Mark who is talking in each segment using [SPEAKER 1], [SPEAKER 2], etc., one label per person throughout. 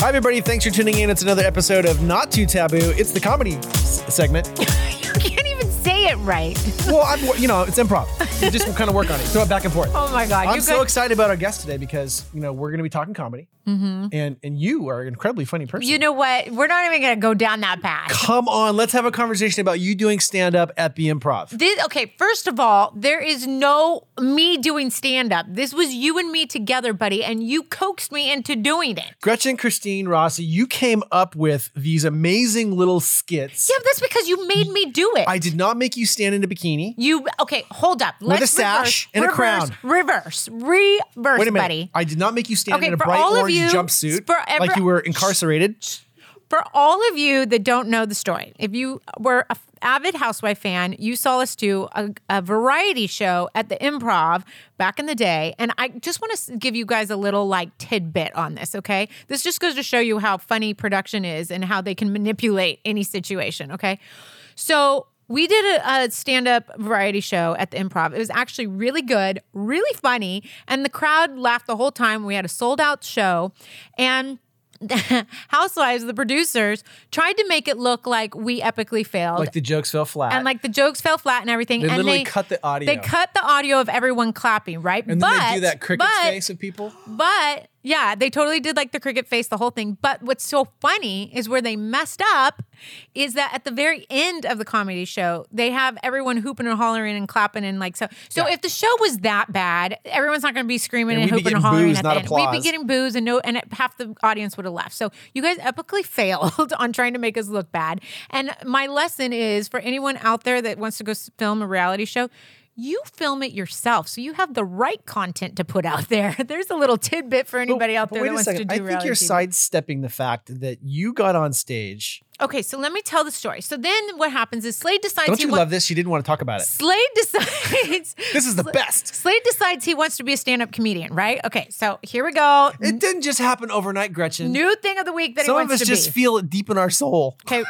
[SPEAKER 1] Hi, everybody. Thanks for tuning in. It's another episode of Not Too Taboo. It's the comedy s- segment.
[SPEAKER 2] you can't even say it right.
[SPEAKER 1] Well, I'm, you know, it's improv. You just kind of work on it, throw it back and forth.
[SPEAKER 2] Oh my god!
[SPEAKER 1] I'm
[SPEAKER 2] you
[SPEAKER 1] so
[SPEAKER 2] could-
[SPEAKER 1] excited about our guest today because you know we're going to be talking comedy, and and you are an incredibly funny person.
[SPEAKER 2] Mm-hmm. You know what? We're not even gonna go down that path.
[SPEAKER 1] Come on, let's have a conversation about you doing stand up at the Improv.
[SPEAKER 2] This, okay, first of all, there is no me doing stand up. This was you and me together, buddy, and you coaxed me into doing it.
[SPEAKER 1] Gretchen Christine Rossi, you came up with these amazing little skits.
[SPEAKER 2] Yeah, but that's because you made me do it.
[SPEAKER 1] I did not make you stand in a bikini.
[SPEAKER 2] you okay? Hold up.
[SPEAKER 1] With
[SPEAKER 2] Let's
[SPEAKER 1] a sash
[SPEAKER 2] reverse,
[SPEAKER 1] and a
[SPEAKER 2] reverse,
[SPEAKER 1] crown.
[SPEAKER 2] Reverse, reverse,
[SPEAKER 1] Wait a minute.
[SPEAKER 2] buddy.
[SPEAKER 1] I did not make you stand
[SPEAKER 2] Okay,
[SPEAKER 1] in a
[SPEAKER 2] for
[SPEAKER 1] bright
[SPEAKER 2] all of
[SPEAKER 1] orange
[SPEAKER 2] you-
[SPEAKER 1] jumpsuit
[SPEAKER 2] for
[SPEAKER 1] like
[SPEAKER 2] every-
[SPEAKER 1] you were incarcerated.
[SPEAKER 2] For all of you that don't know the story, if you were a f- avid Housewife fan, you saw us do a, a variety show at the Improv back in the day, and I just want to give you guys a little like tidbit on this. Okay, this just goes to show you how funny production is and how they can manipulate any situation. Okay, so. We did a, a stand up variety show at the improv. It was actually really good, really funny, and the crowd laughed the whole time. We had a sold out show. And Housewives, the producers, tried to make it look like we epically failed.
[SPEAKER 1] Like the jokes fell flat.
[SPEAKER 2] and like the jokes fell flat and everything.
[SPEAKER 1] They
[SPEAKER 2] and
[SPEAKER 1] literally
[SPEAKER 2] they
[SPEAKER 1] cut the audio.
[SPEAKER 2] They cut the audio of everyone clapping, right?
[SPEAKER 1] and then
[SPEAKER 2] but
[SPEAKER 1] they do that cricket
[SPEAKER 2] but,
[SPEAKER 1] face of people.
[SPEAKER 2] But yeah, they totally did like the cricket face, the whole thing. But what's so funny is where they messed up is that at the very end of the comedy show, they have everyone hooping and hollering and clapping and like so. So
[SPEAKER 1] Yeah.
[SPEAKER 2] if the show was that bad, everyone's not going to be screaming
[SPEAKER 1] And
[SPEAKER 2] and,
[SPEAKER 1] we'd be
[SPEAKER 2] hooping and
[SPEAKER 1] getting
[SPEAKER 2] hollering
[SPEAKER 1] boos,
[SPEAKER 2] at
[SPEAKER 1] not
[SPEAKER 2] the end. We'd be
[SPEAKER 1] applause.
[SPEAKER 2] getting booze and no, and half the audience would have left. So you guys epically failed on trying to make us look bad. And my lesson is for anyone out there that wants to go s- film a reality show. You film it yourself, so you have the right content to put out there. There's a little tidbit for anybody out
[SPEAKER 1] But
[SPEAKER 2] there
[SPEAKER 1] wait
[SPEAKER 2] that
[SPEAKER 1] a
[SPEAKER 2] wants
[SPEAKER 1] second.
[SPEAKER 2] to do
[SPEAKER 1] I think
[SPEAKER 2] reality
[SPEAKER 1] you're
[SPEAKER 2] TV.
[SPEAKER 1] sidestepping the fact that you got on stage.
[SPEAKER 2] Okay, so let me tell the story. So then what happens is Slade decides
[SPEAKER 1] Don't
[SPEAKER 2] he
[SPEAKER 1] you
[SPEAKER 2] wa-
[SPEAKER 1] love this? She didn't want to talk about it.
[SPEAKER 2] Slade decides
[SPEAKER 1] This is the best.
[SPEAKER 2] Slade decides he wants to be a stand-up comedian, right? Okay, so here we go.
[SPEAKER 1] It didn't just happen overnight, Gretchen.
[SPEAKER 2] New thing of the week that
[SPEAKER 1] Some
[SPEAKER 2] he
[SPEAKER 1] of
[SPEAKER 2] wants
[SPEAKER 1] us
[SPEAKER 2] to
[SPEAKER 1] just
[SPEAKER 2] be.
[SPEAKER 1] feel it deep in our soul.
[SPEAKER 2] okay.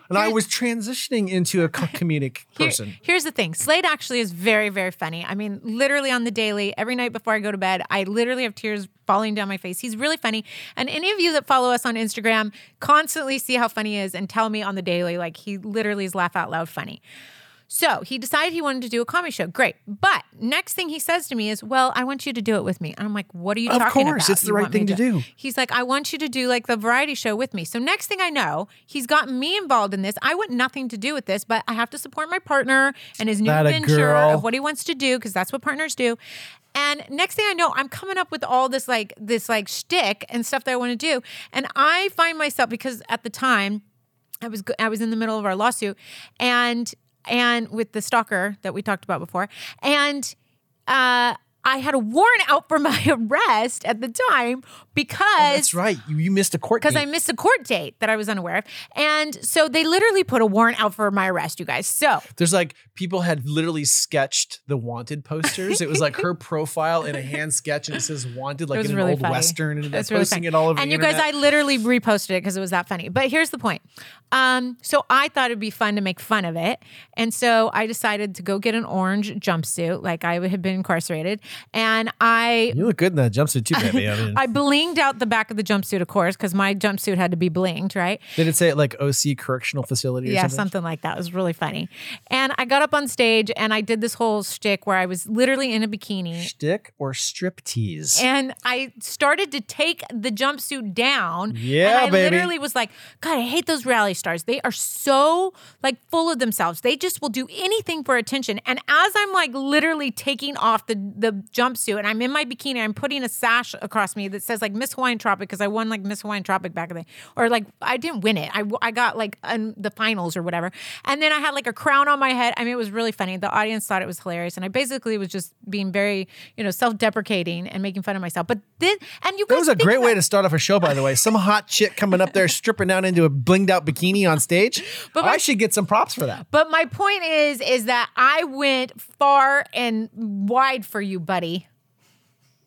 [SPEAKER 1] And I was transitioning into a co- comedic
[SPEAKER 2] Here-
[SPEAKER 1] person.
[SPEAKER 2] here's the thing. Slade actually is very, very funny. I mean, literally on the daily, every night before I go to bed, I literally have tears falling down my face. He's really funny. And any of you that follow us on Instagram constantly see how funny he is and tell me on the daily, like he literally is laugh out loud funny. So he decided he wanted to do a comedy show. Great. But next thing he says to me is, Well, I want you to do it with me. And I'm like, What are you
[SPEAKER 1] Of
[SPEAKER 2] talking about?
[SPEAKER 1] course, it's the
[SPEAKER 2] You
[SPEAKER 1] right
[SPEAKER 2] want me
[SPEAKER 1] thing to do.
[SPEAKER 2] He's like, I want you to do like the variety show with me. So next thing I know, he's gotten me involved in this. I want nothing to do with this, but I have to support my partner and his new
[SPEAKER 1] That a
[SPEAKER 2] venture
[SPEAKER 1] girl.
[SPEAKER 2] of what he wants to do because that's what partners do. And next thing I know, I'm coming up with all this like this like shtick and stuff that I want to do, and I find myself because at the time I was go- I was in the middle of our lawsuit, and and with the stalker that we talked about before, and uh, I had a warrant out for my arrest at the time because
[SPEAKER 1] Oh, That's right. You, you missed a court
[SPEAKER 2] because
[SPEAKER 1] date.
[SPEAKER 2] I missed a court date that I was unaware of, and so they literally put a warrant out for my arrest, you guys. So
[SPEAKER 1] There's like people had literally sketched the wanted posters. It was like her profile in a hand sketch, and it says wanted like
[SPEAKER 2] was
[SPEAKER 1] in an
[SPEAKER 2] really
[SPEAKER 1] old
[SPEAKER 2] funny.
[SPEAKER 1] western, and they're
[SPEAKER 2] It's really
[SPEAKER 1] posting
[SPEAKER 2] funny.
[SPEAKER 1] it all over.
[SPEAKER 2] And
[SPEAKER 1] the
[SPEAKER 2] you
[SPEAKER 1] internet.
[SPEAKER 2] guys, I literally reposted it because it was that funny. But here's the point. Um, so I thought it'd be fun to make fun of it, and so I decided to go get an orange jumpsuit, like I had been incarcerated, and I.
[SPEAKER 1] you look good in that jumpsuit too, baby. I mean,
[SPEAKER 2] I blinged out the back of the jumpsuit, of course, because my jumpsuit had to be blinged, right?
[SPEAKER 1] did it say like OC Correctional Facility? Or
[SPEAKER 2] yeah,
[SPEAKER 1] something?
[SPEAKER 2] something like that. It was really funny. And I got up on stage and I did this whole shtick where I was literally in a bikini
[SPEAKER 1] Stick or strip tease?
[SPEAKER 2] And I started to take the jumpsuit down.
[SPEAKER 1] Yeah,
[SPEAKER 2] and I
[SPEAKER 1] baby.
[SPEAKER 2] literally was like, God, I hate those rally stars. They are so like full of themselves. They just will do anything for attention. And as I'm like literally taking off the the jumpsuit and I'm in my bikini, I'm putting a sash across me that says like Miss Hawaiian Tropic because I won like Miss Hawaiian Tropic back in the or like I didn't win it. I, w- I got like um, the finals or whatever. And then I had like a crown on my head. I mean, it was really funny. The audience thought it was hilarious, and I basically was just being very you know self deprecating and making fun of myself. But then and you guys
[SPEAKER 1] That was a
[SPEAKER 2] think
[SPEAKER 1] great way
[SPEAKER 2] about-
[SPEAKER 1] to start off a show, by the way. Some hot chick coming up there stripping down into a blinged out bikini on stage. But
[SPEAKER 2] But my-
[SPEAKER 1] I should get some props for that.
[SPEAKER 2] But my point is, is that I went far and wide for you, buddy.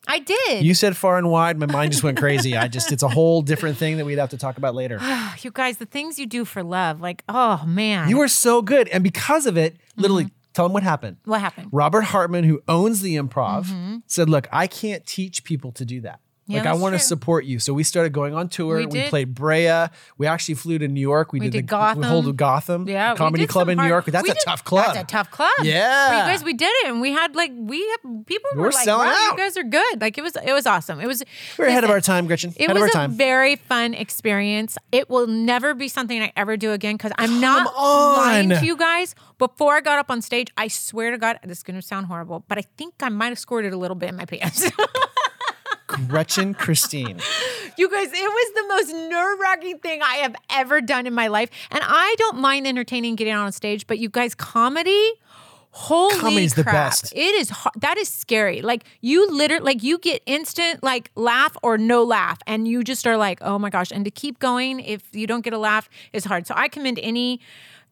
[SPEAKER 2] I did.
[SPEAKER 1] You said far and wide. My mind just went crazy. I just, it's a whole different thing that we'd have to talk about later.
[SPEAKER 2] you guys, the things you do for love, like oh man,
[SPEAKER 1] You were so good. And because of it,
[SPEAKER 2] Mm-hmm.
[SPEAKER 1] literally, tell them what happened.
[SPEAKER 2] what happened?
[SPEAKER 1] Robert Hartman, who owns the improv, said, Look, I can't teach people to do that.
[SPEAKER 2] Mm-hmm. Yeah,
[SPEAKER 1] like I
[SPEAKER 2] that's
[SPEAKER 1] want to
[SPEAKER 2] true.
[SPEAKER 1] support you. So we started going on tour.
[SPEAKER 2] We
[SPEAKER 1] We,
[SPEAKER 2] did.
[SPEAKER 1] played Brea. We actually flew to New York. We,
[SPEAKER 2] We
[SPEAKER 1] did,
[SPEAKER 2] did
[SPEAKER 1] the we
[SPEAKER 2] Gotham.
[SPEAKER 1] hold Gotham
[SPEAKER 2] Yeah, we
[SPEAKER 1] comedy
[SPEAKER 2] did
[SPEAKER 1] club
[SPEAKER 2] some
[SPEAKER 1] in New
[SPEAKER 2] hard-
[SPEAKER 1] York. But that's
[SPEAKER 2] we
[SPEAKER 1] a
[SPEAKER 2] did-
[SPEAKER 1] tough club.
[SPEAKER 2] That's a tough club.
[SPEAKER 1] Yeah.
[SPEAKER 2] But you guys, we did it, and we had like we had, people
[SPEAKER 1] We
[SPEAKER 2] were
[SPEAKER 1] were
[SPEAKER 2] like,
[SPEAKER 1] selling
[SPEAKER 2] "Wow,
[SPEAKER 1] out.
[SPEAKER 2] you guys are good." Like it was, it was awesome. It was.
[SPEAKER 1] We We're ahead of
[SPEAKER 2] listen,
[SPEAKER 1] our time, Gretchen.
[SPEAKER 2] It
[SPEAKER 1] ahead of
[SPEAKER 2] was
[SPEAKER 1] our
[SPEAKER 2] a
[SPEAKER 1] time.
[SPEAKER 2] very fun experience. It will never be something I ever do again because I'm not
[SPEAKER 1] on.
[SPEAKER 2] lying to you guys. Before I got up on stage, I swear to God, this is going to sound horrible, but I think I might have squirted a little bit in my pants.
[SPEAKER 1] Gretchen Christine.
[SPEAKER 2] You guys, it was the most nerve wracking thing I have ever done in my life. And I don't mind entertaining getting on stage, but you guys, comedy. Holy
[SPEAKER 1] Comedy's the
[SPEAKER 2] crap.
[SPEAKER 1] best.
[SPEAKER 2] It is har- that is scary. Like you literally like you get instant like laugh or no laugh and you just are like, "Oh my gosh." And to keep going if you don't get a laugh is hard. So I commend any,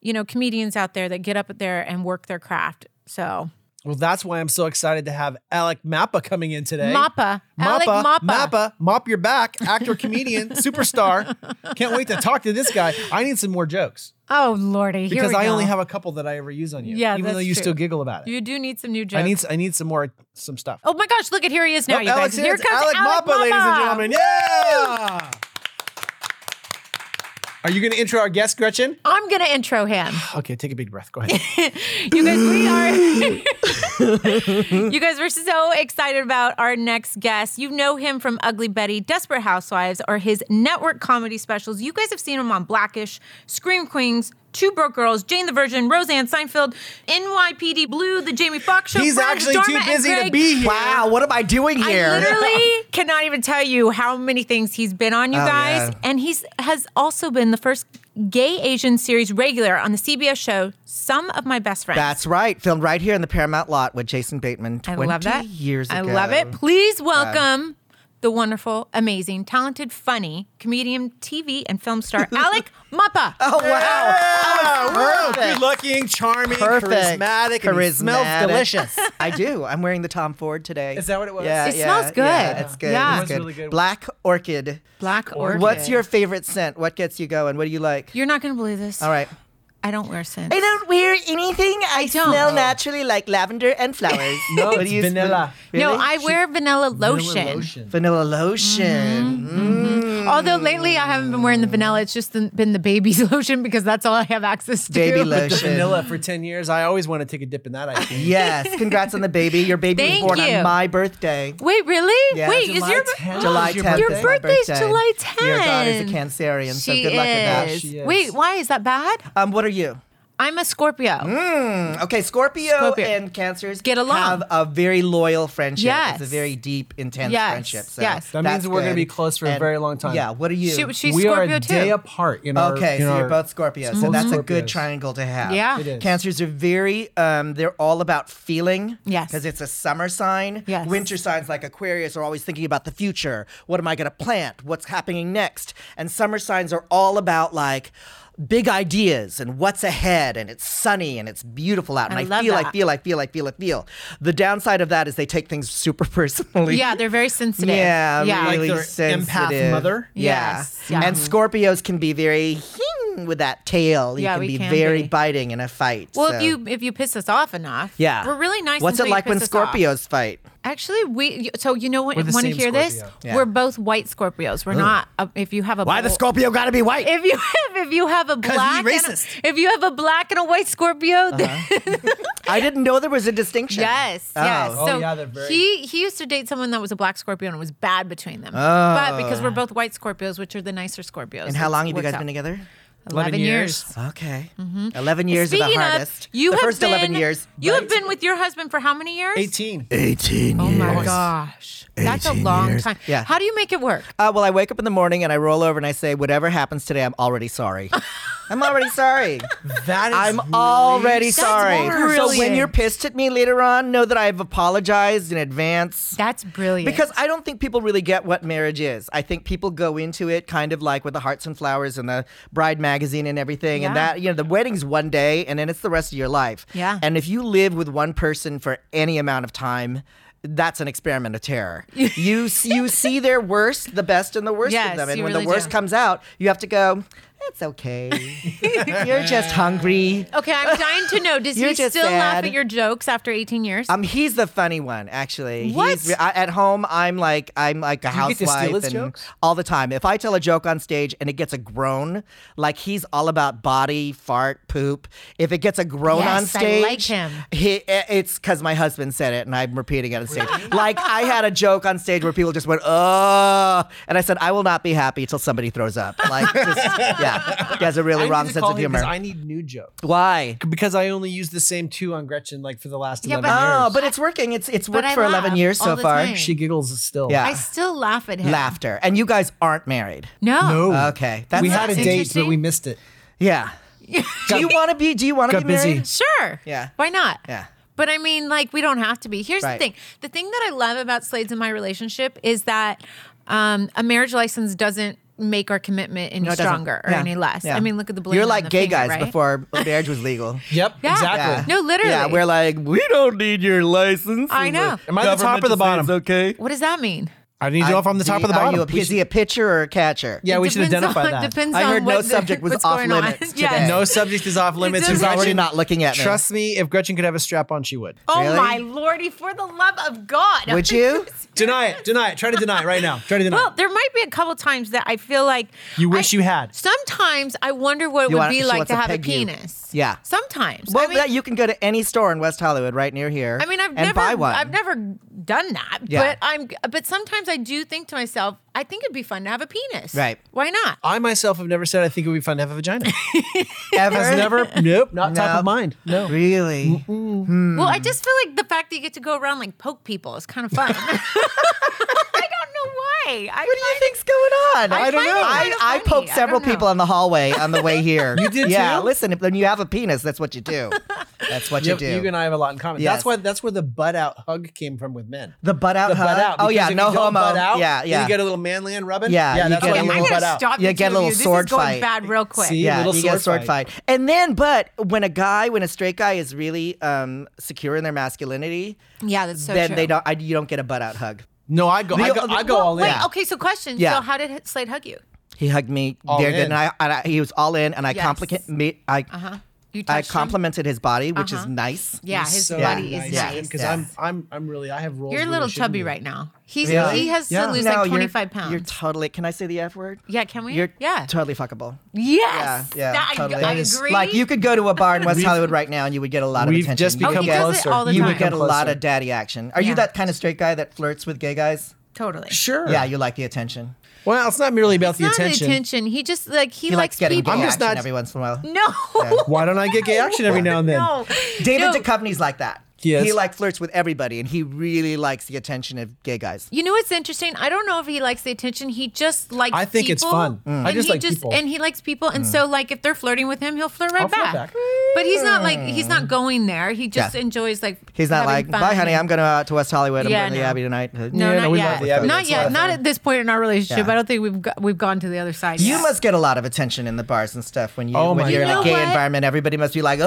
[SPEAKER 2] you know, comedians out there that get up there and work their craft. So,
[SPEAKER 1] Well, that's why I'm so excited to have Alec Mappa coming in today.
[SPEAKER 2] Mappa. Alec Mappa.
[SPEAKER 1] Mappa, mop your back, actor, comedian, superstar. Can't wait to talk to this guy. I need some more jokes
[SPEAKER 2] oh lordy, here
[SPEAKER 1] because
[SPEAKER 2] we
[SPEAKER 1] I
[SPEAKER 2] go.
[SPEAKER 1] only have a couple that I ever use on you.
[SPEAKER 2] Yeah,
[SPEAKER 1] even though
[SPEAKER 2] that's
[SPEAKER 1] you
[SPEAKER 2] true.
[SPEAKER 1] still giggle about it.
[SPEAKER 2] You do need some new jokes.
[SPEAKER 1] I need I need some more some stuff.
[SPEAKER 2] Oh my gosh, look at here he is now,
[SPEAKER 1] Nope,
[SPEAKER 2] you guys.
[SPEAKER 1] Alex
[SPEAKER 2] Here
[SPEAKER 1] is
[SPEAKER 2] comes
[SPEAKER 1] Alec
[SPEAKER 2] Alec
[SPEAKER 1] Mappa, ladies and
[SPEAKER 2] Mappa.
[SPEAKER 1] gentlemen. Yeah. Are you going to intro our guest, Gretchen?
[SPEAKER 2] I'm gonna intro him.
[SPEAKER 1] Okay, take a big breath. Go ahead.
[SPEAKER 2] You guys, we are. you guys, we're so excited about our next guest. You know him from Ugly Betty, Desperate Housewives, or his network comedy specials. You guys have seen him on Blackish, Scream Queens. Two Broke Girls, Jane the Virgin, Roseanne Seinfeld, NYPD Blue, The Jamie Foxx Show.
[SPEAKER 1] He's
[SPEAKER 2] Friends,
[SPEAKER 1] actually
[SPEAKER 2] Dharma
[SPEAKER 1] too
[SPEAKER 2] and
[SPEAKER 1] busy to
[SPEAKER 2] Greg.
[SPEAKER 1] be here.
[SPEAKER 3] Wow, what am I doing here?
[SPEAKER 2] I literally cannot even tell you how many things he's been on, you
[SPEAKER 3] Oh,
[SPEAKER 2] guys.
[SPEAKER 3] yeah.
[SPEAKER 2] And he's has also been the first gay Asian series regular on the CBS show Some of My Best Friends.
[SPEAKER 3] That's right. Filmed right here in the Paramount lot with Jason Bateman 20
[SPEAKER 2] I love that.
[SPEAKER 3] years ago.
[SPEAKER 2] I love it. Please welcome the wonderful, amazing, talented, funny comedian, TV and film star Alec Mappa.
[SPEAKER 3] Oh, wow.
[SPEAKER 1] Wow,
[SPEAKER 3] Perfect.
[SPEAKER 1] good looking, charming,
[SPEAKER 3] Perfect.
[SPEAKER 1] charismatic, and he smells
[SPEAKER 3] Charismatic.
[SPEAKER 1] delicious.
[SPEAKER 3] I do. I'm wearing the Tom Ford today.
[SPEAKER 1] Is that what it was?
[SPEAKER 3] Yeah,
[SPEAKER 2] It
[SPEAKER 3] yeah,
[SPEAKER 2] smells good.
[SPEAKER 3] Yeah, it's good.
[SPEAKER 2] Yeah.
[SPEAKER 3] it's
[SPEAKER 2] It
[SPEAKER 1] was really good.
[SPEAKER 3] Black Orchid.
[SPEAKER 2] Black Orchid.
[SPEAKER 3] What's your favorite scent? What gets you going? What do you like?
[SPEAKER 2] You're not gonna believe this.
[SPEAKER 3] All right.
[SPEAKER 2] I don't wear scent.
[SPEAKER 3] I don't wear anything. I
[SPEAKER 2] don't.
[SPEAKER 3] smell
[SPEAKER 2] No.
[SPEAKER 3] naturally like lavender and flowers.
[SPEAKER 1] No,
[SPEAKER 3] What
[SPEAKER 1] it's
[SPEAKER 3] do you smell?
[SPEAKER 1] vanilla.
[SPEAKER 2] No,
[SPEAKER 3] Really?
[SPEAKER 2] I wear vanilla lotion.
[SPEAKER 3] vanilla lotion. Mm-hmm.
[SPEAKER 2] Although lately I haven't been wearing the vanilla, it's just the- been the baby's lotion because that's all I have access to.
[SPEAKER 3] Baby
[SPEAKER 1] With the
[SPEAKER 3] lotion.
[SPEAKER 1] vanilla for 10 years. I always want to take a dip in that. I think.
[SPEAKER 3] Yes, congrats on the baby. Your baby
[SPEAKER 2] Thank
[SPEAKER 3] was born
[SPEAKER 2] you.
[SPEAKER 3] on my birthday.
[SPEAKER 2] Wait, really?
[SPEAKER 3] Yeah,
[SPEAKER 2] Wait, is
[SPEAKER 1] July
[SPEAKER 2] your
[SPEAKER 1] 10th.
[SPEAKER 3] July
[SPEAKER 1] Your
[SPEAKER 3] 10th.
[SPEAKER 1] birthday.
[SPEAKER 2] your
[SPEAKER 3] is my
[SPEAKER 2] birthday's
[SPEAKER 3] birthday.
[SPEAKER 2] July 10th?
[SPEAKER 3] Your daughter's a Cancerian, so good luck with
[SPEAKER 2] is.
[SPEAKER 3] that.
[SPEAKER 1] She is.
[SPEAKER 2] Wait, why is that bad?
[SPEAKER 3] Um, what are you?
[SPEAKER 2] I'm a Scorpio.
[SPEAKER 3] Mm. Okay, Scorpio,
[SPEAKER 2] Scorpio.
[SPEAKER 3] and Cancers
[SPEAKER 2] Get along.
[SPEAKER 3] have a very loyal friendship.
[SPEAKER 2] Yes.
[SPEAKER 3] It's a very deep, intense
[SPEAKER 2] Yes,
[SPEAKER 3] friendship. So
[SPEAKER 2] yes.
[SPEAKER 1] That
[SPEAKER 3] that's
[SPEAKER 1] means we're gonna
[SPEAKER 3] good.
[SPEAKER 1] be close for a
[SPEAKER 3] And-
[SPEAKER 1] very long time.
[SPEAKER 3] Yeah, what are you?
[SPEAKER 2] She- she's
[SPEAKER 1] we
[SPEAKER 2] Scorpio
[SPEAKER 1] are a day
[SPEAKER 2] too.
[SPEAKER 1] apart in our.
[SPEAKER 3] okay,
[SPEAKER 1] in
[SPEAKER 3] so
[SPEAKER 1] our,
[SPEAKER 3] you're both Scorpio, so
[SPEAKER 1] both
[SPEAKER 3] that's a good
[SPEAKER 1] Scorpios.
[SPEAKER 3] triangle to have.
[SPEAKER 2] Yeah.
[SPEAKER 1] It is.
[SPEAKER 3] Cancers are very, um, they're all about feeling.
[SPEAKER 2] Yes.
[SPEAKER 3] Because it's a summer sign.
[SPEAKER 2] Yes.
[SPEAKER 3] Winter signs like Aquarius are always thinking about the future. What am I going to plant? What's happening next? And summer signs are all about like, Big ideas and what's ahead, and it's sunny and it's beautiful out, and
[SPEAKER 2] I
[SPEAKER 3] I,
[SPEAKER 2] love
[SPEAKER 3] feel,
[SPEAKER 2] that.
[SPEAKER 3] I feel, I feel, I feel, I feel. The downside of that is they take things super personally.
[SPEAKER 2] Yeah, they're very sensitive.
[SPEAKER 3] Yeah,
[SPEAKER 2] yeah.
[SPEAKER 3] really
[SPEAKER 1] their empath
[SPEAKER 3] sensitive.
[SPEAKER 1] mother?
[SPEAKER 3] Yeah.
[SPEAKER 2] Yes, yeah. Mm-hmm.
[SPEAKER 3] And Scorpios can be very hing with that tail. You
[SPEAKER 2] Yeah,
[SPEAKER 3] can
[SPEAKER 2] we
[SPEAKER 3] be
[SPEAKER 2] can
[SPEAKER 3] very
[SPEAKER 2] be.
[SPEAKER 3] biting in a fight.
[SPEAKER 2] well,
[SPEAKER 3] so-
[SPEAKER 2] if you if you piss us off enough,
[SPEAKER 3] yeah,
[SPEAKER 2] we're really nice.
[SPEAKER 3] What's
[SPEAKER 2] until
[SPEAKER 3] it
[SPEAKER 2] you
[SPEAKER 3] like when
[SPEAKER 2] piss us off.
[SPEAKER 3] Scorpios fight?
[SPEAKER 2] Actually, we. So you know what?
[SPEAKER 1] We're the
[SPEAKER 2] Want to
[SPEAKER 1] same
[SPEAKER 2] hear this?
[SPEAKER 1] Scorpio.
[SPEAKER 3] Yeah.
[SPEAKER 2] We're both white Scorpios. We're not. A, if you have a
[SPEAKER 3] Why the
[SPEAKER 2] bull-
[SPEAKER 3] Scorpio got to be white?
[SPEAKER 2] If you have if you have a
[SPEAKER 1] he
[SPEAKER 2] black and a,
[SPEAKER 1] racist.
[SPEAKER 2] if you have a black and a white Scorpio,
[SPEAKER 3] Uh-huh.
[SPEAKER 2] then-
[SPEAKER 3] I didn't know there was a distinction.
[SPEAKER 2] yes, yes.
[SPEAKER 3] Oh.
[SPEAKER 1] Oh,
[SPEAKER 2] so
[SPEAKER 1] yeah, they're very-
[SPEAKER 2] he he used to date someone that was a black Scorpio and it was bad between them. But because we're both white Scorpios, which are the nicer Scorpios,
[SPEAKER 3] Oh. And how
[SPEAKER 2] it
[SPEAKER 3] long have you
[SPEAKER 2] works
[SPEAKER 3] guys
[SPEAKER 2] out.
[SPEAKER 3] been together?
[SPEAKER 2] 11,
[SPEAKER 1] 11
[SPEAKER 2] years.
[SPEAKER 3] Okay, eleven years are
[SPEAKER 2] Mm-hmm. Speaking
[SPEAKER 3] the
[SPEAKER 2] of,
[SPEAKER 3] hardest.
[SPEAKER 2] you
[SPEAKER 3] the
[SPEAKER 2] have
[SPEAKER 3] first
[SPEAKER 2] been,
[SPEAKER 3] eleven years.
[SPEAKER 2] You have been with your husband for how many years?
[SPEAKER 1] 18.
[SPEAKER 3] Eighteen.
[SPEAKER 2] Oh my gosh, that's a long time.
[SPEAKER 3] Yeah.
[SPEAKER 2] How do you make it work?
[SPEAKER 3] Uh, well, I wake up in the morning and I roll over and I say, "Whatever happens today, I'm already sorry. I'm already sorry."
[SPEAKER 1] That is
[SPEAKER 3] I'm
[SPEAKER 1] really-
[SPEAKER 3] already sorry. So when
[SPEAKER 2] brilliant.
[SPEAKER 3] you're pissed at me later on, know that I've apologized in advance.
[SPEAKER 2] That's brilliant.
[SPEAKER 3] Because I don't think people really get what marriage is. I think people go into it kind of like with the hearts and flowers and the bride magazine and everything. And
[SPEAKER 2] Yeah.
[SPEAKER 3] that, you know, the wedding's one day and then it's the rest of your life.
[SPEAKER 2] Yeah.
[SPEAKER 3] And if you live with one person for any amount of time, that's an experiment of terror. you s- you see their worst, the best, and the worst
[SPEAKER 2] Yes,
[SPEAKER 3] of them, and
[SPEAKER 2] you
[SPEAKER 3] when
[SPEAKER 2] really
[SPEAKER 3] the worst
[SPEAKER 2] do.
[SPEAKER 3] comes out, you have to go. it's okay. You're just hungry.
[SPEAKER 2] Okay, I'm dying to know. Does
[SPEAKER 3] You're
[SPEAKER 2] he still
[SPEAKER 3] just
[SPEAKER 2] laugh
[SPEAKER 3] sad.
[SPEAKER 2] at your jokes after 18 years?
[SPEAKER 3] Um, he's the funny one, actually.
[SPEAKER 2] What?
[SPEAKER 3] He's, re- I, at home, I'm like I'm like a
[SPEAKER 1] you get
[SPEAKER 3] housewife
[SPEAKER 1] to steal his
[SPEAKER 3] and
[SPEAKER 1] jokes?
[SPEAKER 3] all the time. If I tell a joke on stage and it gets a groan, like he's all about body, fart, poop. If it gets a groan
[SPEAKER 2] Yes,
[SPEAKER 3] on
[SPEAKER 2] I
[SPEAKER 3] stage,
[SPEAKER 2] like him.
[SPEAKER 3] He, i- it's because my husband said it, and I'm repeating it on stage. like I had a joke on stage where people just went, "Oh," and I said, "I will not be happy until somebody throws up." Like, just, yeah, he has a really
[SPEAKER 1] I
[SPEAKER 3] wrong
[SPEAKER 1] need to
[SPEAKER 3] sense
[SPEAKER 1] call
[SPEAKER 3] of
[SPEAKER 1] him
[SPEAKER 3] humor.
[SPEAKER 1] 'cause I need new jokes
[SPEAKER 3] Why?
[SPEAKER 1] because I only use the same two on Gretchen like for the last
[SPEAKER 2] Yeah,
[SPEAKER 1] eleven
[SPEAKER 2] but-
[SPEAKER 1] years.
[SPEAKER 3] Oh, but it's working. It's it's
[SPEAKER 2] But
[SPEAKER 3] worked
[SPEAKER 2] I
[SPEAKER 3] for 11
[SPEAKER 2] laugh
[SPEAKER 3] years
[SPEAKER 2] all
[SPEAKER 3] so
[SPEAKER 2] the
[SPEAKER 3] far.
[SPEAKER 2] time.
[SPEAKER 1] she giggles still.
[SPEAKER 3] Yeah.
[SPEAKER 2] I still laugh at him.
[SPEAKER 3] laughter. And you guys aren't married.
[SPEAKER 2] No.
[SPEAKER 1] No.
[SPEAKER 3] Okay, that's
[SPEAKER 1] we had a
[SPEAKER 2] That's
[SPEAKER 1] date, but
[SPEAKER 2] interesting.
[SPEAKER 1] we missed it.
[SPEAKER 3] yeah. do you want to be? Do you want to
[SPEAKER 1] Got
[SPEAKER 3] be married?
[SPEAKER 1] busy.
[SPEAKER 2] Sure.
[SPEAKER 3] Yeah.
[SPEAKER 2] Why not?
[SPEAKER 3] Yeah.
[SPEAKER 2] But I mean, like, we don't have to be. Here's
[SPEAKER 3] Right.
[SPEAKER 2] the thing the thing that I love about Slade's and my relationship is that um, a marriage license doesn't make our commitment any
[SPEAKER 3] it doesn't.
[SPEAKER 2] stronger or
[SPEAKER 3] Yeah.
[SPEAKER 2] any less.
[SPEAKER 3] Yeah.
[SPEAKER 2] I mean, look at the bling
[SPEAKER 3] You're
[SPEAKER 2] on
[SPEAKER 3] like
[SPEAKER 2] the
[SPEAKER 3] gay
[SPEAKER 2] finger,
[SPEAKER 3] guys
[SPEAKER 2] right?
[SPEAKER 3] before marriage was legal.
[SPEAKER 1] Yep,
[SPEAKER 2] Yeah.
[SPEAKER 1] exactly.
[SPEAKER 2] No, literally.
[SPEAKER 3] Yeah, we're like, we don't need your license.
[SPEAKER 2] I know.
[SPEAKER 1] Am I the top or the bottom?
[SPEAKER 3] okay.
[SPEAKER 2] What does that mean?
[SPEAKER 1] I need to know if I'm the top or the
[SPEAKER 3] Are
[SPEAKER 1] bottom.
[SPEAKER 3] you a,
[SPEAKER 1] We
[SPEAKER 3] is
[SPEAKER 1] should-
[SPEAKER 3] he a pitcher or a catcher?
[SPEAKER 1] yeah, we should
[SPEAKER 2] Depends
[SPEAKER 1] identify
[SPEAKER 2] on-
[SPEAKER 1] that.
[SPEAKER 2] Depends
[SPEAKER 3] I
[SPEAKER 2] on
[SPEAKER 3] heard no
[SPEAKER 2] what the-
[SPEAKER 3] subject was
[SPEAKER 2] what's
[SPEAKER 3] off
[SPEAKER 2] going on.
[SPEAKER 3] limits
[SPEAKER 2] Yes.
[SPEAKER 3] today.
[SPEAKER 1] No subject is off limits.
[SPEAKER 2] doesn't-
[SPEAKER 1] He's
[SPEAKER 2] He's
[SPEAKER 1] already
[SPEAKER 2] already
[SPEAKER 3] not looking at me.
[SPEAKER 1] Trust me, if Gretchen could have a strap on, she would.
[SPEAKER 2] Oh
[SPEAKER 3] Really?
[SPEAKER 2] my lordy! For the love of God,
[SPEAKER 3] Would you?
[SPEAKER 1] Deny it. Deny it. Try to deny it right now. Try to deny
[SPEAKER 2] Well,
[SPEAKER 1] it.
[SPEAKER 2] there might be a couple times that I feel like
[SPEAKER 1] You wish
[SPEAKER 2] I-
[SPEAKER 1] you had.
[SPEAKER 2] Sometimes I wonder what it
[SPEAKER 3] You
[SPEAKER 2] would
[SPEAKER 3] want-
[SPEAKER 2] be
[SPEAKER 3] she
[SPEAKER 2] like
[SPEAKER 3] wants
[SPEAKER 2] to
[SPEAKER 3] to
[SPEAKER 2] have a
[SPEAKER 3] peg you.
[SPEAKER 2] penis.
[SPEAKER 3] Yeah.
[SPEAKER 2] Sometimes.
[SPEAKER 3] Well,
[SPEAKER 2] I mean,
[SPEAKER 3] that you can go to any store in West Hollywood, right near here.
[SPEAKER 2] I mean, I've
[SPEAKER 3] and
[SPEAKER 2] never,
[SPEAKER 3] buy one.
[SPEAKER 2] I've never done that,
[SPEAKER 3] Yeah.
[SPEAKER 2] but I'm, but sometimes I do think to myself, I think it'd be fun to have a penis.
[SPEAKER 3] Right.
[SPEAKER 2] Why not?
[SPEAKER 1] I myself have never said I think it would be fun to have a vagina.
[SPEAKER 3] ever.
[SPEAKER 1] Never. Nope. Not top
[SPEAKER 3] No.
[SPEAKER 1] of mind. No.
[SPEAKER 3] Really? Mm.
[SPEAKER 2] Well, I just feel like the fact that you get to go around like poke people is kind of fun. I don't know why. I
[SPEAKER 3] What do you think's going on?
[SPEAKER 2] I don't know.
[SPEAKER 3] I,
[SPEAKER 2] Kinda
[SPEAKER 3] I
[SPEAKER 2] funny.
[SPEAKER 3] poked
[SPEAKER 2] I
[SPEAKER 3] several
[SPEAKER 2] don't know.
[SPEAKER 3] people in the hallway on the way here. you
[SPEAKER 1] did
[SPEAKER 3] Yeah.
[SPEAKER 1] too?
[SPEAKER 3] Listen, if- when you have a penis, that's what you do. That's what you,
[SPEAKER 1] You,
[SPEAKER 3] do.
[SPEAKER 1] you and I have a lot in common. That's
[SPEAKER 3] Yes.
[SPEAKER 1] why. That's where the butt out hug came from with men.
[SPEAKER 3] the butt out.
[SPEAKER 1] The
[SPEAKER 3] hug?
[SPEAKER 1] butt out.
[SPEAKER 3] Oh
[SPEAKER 1] because
[SPEAKER 3] yeah.
[SPEAKER 1] if
[SPEAKER 3] No
[SPEAKER 1] you don't
[SPEAKER 3] homo.
[SPEAKER 1] Butt out,
[SPEAKER 3] yeah.
[SPEAKER 1] then
[SPEAKER 3] Yeah.
[SPEAKER 1] You get a little man land rubbing.
[SPEAKER 3] Yeah, you
[SPEAKER 1] that's
[SPEAKER 3] get
[SPEAKER 1] why
[SPEAKER 3] a
[SPEAKER 1] you
[SPEAKER 2] I'm
[SPEAKER 3] little
[SPEAKER 1] butt
[SPEAKER 2] gonna
[SPEAKER 1] out.
[SPEAKER 2] stop.
[SPEAKER 3] Yeah,
[SPEAKER 2] the
[SPEAKER 3] get
[SPEAKER 2] two
[SPEAKER 3] a little
[SPEAKER 2] of you.
[SPEAKER 3] sword
[SPEAKER 2] this is going
[SPEAKER 3] fight.
[SPEAKER 2] Bad, real quick.
[SPEAKER 1] See?
[SPEAKER 3] yeah,
[SPEAKER 1] little
[SPEAKER 3] you get a
[SPEAKER 1] sword
[SPEAKER 3] sword fight. And then, but when a guy, when a straight guy is really um, secure in their masculinity,
[SPEAKER 2] Yeah, that's so
[SPEAKER 3] then
[SPEAKER 2] Oh, true.
[SPEAKER 3] they don't. I, you don't get a butt out hug.
[SPEAKER 1] No, I go. I go, I go
[SPEAKER 2] Well,
[SPEAKER 1] all in.
[SPEAKER 2] Wait, okay. So, question.
[SPEAKER 3] Yeah.
[SPEAKER 2] So, how did H- Slade hug you?
[SPEAKER 3] He hugged me
[SPEAKER 1] All
[SPEAKER 3] there,
[SPEAKER 1] in.
[SPEAKER 3] then I, and I. He was all in, and I
[SPEAKER 2] Yes.
[SPEAKER 3] complicate me. I,
[SPEAKER 2] Huh? You
[SPEAKER 3] Uh-huh. I
[SPEAKER 2] touched him? Uh-huh.
[SPEAKER 3] complimented his body, which is nice.
[SPEAKER 2] Yeah, his body is
[SPEAKER 3] nice.
[SPEAKER 2] nice.
[SPEAKER 1] Because
[SPEAKER 3] Yeah.
[SPEAKER 1] I'm, I'm, I'm really. I have roles.
[SPEAKER 2] You're a
[SPEAKER 1] where
[SPEAKER 2] little
[SPEAKER 1] there shouldn't
[SPEAKER 2] chubby
[SPEAKER 1] be.
[SPEAKER 2] right now. He's
[SPEAKER 1] Really?
[SPEAKER 2] he has
[SPEAKER 1] Yeah.
[SPEAKER 2] to lose
[SPEAKER 3] No,
[SPEAKER 2] like
[SPEAKER 3] you're-
[SPEAKER 2] 25 pounds.
[SPEAKER 3] You're totally. Can I say the f word?
[SPEAKER 2] yeah, can we?
[SPEAKER 3] You're
[SPEAKER 2] yeah.
[SPEAKER 3] totally fuckable.
[SPEAKER 2] yes.
[SPEAKER 3] Yeah, yeah,
[SPEAKER 2] That- I-
[SPEAKER 3] totally.
[SPEAKER 2] I, agree.
[SPEAKER 3] Like you could go to a bar in West Hollywood right now, and you would get a lot of
[SPEAKER 1] We've
[SPEAKER 3] attention.
[SPEAKER 1] just
[SPEAKER 3] You would
[SPEAKER 1] become
[SPEAKER 2] he does it
[SPEAKER 1] closer.
[SPEAKER 2] all the
[SPEAKER 3] You
[SPEAKER 2] time.
[SPEAKER 3] would get a
[SPEAKER 1] Become
[SPEAKER 3] lot
[SPEAKER 1] closer.
[SPEAKER 3] of daddy action. Are
[SPEAKER 2] Yeah.
[SPEAKER 3] you that kind of straight guy that flirts with gay guys?
[SPEAKER 2] totally.
[SPEAKER 1] Sure.
[SPEAKER 3] Yeah, you like the attention.
[SPEAKER 1] Well, it's not merely about the
[SPEAKER 2] Not the
[SPEAKER 1] attention.
[SPEAKER 2] attention. He just like he,
[SPEAKER 3] He
[SPEAKER 2] likes
[SPEAKER 3] likes getting
[SPEAKER 2] people.
[SPEAKER 3] gay
[SPEAKER 1] I'm just
[SPEAKER 3] action
[SPEAKER 1] not-
[SPEAKER 3] every once in a while.
[SPEAKER 2] no.
[SPEAKER 1] Why don't I get gay action every now and then?
[SPEAKER 2] no. No.
[SPEAKER 3] David Duchovny's like that.
[SPEAKER 1] He is.
[SPEAKER 3] He like flirts with everybody, and he really likes the attention of gay guys.
[SPEAKER 2] You know what's interesting? I don't know if he likes the attention. He just likes.
[SPEAKER 1] I think it's
[SPEAKER 2] people,
[SPEAKER 1] fun. Mm. I
[SPEAKER 2] and
[SPEAKER 1] just
[SPEAKER 2] he
[SPEAKER 1] like people. Mm.
[SPEAKER 2] and he likes people. And so, like, if they're flirting with him, he'll flirt right
[SPEAKER 1] I'll flirt
[SPEAKER 2] back.
[SPEAKER 1] back.
[SPEAKER 2] But he's not like he's not going there. He just
[SPEAKER 3] Yeah.
[SPEAKER 2] enjoys like.
[SPEAKER 3] He's not
[SPEAKER 2] having
[SPEAKER 3] like,
[SPEAKER 2] fun
[SPEAKER 3] bye, honey,
[SPEAKER 2] and-
[SPEAKER 3] I'm going to out to West Hollywood.
[SPEAKER 2] Yeah,
[SPEAKER 3] I'm going to
[SPEAKER 2] no.
[SPEAKER 3] the Abbey tonight.
[SPEAKER 2] No,
[SPEAKER 1] Yeah,
[SPEAKER 2] not
[SPEAKER 1] no, we love
[SPEAKER 2] yet.
[SPEAKER 1] the Abbey.
[SPEAKER 2] not
[SPEAKER 1] That's
[SPEAKER 2] yet.
[SPEAKER 1] fun.
[SPEAKER 2] Not at this point in our relationship.
[SPEAKER 3] Yeah.
[SPEAKER 2] I don't think we've got, we've gone to the other side.
[SPEAKER 3] You
[SPEAKER 2] yet.
[SPEAKER 3] must get a lot of attention in the bars and stuff when you
[SPEAKER 1] Oh my
[SPEAKER 3] when you're in
[SPEAKER 1] God.
[SPEAKER 3] a
[SPEAKER 2] You
[SPEAKER 3] gay
[SPEAKER 2] know what?
[SPEAKER 3] environment. Everybody must be like,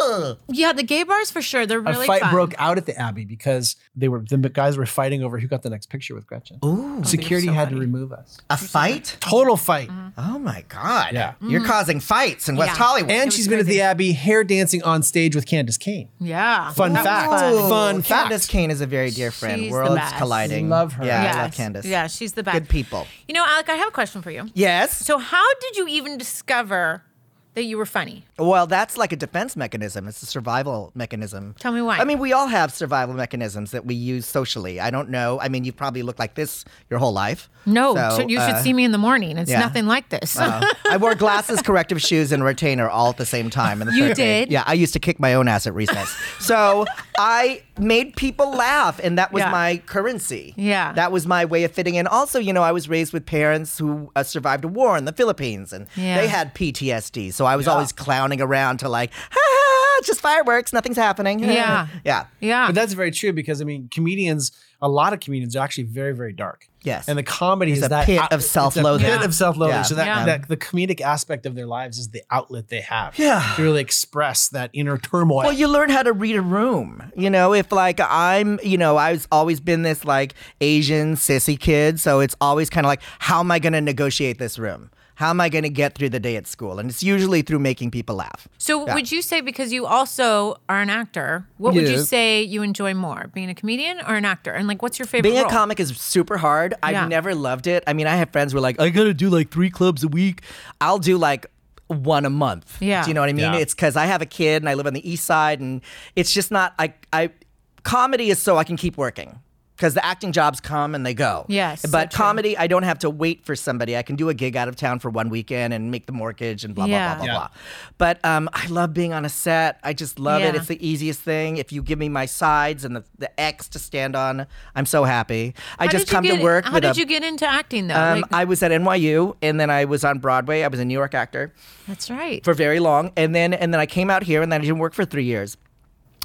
[SPEAKER 3] oh,
[SPEAKER 2] Yeah, the gay bars for sure. They're
[SPEAKER 1] A
[SPEAKER 2] really
[SPEAKER 1] fight
[SPEAKER 2] fun.
[SPEAKER 1] broke out at the Abbey because they were the guys were fighting over who got the next picture with Gretchen.
[SPEAKER 3] Oh,
[SPEAKER 1] Ooh, security had to remove us.
[SPEAKER 3] a fight.
[SPEAKER 1] Total fight.
[SPEAKER 3] Oh my God.
[SPEAKER 1] Yeah.
[SPEAKER 3] You're causing fights in
[SPEAKER 2] Mm.
[SPEAKER 3] West
[SPEAKER 2] Yeah.
[SPEAKER 3] Hollywood.
[SPEAKER 1] And
[SPEAKER 2] was
[SPEAKER 1] she's been at
[SPEAKER 2] crazy.
[SPEAKER 1] the Abbey hair dancing on stage with Candace Kane.
[SPEAKER 2] Yeah.
[SPEAKER 1] Fun
[SPEAKER 2] That was
[SPEAKER 1] fact.
[SPEAKER 2] fun.
[SPEAKER 1] Ooh. Fun
[SPEAKER 3] Candace
[SPEAKER 1] fact.
[SPEAKER 3] Kane is a very dear friend.
[SPEAKER 2] She's the
[SPEAKER 3] Worlds
[SPEAKER 2] best.
[SPEAKER 3] colliding.
[SPEAKER 1] Love her.
[SPEAKER 3] Yeah, I love
[SPEAKER 2] Yes.
[SPEAKER 3] Candace.
[SPEAKER 2] Yeah, she's the best.
[SPEAKER 3] Good people.
[SPEAKER 2] You know, Alec, I have a question for you.
[SPEAKER 3] Yes.
[SPEAKER 2] So, how did you even discover that you were funny?
[SPEAKER 3] Well, that's like a defense mechanism. It's a survival mechanism.
[SPEAKER 2] Tell me why.
[SPEAKER 3] I mean, we all have survival mechanisms that we use socially. I don't know. I mean, you've probably looked like this your whole life.
[SPEAKER 2] No,
[SPEAKER 3] So,
[SPEAKER 2] so you should
[SPEAKER 3] uh,
[SPEAKER 2] see me in the morning. It's
[SPEAKER 3] yeah.
[SPEAKER 2] nothing like this.
[SPEAKER 3] uh, I wore glasses, corrective shoes, and retainer all at the same time. In the
[SPEAKER 2] You
[SPEAKER 3] third grade.
[SPEAKER 2] did?
[SPEAKER 3] Yeah, I used to kick my own ass at recess. So I made people laugh, and that was
[SPEAKER 2] Yeah.
[SPEAKER 3] my currency.
[SPEAKER 2] Yeah.
[SPEAKER 3] That was my way of fitting in. Also, you know, I was raised with parents who uh, survived a war in the Philippines, and
[SPEAKER 2] Yeah.
[SPEAKER 3] they had PTSD. So I was always clowning around to like, ha ha, it's just fireworks, nothing's happening.
[SPEAKER 2] Yeah.
[SPEAKER 3] yeah.
[SPEAKER 2] yeah.
[SPEAKER 1] But that's very true because I mean, comedians a lot of comedians are actually very, very dark.
[SPEAKER 3] Yes.
[SPEAKER 1] And the comedy
[SPEAKER 3] It's
[SPEAKER 1] is
[SPEAKER 3] a
[SPEAKER 1] that
[SPEAKER 3] pit
[SPEAKER 1] out-
[SPEAKER 3] of
[SPEAKER 1] it's a
[SPEAKER 3] self-loathing.
[SPEAKER 1] pit of self-loathing.
[SPEAKER 3] Yeah.
[SPEAKER 1] So that,
[SPEAKER 2] Yeah.
[SPEAKER 1] that the comedic aspect of their lives is the outlet they have.
[SPEAKER 3] Yeah.
[SPEAKER 1] To really express that inner turmoil.
[SPEAKER 3] Well, you learn how to read a room. You know, if like I'm, you know, I've always been this like Asian sissy kid, so it's always kind of like, how am I going to negotiate this room? How am I going to get through the day at school? And it's usually through making people laugh.
[SPEAKER 2] So
[SPEAKER 3] Yeah.
[SPEAKER 2] would you say because you also are an actor, what would you
[SPEAKER 1] Yes.
[SPEAKER 2] say you enjoy more, being a comedian or an actor? And like, what's your favorite?
[SPEAKER 3] Being a
[SPEAKER 2] role?
[SPEAKER 3] comic is super hard.
[SPEAKER 2] Yeah.
[SPEAKER 3] I've never loved it. I mean, I have friends who are like, I gotta do like three clubs a week. I'll do like one a month.
[SPEAKER 2] Yeah.
[SPEAKER 3] Do you know what I mean?
[SPEAKER 1] Yeah.
[SPEAKER 3] It's because I have a kid and I live on the east side, and it's just not. I I comedy is so I can keep working. Because the acting jobs come and they go.
[SPEAKER 2] Yes, so
[SPEAKER 3] But
[SPEAKER 2] true.
[SPEAKER 3] comedy, I don't have to wait for somebody. I can do a gig out of town for one weekend and make the mortgage and blah,
[SPEAKER 2] Yeah.
[SPEAKER 3] blah, blah,
[SPEAKER 1] Yeah.
[SPEAKER 3] blah, blah. But um, I love being on a set. I just love it.
[SPEAKER 2] Yeah.
[SPEAKER 3] It's the easiest thing. If you give me my sides and the, the X to stand on, I'm so happy. I
[SPEAKER 2] How
[SPEAKER 3] just
[SPEAKER 2] did you
[SPEAKER 3] come
[SPEAKER 2] get-
[SPEAKER 3] to work.
[SPEAKER 2] How
[SPEAKER 3] with
[SPEAKER 2] did
[SPEAKER 3] a-
[SPEAKER 2] you get into acting though?
[SPEAKER 3] Um,
[SPEAKER 2] Like-
[SPEAKER 3] I was at NYU, and then I was on Broadway. I was a New York actor
[SPEAKER 2] that's right.
[SPEAKER 3] for very long, and then and then I came out here, and then I didn't work for three years.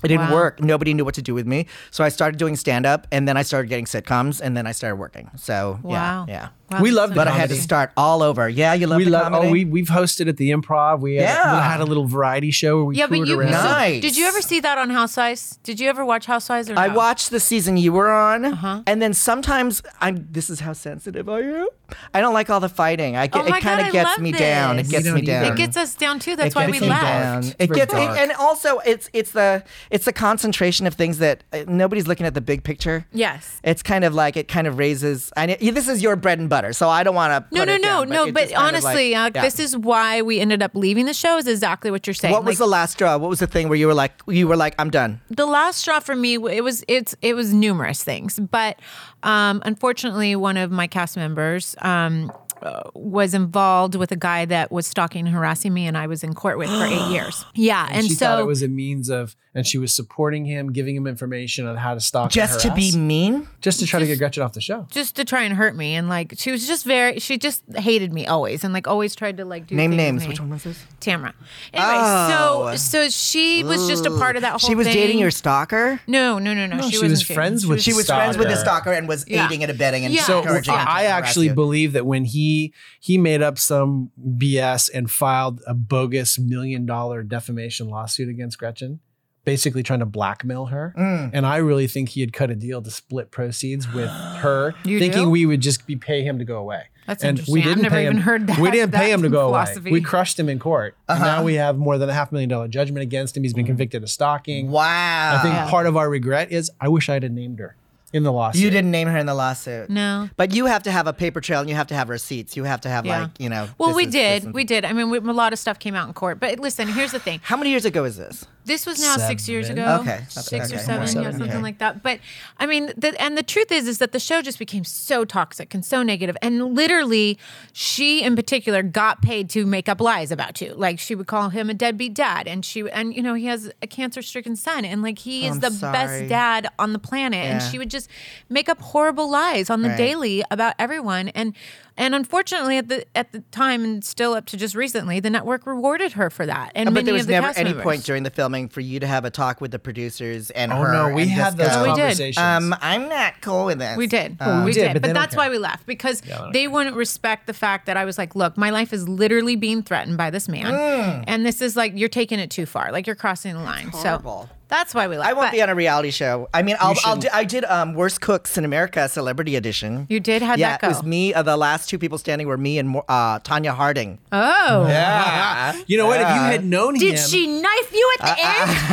[SPEAKER 3] It didn't
[SPEAKER 2] Wow.
[SPEAKER 3] work. Nobody knew what to do with me, so I started doing stand up, and then I started getting sitcoms, and then I started working. So
[SPEAKER 2] wow.
[SPEAKER 3] yeah, yeah.
[SPEAKER 2] Wow,
[SPEAKER 1] We
[SPEAKER 2] that's
[SPEAKER 1] love
[SPEAKER 2] so
[SPEAKER 3] But I had to
[SPEAKER 2] interesting.
[SPEAKER 3] start all over. Yeah, you love
[SPEAKER 1] we
[SPEAKER 3] the
[SPEAKER 1] love.
[SPEAKER 3] comedy?
[SPEAKER 1] Oh, we we've hosted at the Improv. We had,
[SPEAKER 3] Yeah.
[SPEAKER 1] we had a little variety show where we
[SPEAKER 2] Yeah,
[SPEAKER 1] toured
[SPEAKER 2] but you
[SPEAKER 1] around.
[SPEAKER 3] Nice.
[SPEAKER 2] Did you ever see that on Housewives? Did you ever watch Housewives or no?
[SPEAKER 3] I watched the season you were on,
[SPEAKER 2] Uh-huh.
[SPEAKER 3] and then sometimes I'm. This is how sensitive I am. I don't like all the fighting. I get
[SPEAKER 2] Oh my
[SPEAKER 3] it kind
[SPEAKER 2] God, I
[SPEAKER 3] of gets
[SPEAKER 2] love
[SPEAKER 3] me down. It
[SPEAKER 2] this.
[SPEAKER 3] gets
[SPEAKER 1] We
[SPEAKER 3] me
[SPEAKER 1] don't either.
[SPEAKER 3] down.
[SPEAKER 2] It gets us down too. That's
[SPEAKER 3] It
[SPEAKER 2] why
[SPEAKER 3] gets
[SPEAKER 2] we
[SPEAKER 3] me
[SPEAKER 2] laugh.
[SPEAKER 3] down.
[SPEAKER 1] It's
[SPEAKER 3] It
[SPEAKER 1] very
[SPEAKER 3] gets
[SPEAKER 1] dark.
[SPEAKER 3] and also it's it's the it's the concentration of things that uh, nobody's looking at the big picture.
[SPEAKER 2] Yes.
[SPEAKER 3] It's kind of like it kind of raises. I know, yeah, this is your bread and butter, so I don't want to.
[SPEAKER 2] No, no, no, no. But, honestly, uh, this is why we ended up leaving the show. Is exactly what you're saying.
[SPEAKER 3] What was the
[SPEAKER 2] Like,
[SPEAKER 3] last straw? What was the thing where you were like you were like I'm done?
[SPEAKER 2] the last straw for me? w- It was it's it was numerous things, but um, unfortunately, one of my cast members. Um, uh, was involved with a guy that was stalking and harassing me, and I was in court with for eight years. Yeah, and,
[SPEAKER 1] And she
[SPEAKER 2] so
[SPEAKER 1] thought it was a means of, and she was supporting him, giving him information on how to stalk, and
[SPEAKER 3] Just to be
[SPEAKER 1] harass,
[SPEAKER 3] mean?
[SPEAKER 1] just to try to get Gretchen off the show.
[SPEAKER 2] just to try and hurt me, and like she was just very, she just hated me always, and like always tried to like do
[SPEAKER 3] Name
[SPEAKER 2] things to
[SPEAKER 3] names.
[SPEAKER 2] me.
[SPEAKER 3] Which one was this?
[SPEAKER 2] Tamara. Anyway,
[SPEAKER 3] Oh.
[SPEAKER 2] so so she was just a part of that whole.
[SPEAKER 3] She was
[SPEAKER 2] thing.
[SPEAKER 3] dating your stalker.
[SPEAKER 2] No, no, no, no.
[SPEAKER 1] No, she
[SPEAKER 2] wasn't
[SPEAKER 1] was
[SPEAKER 2] dating-
[SPEAKER 1] friends
[SPEAKER 2] she
[SPEAKER 1] with
[SPEAKER 2] was-
[SPEAKER 3] She was friends with the
[SPEAKER 1] Stalker.
[SPEAKER 3] stalker and was
[SPEAKER 2] Yeah.
[SPEAKER 3] aiding and abetting and
[SPEAKER 2] Yeah.
[SPEAKER 1] So
[SPEAKER 2] Encouraging
[SPEAKER 3] encouraging. him to
[SPEAKER 1] I
[SPEAKER 3] harass
[SPEAKER 1] actually
[SPEAKER 3] you.
[SPEAKER 1] believe that when he he made up some BS and filed a bogus million dollar defamation lawsuit against Gretchen, basically trying to blackmail her.
[SPEAKER 2] Mm.
[SPEAKER 1] And I really think he had cut a deal to split proceeds with her,
[SPEAKER 2] You
[SPEAKER 1] thinking
[SPEAKER 2] do?
[SPEAKER 1] we would just be pay him to go away.
[SPEAKER 2] That's
[SPEAKER 1] and
[SPEAKER 2] interesting.
[SPEAKER 1] We
[SPEAKER 2] I've
[SPEAKER 1] didn't
[SPEAKER 2] never
[SPEAKER 1] pay
[SPEAKER 2] even
[SPEAKER 1] him,
[SPEAKER 2] heard that-
[SPEAKER 1] We didn't pay
[SPEAKER 2] that
[SPEAKER 1] him to go
[SPEAKER 2] philosophy. Uh-huh.
[SPEAKER 1] away. We crushed him in court. And now we have more than a half million dollar judgment against him. He's
[SPEAKER 2] Mm.
[SPEAKER 1] been convicted of stalking.
[SPEAKER 3] Wow.
[SPEAKER 1] I think part of our regret is I wish I had named her in the lawsuit.
[SPEAKER 3] You didn't name her in the lawsuit.
[SPEAKER 2] No.
[SPEAKER 3] But you have to have a paper trail and you have to have receipts. You have to have,
[SPEAKER 2] Yeah.
[SPEAKER 3] like, you know.
[SPEAKER 2] Well,
[SPEAKER 3] this
[SPEAKER 2] we
[SPEAKER 3] is-
[SPEAKER 2] did.
[SPEAKER 3] this is-
[SPEAKER 2] we did. I mean, we, a lot of stuff came out in court. But listen, here's the thing.
[SPEAKER 3] How many years ago is this?
[SPEAKER 2] This was now six years
[SPEAKER 1] Seven.
[SPEAKER 2] ago.
[SPEAKER 3] Okay, that's-
[SPEAKER 2] Six or
[SPEAKER 3] okay,
[SPEAKER 2] seven,
[SPEAKER 1] seven,
[SPEAKER 2] yeah, something
[SPEAKER 3] okay.
[SPEAKER 2] like that. But I mean, the, and the truth is, is that the show just became so toxic and so negative. And literally, she in particular got paid to make up lies about you. Like she would call him a deadbeat dad, and she and you know he has a cancer-stricken son, and like he is
[SPEAKER 3] Oh, I'm
[SPEAKER 2] the best
[SPEAKER 3] sorry.
[SPEAKER 2] dad on the planet. And
[SPEAKER 3] Yeah.
[SPEAKER 2] she would just make up horrible lies on the
[SPEAKER 3] Right.
[SPEAKER 2] daily about everyone. And and unfortunately, at the at the time, and still up to just recently, the network rewarded her for that. And many
[SPEAKER 3] but there was
[SPEAKER 2] of the
[SPEAKER 3] never
[SPEAKER 2] cast
[SPEAKER 3] any
[SPEAKER 2] members.
[SPEAKER 3] point during the filming for you to have a talk with the producers and
[SPEAKER 1] Oh
[SPEAKER 3] her.
[SPEAKER 1] no, we
[SPEAKER 3] and
[SPEAKER 1] had
[SPEAKER 3] just
[SPEAKER 1] those
[SPEAKER 3] go,
[SPEAKER 2] we did.
[SPEAKER 1] conversations.
[SPEAKER 3] Um, I'm not cool with this.
[SPEAKER 2] We did.
[SPEAKER 1] we
[SPEAKER 3] Oh,
[SPEAKER 2] we,
[SPEAKER 1] did, but
[SPEAKER 2] did. But,
[SPEAKER 1] they don't
[SPEAKER 2] that's
[SPEAKER 1] care.
[SPEAKER 2] why we left because
[SPEAKER 1] I don't
[SPEAKER 2] they wouldn't respect the fact that I was like, look, my life is literally being threatened by this man.
[SPEAKER 3] Mm.
[SPEAKER 2] And this is like, you're taking it too far. Like, you're crossing the line. so
[SPEAKER 3] horrible.
[SPEAKER 2] that's why we left.
[SPEAKER 3] I won't
[SPEAKER 2] But
[SPEAKER 3] be on a reality show. I mean, I'll, I'll
[SPEAKER 1] shouldn't.
[SPEAKER 3] do, I did um, Worst Cooks in America Celebrity Edition.
[SPEAKER 2] You did? How'd
[SPEAKER 3] yeah,
[SPEAKER 2] that go?
[SPEAKER 3] it was me. Uh, the last two people standing were me and Mo- uh, Tanya Harding.
[SPEAKER 2] Oh.
[SPEAKER 3] Yeah.
[SPEAKER 1] you know what? If you had known
[SPEAKER 2] Did
[SPEAKER 1] him,
[SPEAKER 2] she knife you at
[SPEAKER 3] Uh,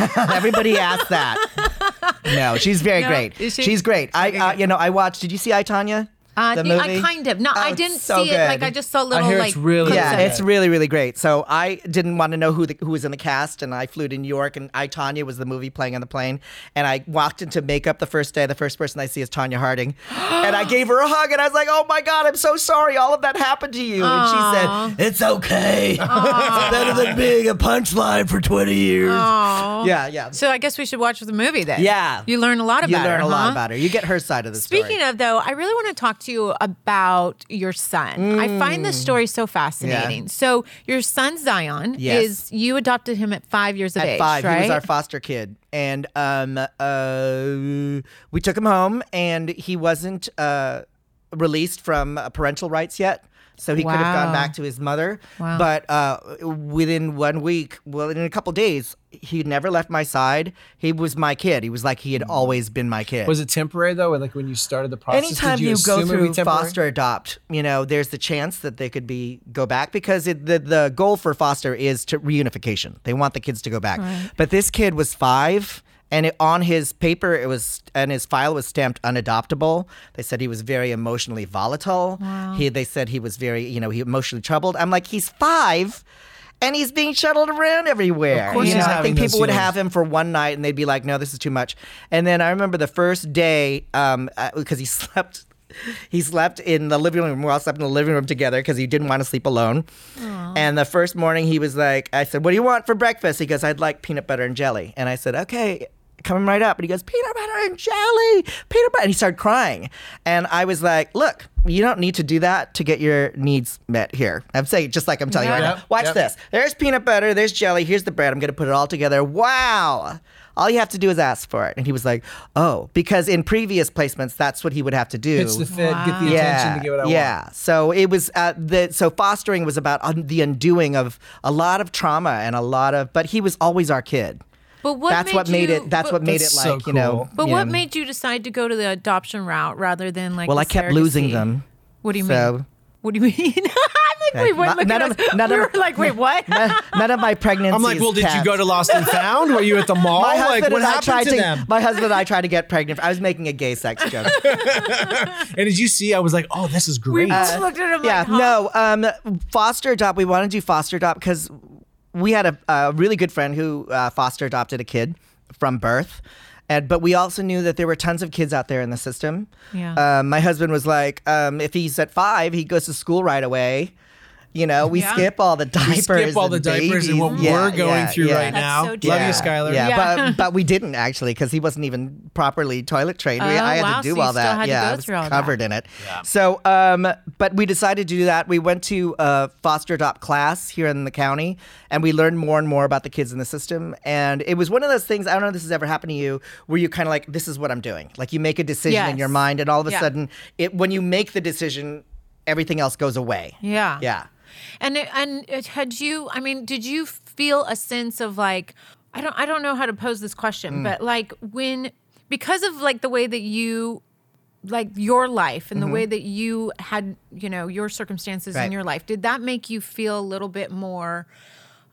[SPEAKER 2] the end?
[SPEAKER 3] Everybody asked that. No, she's very
[SPEAKER 2] No,
[SPEAKER 3] great.
[SPEAKER 2] is she?
[SPEAKER 3] She's great. I,
[SPEAKER 2] Okay,
[SPEAKER 3] uh,
[SPEAKER 2] good.
[SPEAKER 3] you know, I watched. Did you see I Tanya?
[SPEAKER 2] Uh,
[SPEAKER 3] the
[SPEAKER 2] the-
[SPEAKER 3] movie?
[SPEAKER 2] I kind of. No,
[SPEAKER 3] Oh,
[SPEAKER 2] I
[SPEAKER 3] it's
[SPEAKER 2] didn't
[SPEAKER 3] so
[SPEAKER 2] see it. Like,
[SPEAKER 3] good.
[SPEAKER 2] I just saw little,
[SPEAKER 1] hear
[SPEAKER 2] like,
[SPEAKER 1] it's really
[SPEAKER 2] clips
[SPEAKER 1] good.
[SPEAKER 2] of
[SPEAKER 3] Yeah,
[SPEAKER 2] it.
[SPEAKER 3] it's really, really great. So I didn't want to know who the, who was in the cast, and I flew to New York, and I Tanya was the movie playing on the plane, and I walked into makeup the first day. The first person I see is Tanya Harding, and I gave her a hug, and I was like, "Oh my God, I'm so sorry. All of that happened to you." And she said, "It's okay. it's better than being a punchline for 20 years."
[SPEAKER 2] Aw.
[SPEAKER 3] Yeah, yeah.
[SPEAKER 2] So I guess we should watch the movie then.
[SPEAKER 3] Yeah.
[SPEAKER 2] You learn a lot
[SPEAKER 3] you
[SPEAKER 2] about
[SPEAKER 3] learn
[SPEAKER 2] her,
[SPEAKER 3] a lot
[SPEAKER 2] huh?
[SPEAKER 3] about her. You get her side of the story.
[SPEAKER 2] Speaking of though, I really want to talk to to you about your son. I find
[SPEAKER 3] Mm.
[SPEAKER 2] this story so fascinating. So your son Zion
[SPEAKER 3] Yes.
[SPEAKER 2] is you adopted him at five years of
[SPEAKER 3] At
[SPEAKER 2] age,
[SPEAKER 3] five,
[SPEAKER 2] right?
[SPEAKER 3] he was our foster kid, and um, uh, we took him home, and he wasn't uh, released from uh, parental rights yet, so he could have
[SPEAKER 2] Wow.
[SPEAKER 3] gone back to his mother.
[SPEAKER 2] Wow.
[SPEAKER 3] But uh, within one week, well, in a couple days, he never left my side. He was my kid. He was like he had always been my kid.
[SPEAKER 1] Was it temporary though? Like when you started the process,
[SPEAKER 3] Anytime
[SPEAKER 1] did you,
[SPEAKER 3] you,
[SPEAKER 1] assume it
[SPEAKER 3] go
[SPEAKER 1] would be
[SPEAKER 3] through
[SPEAKER 1] temporary?
[SPEAKER 3] foster adopt, you know, there's the chance that they could be go back because it, the the goal for foster is to reunification. They want the kids to go back. But this kid was five, and it, on his paper it was and his file was stamped unadoptable. They said he was very emotionally volatile. He they said he was very you know he emotionally troubled. I'm like he's five. And he's being shuttled around everywhere.
[SPEAKER 1] course
[SPEAKER 3] You
[SPEAKER 1] he's
[SPEAKER 3] know, I
[SPEAKER 1] having
[SPEAKER 3] think
[SPEAKER 1] those
[SPEAKER 3] people would
[SPEAKER 1] feelings.
[SPEAKER 3] have him for one night and they'd be like, no, this is too much. And then I remember the first day, um, because he slept. He slept in the living room. We all slept in the living room together because he didn't want to sleep alone. And the first morning, he was like, I said, What do you want for breakfast? He goes, I'd like peanut butter and jelly. And I said, Okay, coming right up. And he goes, Peanut butter and jelly, peanut butter. And he started crying. And I was like, Look, you don't need to do that to get your needs met here. I'm saying, just like I'm telling you
[SPEAKER 1] Yeah.
[SPEAKER 3] right now, watch
[SPEAKER 1] Yep.
[SPEAKER 3] this. There's peanut butter, there's jelly, here's the bread. I'm going to put it all together. Wow. All you have to do is ask for it. And he was like, oh, because in previous placements, that's what he would have to do.
[SPEAKER 1] Pitch the fit, get the attention to get what I want.
[SPEAKER 3] yeah. So it was uh, the so fostering was about un- the undoing of a lot of trauma and a lot of. But he was always our kid.
[SPEAKER 2] But what
[SPEAKER 3] that's
[SPEAKER 2] made
[SPEAKER 3] what made
[SPEAKER 2] you-
[SPEAKER 3] it. That's
[SPEAKER 2] but-
[SPEAKER 3] what made it
[SPEAKER 1] That's
[SPEAKER 3] like
[SPEAKER 1] so
[SPEAKER 3] you know.
[SPEAKER 1] cool.
[SPEAKER 2] But
[SPEAKER 3] you
[SPEAKER 2] what
[SPEAKER 3] know,
[SPEAKER 2] made you decide to go to the adoption route rather than like?
[SPEAKER 3] Well,
[SPEAKER 2] the
[SPEAKER 3] I kept
[SPEAKER 2] surrogacy?
[SPEAKER 3] losing them.
[SPEAKER 2] What do you mean?
[SPEAKER 3] So-
[SPEAKER 2] What do you mean? like, wait, what?
[SPEAKER 3] None-
[SPEAKER 2] Look
[SPEAKER 3] none
[SPEAKER 2] at
[SPEAKER 3] of-
[SPEAKER 2] us.
[SPEAKER 3] none
[SPEAKER 2] we
[SPEAKER 3] of-
[SPEAKER 2] were like, wait, what?
[SPEAKER 3] none, none of my pregnancies.
[SPEAKER 1] I'm like, well, did you
[SPEAKER 3] passed.
[SPEAKER 1] go to Lost and Found? Were you at the mall?
[SPEAKER 3] My husband
[SPEAKER 1] like, what
[SPEAKER 3] and I
[SPEAKER 1] happened
[SPEAKER 3] tried
[SPEAKER 1] to,
[SPEAKER 3] to,
[SPEAKER 1] them?
[SPEAKER 3] My husband and I tried to get pregnant. I was making a gay sex joke.
[SPEAKER 1] And did you see? I was like, oh, this is great.
[SPEAKER 2] just looked at him.
[SPEAKER 3] yeah,
[SPEAKER 2] like, huh?
[SPEAKER 3] no. Um, foster adopt. We want to do foster adopt because we had a, a really good friend who uh, foster adopted a kid from birth. And, but we also knew that there were tons of kids out there in the system.
[SPEAKER 2] Yeah.
[SPEAKER 3] Um, my husband was like, um, if he's at five, he goes to school right away. You know, we
[SPEAKER 2] Yeah.
[SPEAKER 3] skip all the diapers.
[SPEAKER 1] skip all the
[SPEAKER 3] and
[SPEAKER 1] diapers and what
[SPEAKER 3] babies. Yeah,
[SPEAKER 1] we're going
[SPEAKER 3] yeah,
[SPEAKER 1] through
[SPEAKER 3] yeah.
[SPEAKER 1] right
[SPEAKER 2] That's
[SPEAKER 1] now.
[SPEAKER 2] so
[SPEAKER 1] Love you,
[SPEAKER 2] true.
[SPEAKER 1] Skylar.
[SPEAKER 3] Yeah,
[SPEAKER 2] Yeah.
[SPEAKER 3] but but we didn't actually because he wasn't even properly toilet trained. we,
[SPEAKER 2] Oh,
[SPEAKER 3] I had
[SPEAKER 2] wow,
[SPEAKER 3] to
[SPEAKER 2] so
[SPEAKER 3] do
[SPEAKER 2] you
[SPEAKER 3] all
[SPEAKER 2] still
[SPEAKER 3] that.
[SPEAKER 2] had to
[SPEAKER 3] yeah,
[SPEAKER 2] go
[SPEAKER 3] I was
[SPEAKER 2] through all that.
[SPEAKER 3] covered in it. So, um, but we decided to do that. We went to a foster adopt class here in the county, and we learned more and more about the kids in the system. And it was one of those things. I don't know if this has ever happened to you, where you kind of like, this is what I'm doing. Like you make a decision in
[SPEAKER 2] Yes.
[SPEAKER 3] your mind, and all of a
[SPEAKER 2] Yeah.
[SPEAKER 3] sudden, it when you make the decision, everything else goes away.
[SPEAKER 2] Yeah.
[SPEAKER 3] Yeah.
[SPEAKER 2] And it, and it, had you? I mean, did you feel a sense of like I don't I don't know how to pose this question,
[SPEAKER 3] Hmm.
[SPEAKER 2] but like when because of like the way that you like your life and the way that you had you know your circumstances in
[SPEAKER 3] Mm-hmm. Right.
[SPEAKER 2] your life, did that make you feel a little bit more?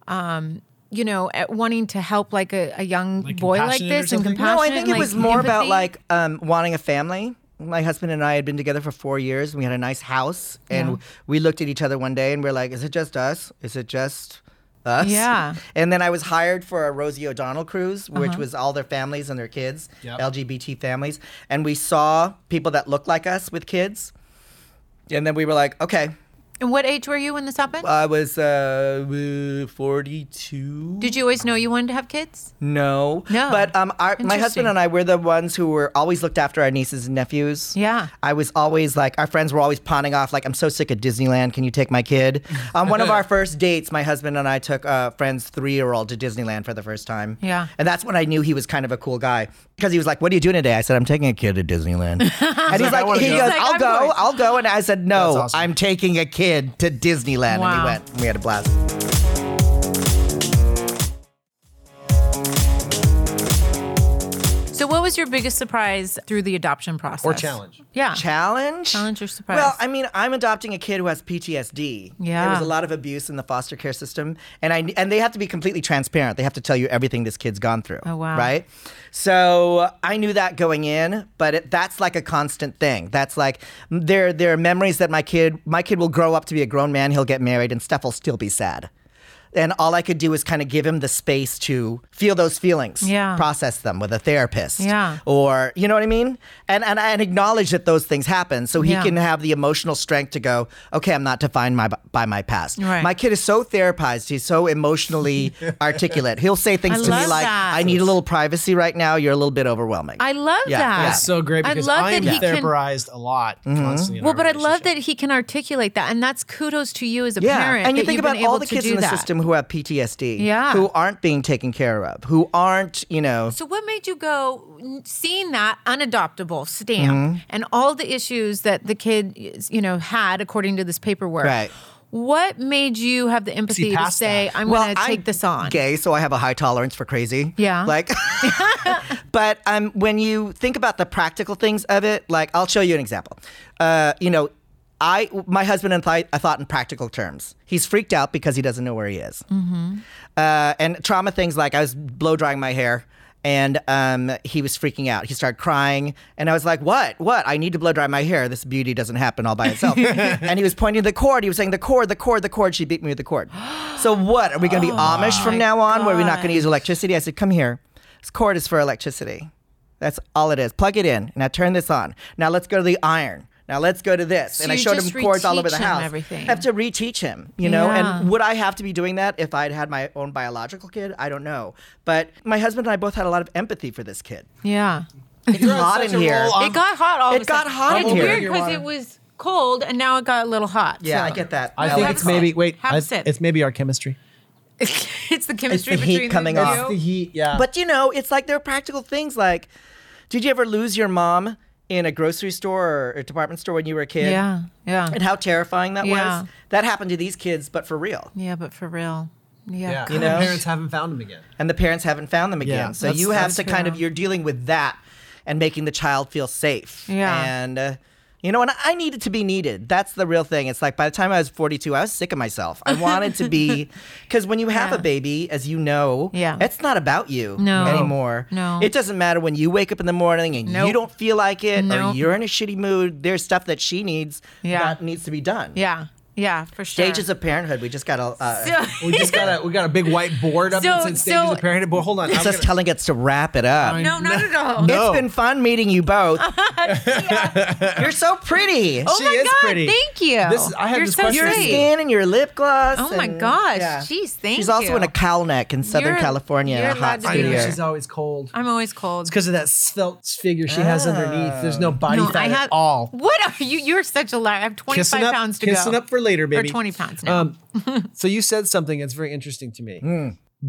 [SPEAKER 2] um you know, at wanting to help like a, a young boy like
[SPEAKER 1] compassionate or
[SPEAKER 2] this and
[SPEAKER 1] something?
[SPEAKER 2] compassionate.
[SPEAKER 3] No, I think it
[SPEAKER 2] like,
[SPEAKER 3] was more about
[SPEAKER 2] empathy?
[SPEAKER 3] like um, wanting a family. My husband and I had been together for four years. And we had a nice house, and we looked at each other one day and we're like, "Is it just us? Is it just us?"
[SPEAKER 2] Yeah. Uh-huh.
[SPEAKER 3] And then I was hired for a Rosie O'Donnell cruise, which was all their families and their kids,
[SPEAKER 1] Yep.
[SPEAKER 3] LGBT families, and we saw people that looked like us with kids, and then we were like, "Okay."
[SPEAKER 2] And what age were you when this happened?
[SPEAKER 3] I was uh, 42.
[SPEAKER 2] Did you always know you wanted to have kids?
[SPEAKER 3] No.
[SPEAKER 2] No.
[SPEAKER 3] But um, our, my
[SPEAKER 2] Interesting.
[SPEAKER 3] husband and I were the ones who were always looked after our nieces and nephews.
[SPEAKER 2] Yeah.
[SPEAKER 3] I was always like, our friends were always pawning off, like, I'm so sick of Disneyland. Can you take my kid? On one of our first dates, my husband and I took a friend's three year old to Disneyland for the first time.
[SPEAKER 2] Yeah.
[SPEAKER 3] And that's when I knew he was kind of a cool guy because he was like, What are you doing today? I said, I'm taking a kid to Disneyland. and he's
[SPEAKER 1] like, "I
[SPEAKER 3] like,
[SPEAKER 1] wanna
[SPEAKER 3] He
[SPEAKER 1] go."
[SPEAKER 3] goes,
[SPEAKER 2] He's like,
[SPEAKER 3] I'll
[SPEAKER 2] "I'm
[SPEAKER 3] go,
[SPEAKER 2] going."
[SPEAKER 3] I'll go. And I said, No,
[SPEAKER 1] That's awesome.
[SPEAKER 3] I'm taking a kid to Disneyland. And
[SPEAKER 2] Wow.
[SPEAKER 3] we went and we had a blast.
[SPEAKER 2] So, what was your biggest surprise through the adoption process?
[SPEAKER 1] Or challenge.
[SPEAKER 2] Yeah.
[SPEAKER 3] challenge?
[SPEAKER 2] Challenge or surprise?
[SPEAKER 3] Well, I mean, I'm adopting a kid who has PTSD.
[SPEAKER 2] Yeah.
[SPEAKER 3] There was a lot of abuse in the foster care system. And I and they have to be completely transparent. They have to tell you everything this kid's gone through.
[SPEAKER 2] Oh, wow.
[SPEAKER 3] Right? So I knew that going in, but it, that's like a constant thing. That's like there there are memories that my kid my kid will grow up to be a grown man, he'll get married, and stuff will still be sad. And all I could do is kind of give him the space to feel those feelings,
[SPEAKER 2] Yeah.
[SPEAKER 3] process them with a therapist,
[SPEAKER 2] Yeah.
[SPEAKER 3] or you know what I mean, and and, and acknowledge that those things happen, so he
[SPEAKER 2] Yeah.
[SPEAKER 3] can have the emotional strength to go, okay, I'm not defined my, by my past.
[SPEAKER 2] Right.
[SPEAKER 3] My kid is so therapized; he's so emotionally articulate. He'll say things
[SPEAKER 2] I
[SPEAKER 3] to me
[SPEAKER 2] love
[SPEAKER 3] like,
[SPEAKER 2] that.
[SPEAKER 3] "I need a little privacy right now. You're a little bit overwhelming."
[SPEAKER 2] I love
[SPEAKER 3] Yeah,
[SPEAKER 2] that.
[SPEAKER 3] yeah.
[SPEAKER 1] That's so great
[SPEAKER 2] I
[SPEAKER 1] because
[SPEAKER 2] love
[SPEAKER 1] I am
[SPEAKER 2] that he can-
[SPEAKER 1] therapized a lot
[SPEAKER 3] Mm-hmm.
[SPEAKER 1] constantly. in
[SPEAKER 2] Well,
[SPEAKER 1] our
[SPEAKER 2] but I love
[SPEAKER 1] relationship.
[SPEAKER 2] that he can articulate that, and that's kudos to you as a
[SPEAKER 3] Yeah,
[SPEAKER 2] parent.
[SPEAKER 3] and you
[SPEAKER 2] that
[SPEAKER 3] think
[SPEAKER 2] you've been
[SPEAKER 3] about all
[SPEAKER 2] able
[SPEAKER 3] the
[SPEAKER 2] to
[SPEAKER 3] kids
[SPEAKER 2] do
[SPEAKER 3] in the
[SPEAKER 2] that.
[SPEAKER 3] system who have PTSD,
[SPEAKER 2] Yeah.
[SPEAKER 3] who aren't being taken care of, who aren't, you know,
[SPEAKER 2] So, what made you go n- seeing that unadoptable stamp
[SPEAKER 3] Mm-hmm.
[SPEAKER 2] and all the issues that the kid, is- you know, had according to this paperwork?
[SPEAKER 3] Right.
[SPEAKER 2] What made you have the empathy to
[SPEAKER 1] passed
[SPEAKER 2] say,
[SPEAKER 1] that.
[SPEAKER 2] "I'm
[SPEAKER 3] well,
[SPEAKER 2] going to take
[SPEAKER 3] I'm
[SPEAKER 2] this on"?
[SPEAKER 3] Gay, so I have a high tolerance for crazy.
[SPEAKER 2] Yeah.
[SPEAKER 3] like, but um, when you think about the practical things of it, like I'll show you an example. Uh, you know. I, my husband and I, I thought in practical terms. He's freaked out because he doesn't know where he is. uh, and trauma things like I was blow drying my hair and um, he was freaking out. He started crying. And I was like, What? What? I need to blow dry my hair. This beauty doesn't happen all by itself. and he was pointing to the cord. He was saying, The cord, the cord, the cord. She beat me with the cord. So what? Are we going to be
[SPEAKER 2] Oh
[SPEAKER 3] Amish from now on where we're not going to use electricity? I said, Come here. This cord is for electricity. That's all it is. Plug it in. Now turn this on. Now let's go to the iron. Now let's go to this. and I
[SPEAKER 2] you
[SPEAKER 3] showed
[SPEAKER 2] just
[SPEAKER 3] him cords all over the
[SPEAKER 2] reteach him
[SPEAKER 3] house.
[SPEAKER 2] everything.
[SPEAKER 3] Have to reteach him, you know?
[SPEAKER 2] Yeah.
[SPEAKER 3] And would I have to be doing that if I'd had my own biological kid? I don't know. But my husband and I both had a lot of empathy for this kid.
[SPEAKER 2] Yeah.
[SPEAKER 3] It's hot in
[SPEAKER 1] such a
[SPEAKER 3] here.
[SPEAKER 1] role on-
[SPEAKER 2] It got hot. All of
[SPEAKER 3] Um, It
[SPEAKER 2] a sudden.
[SPEAKER 3] got hot
[SPEAKER 2] It's
[SPEAKER 3] in here.
[SPEAKER 2] weird
[SPEAKER 1] Your
[SPEAKER 2] because
[SPEAKER 1] water.
[SPEAKER 2] it was cold, and now it got a little hot.
[SPEAKER 3] Yeah,
[SPEAKER 2] so.
[SPEAKER 3] I get that.
[SPEAKER 1] I
[SPEAKER 3] No,
[SPEAKER 1] think
[SPEAKER 2] Have
[SPEAKER 1] it's
[SPEAKER 2] a sip.
[SPEAKER 1] maybe wait.
[SPEAKER 2] Have a
[SPEAKER 1] I-
[SPEAKER 2] sip.
[SPEAKER 1] it's maybe our chemistry.
[SPEAKER 2] it's the chemistry
[SPEAKER 3] heat
[SPEAKER 2] between
[SPEAKER 3] coming
[SPEAKER 2] the
[SPEAKER 3] off.
[SPEAKER 2] two.
[SPEAKER 3] It's
[SPEAKER 1] The heat, yeah.
[SPEAKER 3] But you know, it's like there are practical things like did you ever lose your mom in a grocery store or a department store when you were a kid?
[SPEAKER 2] Yeah, yeah,
[SPEAKER 3] And how terrifying that
[SPEAKER 2] Yeah.
[SPEAKER 3] was. That happened to these kids, but for real.
[SPEAKER 2] yeah. But for real, yeah.
[SPEAKER 1] yeah,
[SPEAKER 2] God.
[SPEAKER 1] you
[SPEAKER 3] know?
[SPEAKER 1] parents haven't found him again.
[SPEAKER 3] and the parents haven't found them again.
[SPEAKER 1] Yeah,
[SPEAKER 3] so
[SPEAKER 1] that's-
[SPEAKER 3] you have
[SPEAKER 2] that's
[SPEAKER 3] to kind of
[SPEAKER 2] true.
[SPEAKER 3] you're dealing with that and making the child feel safe.
[SPEAKER 2] Yeah.
[SPEAKER 3] and uh, you know, and I needed to be needed. That's the real thing. It's like by the time I was 42, I was sick of myself. I wanted to be because when you have
[SPEAKER 2] Yeah.
[SPEAKER 3] a baby, as you know,
[SPEAKER 2] Yeah.
[SPEAKER 3] it's not about you
[SPEAKER 2] No.
[SPEAKER 3] anymore.
[SPEAKER 2] No.
[SPEAKER 3] it doesn't matter when you wake up in the morning and
[SPEAKER 2] Nope.
[SPEAKER 3] you don't feel like it or
[SPEAKER 2] Nope.
[SPEAKER 3] you're in a shitty mood. There's stuff that she needs
[SPEAKER 2] Yeah.
[SPEAKER 3] that needs to be done.
[SPEAKER 2] yeah, yeah, for sure.
[SPEAKER 3] Stages of parenthood, we just gotta. Uh,
[SPEAKER 1] We just got a we got a big white board up that
[SPEAKER 2] So-
[SPEAKER 1] said stages
[SPEAKER 2] so-
[SPEAKER 1] of parenthood. But hold on, I'm
[SPEAKER 3] it's us
[SPEAKER 1] gonna-
[SPEAKER 3] telling us to wrap it up.
[SPEAKER 2] no, not at all.
[SPEAKER 1] No.
[SPEAKER 3] It's been fun meeting you both. You're so pretty.
[SPEAKER 2] Oh
[SPEAKER 1] She
[SPEAKER 2] my
[SPEAKER 1] is
[SPEAKER 2] God,
[SPEAKER 1] pretty.
[SPEAKER 2] Thank you.
[SPEAKER 1] This is- I had
[SPEAKER 2] You're
[SPEAKER 1] this
[SPEAKER 2] so
[SPEAKER 1] question-
[SPEAKER 3] your
[SPEAKER 1] great.
[SPEAKER 3] skin and your lip gloss.
[SPEAKER 2] Oh my
[SPEAKER 3] and-
[SPEAKER 2] gosh.
[SPEAKER 3] yeah.
[SPEAKER 2] Jeez, thank
[SPEAKER 3] She's also
[SPEAKER 2] you.
[SPEAKER 3] in a cowl neck in Southern
[SPEAKER 2] You're-
[SPEAKER 3] California in
[SPEAKER 2] you're
[SPEAKER 3] a hot
[SPEAKER 2] allowed to be
[SPEAKER 1] I
[SPEAKER 3] studio.
[SPEAKER 1] know
[SPEAKER 2] here.
[SPEAKER 1] she's always cold.
[SPEAKER 2] I'm always cold.
[SPEAKER 1] It's because of that svelte figure she has underneath. There's no body
[SPEAKER 2] No,
[SPEAKER 1] fat
[SPEAKER 2] I
[SPEAKER 1] at
[SPEAKER 2] have
[SPEAKER 1] all.
[SPEAKER 2] What are you? You're such a liar. I have 25
[SPEAKER 1] Kissing up,
[SPEAKER 2] pounds to
[SPEAKER 1] kissing
[SPEAKER 2] go.
[SPEAKER 1] up for later, baby.
[SPEAKER 2] Or 20 pounds now.
[SPEAKER 1] Um, so you said something that's very interesting to me.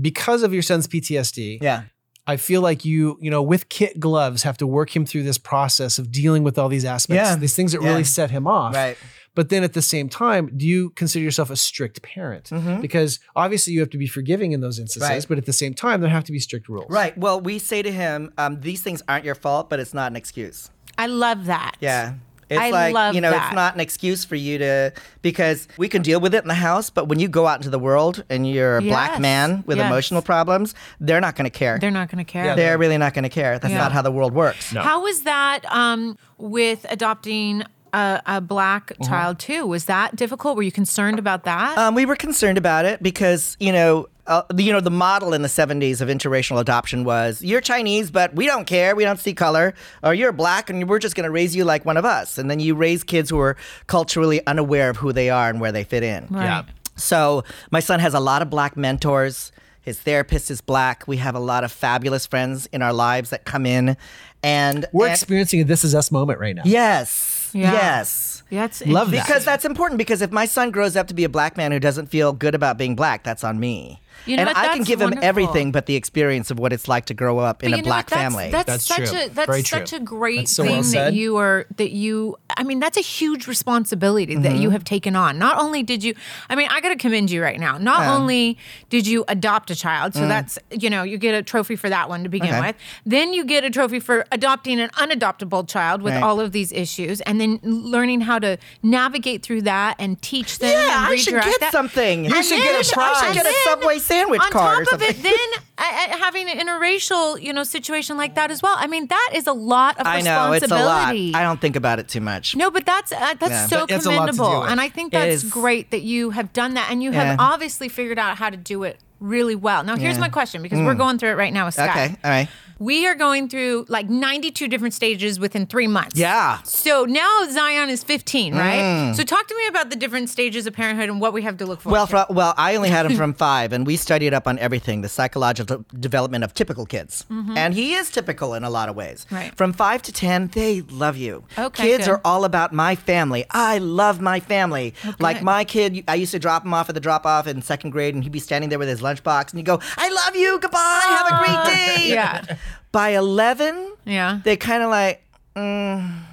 [SPEAKER 1] Because of your son's PTSD,
[SPEAKER 3] Yeah.
[SPEAKER 1] I feel like you, you know, with kit gloves, have to work him through this process of dealing with all these aspects,
[SPEAKER 3] Yeah.
[SPEAKER 1] these things that really set him off.
[SPEAKER 3] Right.
[SPEAKER 1] But then at the same time, do you consider yourself a strict parent? Because obviously you have to be forgiving in those instances,
[SPEAKER 3] Mm-hmm. Right.
[SPEAKER 1] but at the same time, there have to be strict rules.
[SPEAKER 3] Right. Well, we say to him, um, these things aren't your fault, but it's not an excuse.
[SPEAKER 2] I love that.
[SPEAKER 3] Yeah. It's
[SPEAKER 2] I
[SPEAKER 3] like,
[SPEAKER 2] love
[SPEAKER 3] you know,
[SPEAKER 2] that.
[SPEAKER 3] it's not an excuse for you to, because we can deal with it in the house, but when you go out into the world and you're a black
[SPEAKER 2] Yes.
[SPEAKER 3] man with
[SPEAKER 2] Yes.
[SPEAKER 3] emotional problems, they're not going to care.
[SPEAKER 2] They're not going to care.
[SPEAKER 1] Yeah,
[SPEAKER 3] They're really not going to care. That's
[SPEAKER 2] Yeah.
[SPEAKER 3] not how the world works.
[SPEAKER 2] How was that um, with adopting a, a black child too? Was that difficult? Were you concerned about that?
[SPEAKER 3] Um, we were concerned about it because you know, uh, you know, the model in the '70s of interracial adoption was you're Chinese, but we don't care, we don't see color, or you're black, and we're just going to raise you like one of us. And then you raise kids who are culturally unaware of who they are and where they fit in.
[SPEAKER 1] Yeah.
[SPEAKER 3] So my son has a lot of black mentors. His therapist is black. We have a lot of fabulous friends in our lives that come in, and
[SPEAKER 1] We're
[SPEAKER 3] and-
[SPEAKER 1] experiencing a this is us moment right now.
[SPEAKER 3] yes,
[SPEAKER 2] Yeah.
[SPEAKER 3] yes.
[SPEAKER 2] Yeah, it's,
[SPEAKER 1] Love that.
[SPEAKER 3] Because that's important. Because if my son grows up to be a black man who doesn't feel good about being black, that's on me.
[SPEAKER 2] You know
[SPEAKER 3] and
[SPEAKER 2] what?
[SPEAKER 3] I can
[SPEAKER 2] That's
[SPEAKER 3] give
[SPEAKER 2] wonderful.
[SPEAKER 3] him everything but the experience of what it's like to grow up in
[SPEAKER 2] But
[SPEAKER 3] a
[SPEAKER 2] you know
[SPEAKER 3] black
[SPEAKER 2] what? That's-
[SPEAKER 3] family.
[SPEAKER 2] That's,
[SPEAKER 1] That's
[SPEAKER 2] such
[SPEAKER 1] true.
[SPEAKER 2] a that's
[SPEAKER 1] Very
[SPEAKER 2] such
[SPEAKER 1] true.
[SPEAKER 2] a great
[SPEAKER 1] That's so
[SPEAKER 2] thing
[SPEAKER 1] well
[SPEAKER 2] that
[SPEAKER 1] said.
[SPEAKER 2] you are that you I mean that's a huge responsibility that
[SPEAKER 3] Mm-hmm.
[SPEAKER 2] you have taken on. Not only did you I mean I got to commend you right now. Not only did you adopt a child, so that's you know, you get a trophy for that one to begin
[SPEAKER 3] Mm. Okay.
[SPEAKER 2] with. Then you get a trophy for adopting an unadoptable child with
[SPEAKER 3] Right.
[SPEAKER 2] all of these issues and then then learning how to navigate through that and teach them.
[SPEAKER 3] Yeah,
[SPEAKER 2] and
[SPEAKER 3] I should
[SPEAKER 2] redirect
[SPEAKER 3] get
[SPEAKER 2] that.
[SPEAKER 3] something. You
[SPEAKER 2] And
[SPEAKER 3] should get a
[SPEAKER 2] then-
[SPEAKER 3] prize.
[SPEAKER 2] and
[SPEAKER 3] Get a
[SPEAKER 2] then
[SPEAKER 3] Subway sandwich
[SPEAKER 2] on
[SPEAKER 3] card or
[SPEAKER 2] top of it, then I, I, having an interracial, you know, situation like that as well. I mean, that is a lot of
[SPEAKER 3] I know
[SPEAKER 2] responsibility.
[SPEAKER 3] it's a lot. I don't think about it too much.
[SPEAKER 2] No, but that's uh, that's
[SPEAKER 3] Yeah.
[SPEAKER 2] so
[SPEAKER 1] But it's a lot to do
[SPEAKER 2] commendable,
[SPEAKER 1] with.
[SPEAKER 2] and I think
[SPEAKER 3] It
[SPEAKER 2] that's
[SPEAKER 3] is.
[SPEAKER 2] great that you have done that, and you have
[SPEAKER 3] Yeah.
[SPEAKER 2] obviously figured out how to do it really well. Now, here's
[SPEAKER 3] Yeah. Mm.
[SPEAKER 2] my question because we're going through it right now with Scott.
[SPEAKER 3] Okay, all right.
[SPEAKER 2] We are going through like 92 different stages within three months.
[SPEAKER 3] Yeah. Mm.
[SPEAKER 2] So now Zion is 15, right? So talk to me about the different stages of parenthood and what we have to look for.
[SPEAKER 3] Well, fro- well, I only had him from five, and we studied up on everything the psychological development of typical kids. And he is typical in a lot of ways.
[SPEAKER 2] Mm-hmm. Right.
[SPEAKER 3] From five to 10, they love you.
[SPEAKER 2] Okay,
[SPEAKER 3] Kids
[SPEAKER 2] good.
[SPEAKER 3] are all about my family. I love my family. Like
[SPEAKER 2] good.
[SPEAKER 3] my kid, I used to drop him off at the drop off in second grade, and he'd be standing there with his lunchbox, and you go, I love you. Goodbye. Have a great day.
[SPEAKER 2] Oh. yeah.
[SPEAKER 3] By 11,
[SPEAKER 2] Yeah.
[SPEAKER 3] they kind of like,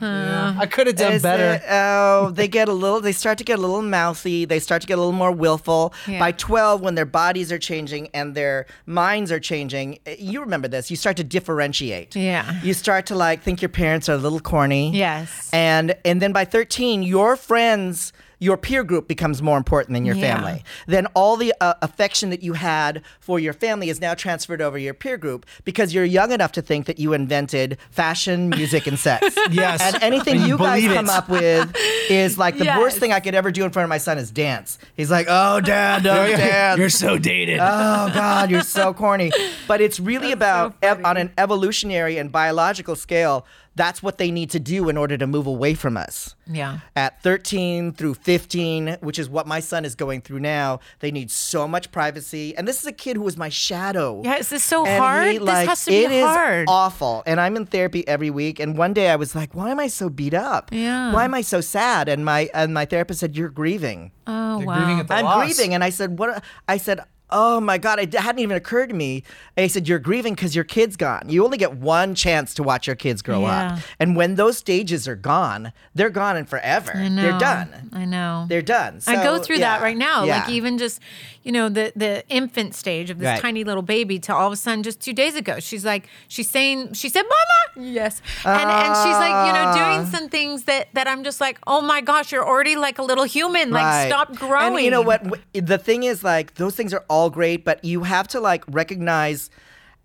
[SPEAKER 1] I could have done
[SPEAKER 3] is
[SPEAKER 1] better.
[SPEAKER 3] it- oh, they get a little. They start to get a little mouthy. They start to get a little more willful.
[SPEAKER 2] Yeah.
[SPEAKER 3] By twelve, when their bodies are changing and their minds are changing, eh, you remember this. You start to differentiate.
[SPEAKER 2] Yeah.
[SPEAKER 3] You start to like think your parents are a little corny.
[SPEAKER 2] Yes.
[SPEAKER 3] And and then by thirteen, your friends. Your peer group becomes more important than your
[SPEAKER 2] Yeah.
[SPEAKER 3] family. Then all the uh, affection that you had for your family is now transferred over your peer group because you're young enough to think that you invented fashion, music, and sex.
[SPEAKER 1] Yes.
[SPEAKER 3] And anything
[SPEAKER 1] And
[SPEAKER 3] you guys
[SPEAKER 1] believe it.
[SPEAKER 3] come up with is like the
[SPEAKER 2] Yes.
[SPEAKER 3] worst thing I could ever do in front of my son is dance. He's like, oh, dad, no, dad.
[SPEAKER 1] You're so dated.
[SPEAKER 3] oh, God, you're so corny. But it's really about,
[SPEAKER 2] so
[SPEAKER 3] ev- on an evolutionary and biological scale, that's what they need to do in order to move away from us.
[SPEAKER 2] Yeah.
[SPEAKER 3] At 13 through 15, which is what my son is going through now, they need so much privacy. And this is a kid who was my shadow.
[SPEAKER 2] Yeah, is this so
[SPEAKER 3] And
[SPEAKER 2] hard?
[SPEAKER 3] he, like,
[SPEAKER 2] this has to be
[SPEAKER 3] it is
[SPEAKER 2] hard.
[SPEAKER 3] awful. And I'm in therapy every week. And one day I was like, why am I so beat up?
[SPEAKER 2] Yeah.
[SPEAKER 3] Why am I so sad? And my and my therapist said, you're grieving.
[SPEAKER 2] oh,
[SPEAKER 1] They're grieving
[SPEAKER 2] wow.
[SPEAKER 1] at the
[SPEAKER 3] I'm
[SPEAKER 1] loss.
[SPEAKER 3] grieving. And I said, what? I said, oh my God, it hadn't even occurred to me. And he said, you're grieving because your kid's gone. You only get one chance to watch your kids grow
[SPEAKER 2] Yeah.
[SPEAKER 3] up. And when those stages are gone, they're gone and forever.
[SPEAKER 2] I know.
[SPEAKER 3] They're done.
[SPEAKER 2] I know.
[SPEAKER 3] They're done.
[SPEAKER 2] I go
[SPEAKER 3] So,
[SPEAKER 2] through that
[SPEAKER 3] yeah.
[SPEAKER 2] right now. Like
[SPEAKER 3] Yeah.
[SPEAKER 2] even just, you know, the the infant stage of this
[SPEAKER 3] Right.
[SPEAKER 2] tiny little baby to all of a sudden just two days ago, she's like, she's saying, she said, "Mama, yes," and and she's like, you know, doing
[SPEAKER 3] Ah.
[SPEAKER 2] some things that that I'm just like, oh my gosh, you're already like a little human. Like
[SPEAKER 3] Right.
[SPEAKER 2] stop growing.
[SPEAKER 3] And you know what? W- The thing is, like, those things are all great, but you have to like recognize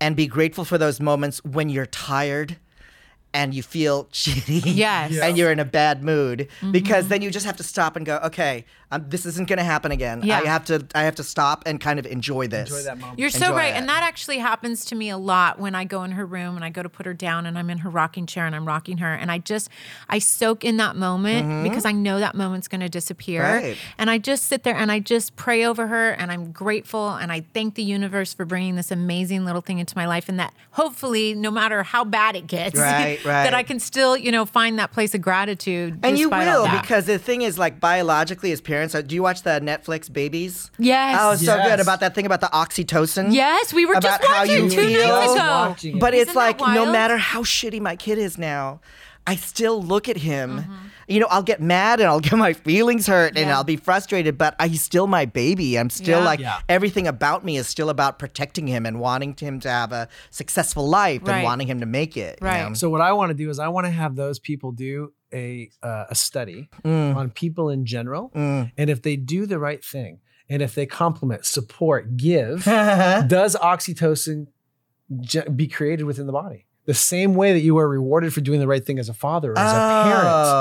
[SPEAKER 3] and be grateful for those moments when you're tired and you feel shitty.
[SPEAKER 2] Yes. Mm-hmm. Yeah.
[SPEAKER 3] And you're in a bad mood because then you just have to stop and go, okay, um, this isn't going to happen again.
[SPEAKER 2] Yeah.
[SPEAKER 3] I have to. I have to stop and kind of enjoy this.
[SPEAKER 1] Enjoy that moment.
[SPEAKER 2] You're so
[SPEAKER 3] Enjoy
[SPEAKER 2] right.
[SPEAKER 3] it.
[SPEAKER 2] And that actually happens to me a lot when I go in her room and I go to put her down and I'm in her rocking chair and I'm rocking her. And I just, I soak in that moment because I know that moment's going to disappear.
[SPEAKER 3] Mm-hmm. Right.
[SPEAKER 2] And I just sit there and I just pray over her and I'm grateful and I thank the universe for bringing this amazing little thing into my life. And that hopefully, no matter how bad it gets,
[SPEAKER 3] Right,
[SPEAKER 2] that
[SPEAKER 3] right.
[SPEAKER 2] I can still, you know, find that place of gratitude.
[SPEAKER 3] And you
[SPEAKER 2] despite all
[SPEAKER 3] will
[SPEAKER 2] that.
[SPEAKER 3] because the thing is, like biologically, as parents, uh, do you watch the Netflix babies?
[SPEAKER 2] Yes.
[SPEAKER 3] Oh, it's so
[SPEAKER 1] Yes.
[SPEAKER 3] good about that thing about the oxytocin.
[SPEAKER 2] Yes, we were
[SPEAKER 3] about
[SPEAKER 2] just
[SPEAKER 3] how
[SPEAKER 2] watching
[SPEAKER 3] you
[SPEAKER 2] two
[SPEAKER 3] feel.
[SPEAKER 2] nights
[SPEAKER 1] Just
[SPEAKER 2] ago.
[SPEAKER 1] watching it.
[SPEAKER 3] But it's
[SPEAKER 2] Isn't that
[SPEAKER 3] like no
[SPEAKER 2] wild?
[SPEAKER 3] matter how shitty my kid is now, I still look at him. You know, I'll get mad and I'll get my feelings hurt and
[SPEAKER 2] Mm-hmm. Yeah.
[SPEAKER 3] I'll be frustrated, but I, he's still my baby. I'm still
[SPEAKER 2] Yeah.
[SPEAKER 3] like
[SPEAKER 1] Yeah.
[SPEAKER 3] everything about me is still about protecting him and wanting him to have a successful life
[SPEAKER 2] Right.
[SPEAKER 3] and wanting him to make it. you
[SPEAKER 2] Right.
[SPEAKER 3] know?
[SPEAKER 1] So what I want to do is I want to have those people do a uh, a study
[SPEAKER 3] Mm.
[SPEAKER 1] on people in general, and if they do the right thing, and if they compliment, support, give, does oxytocin ge- be created within the body the same way that you are rewarded for doing the right thing as a father or as a
[SPEAKER 3] Oh.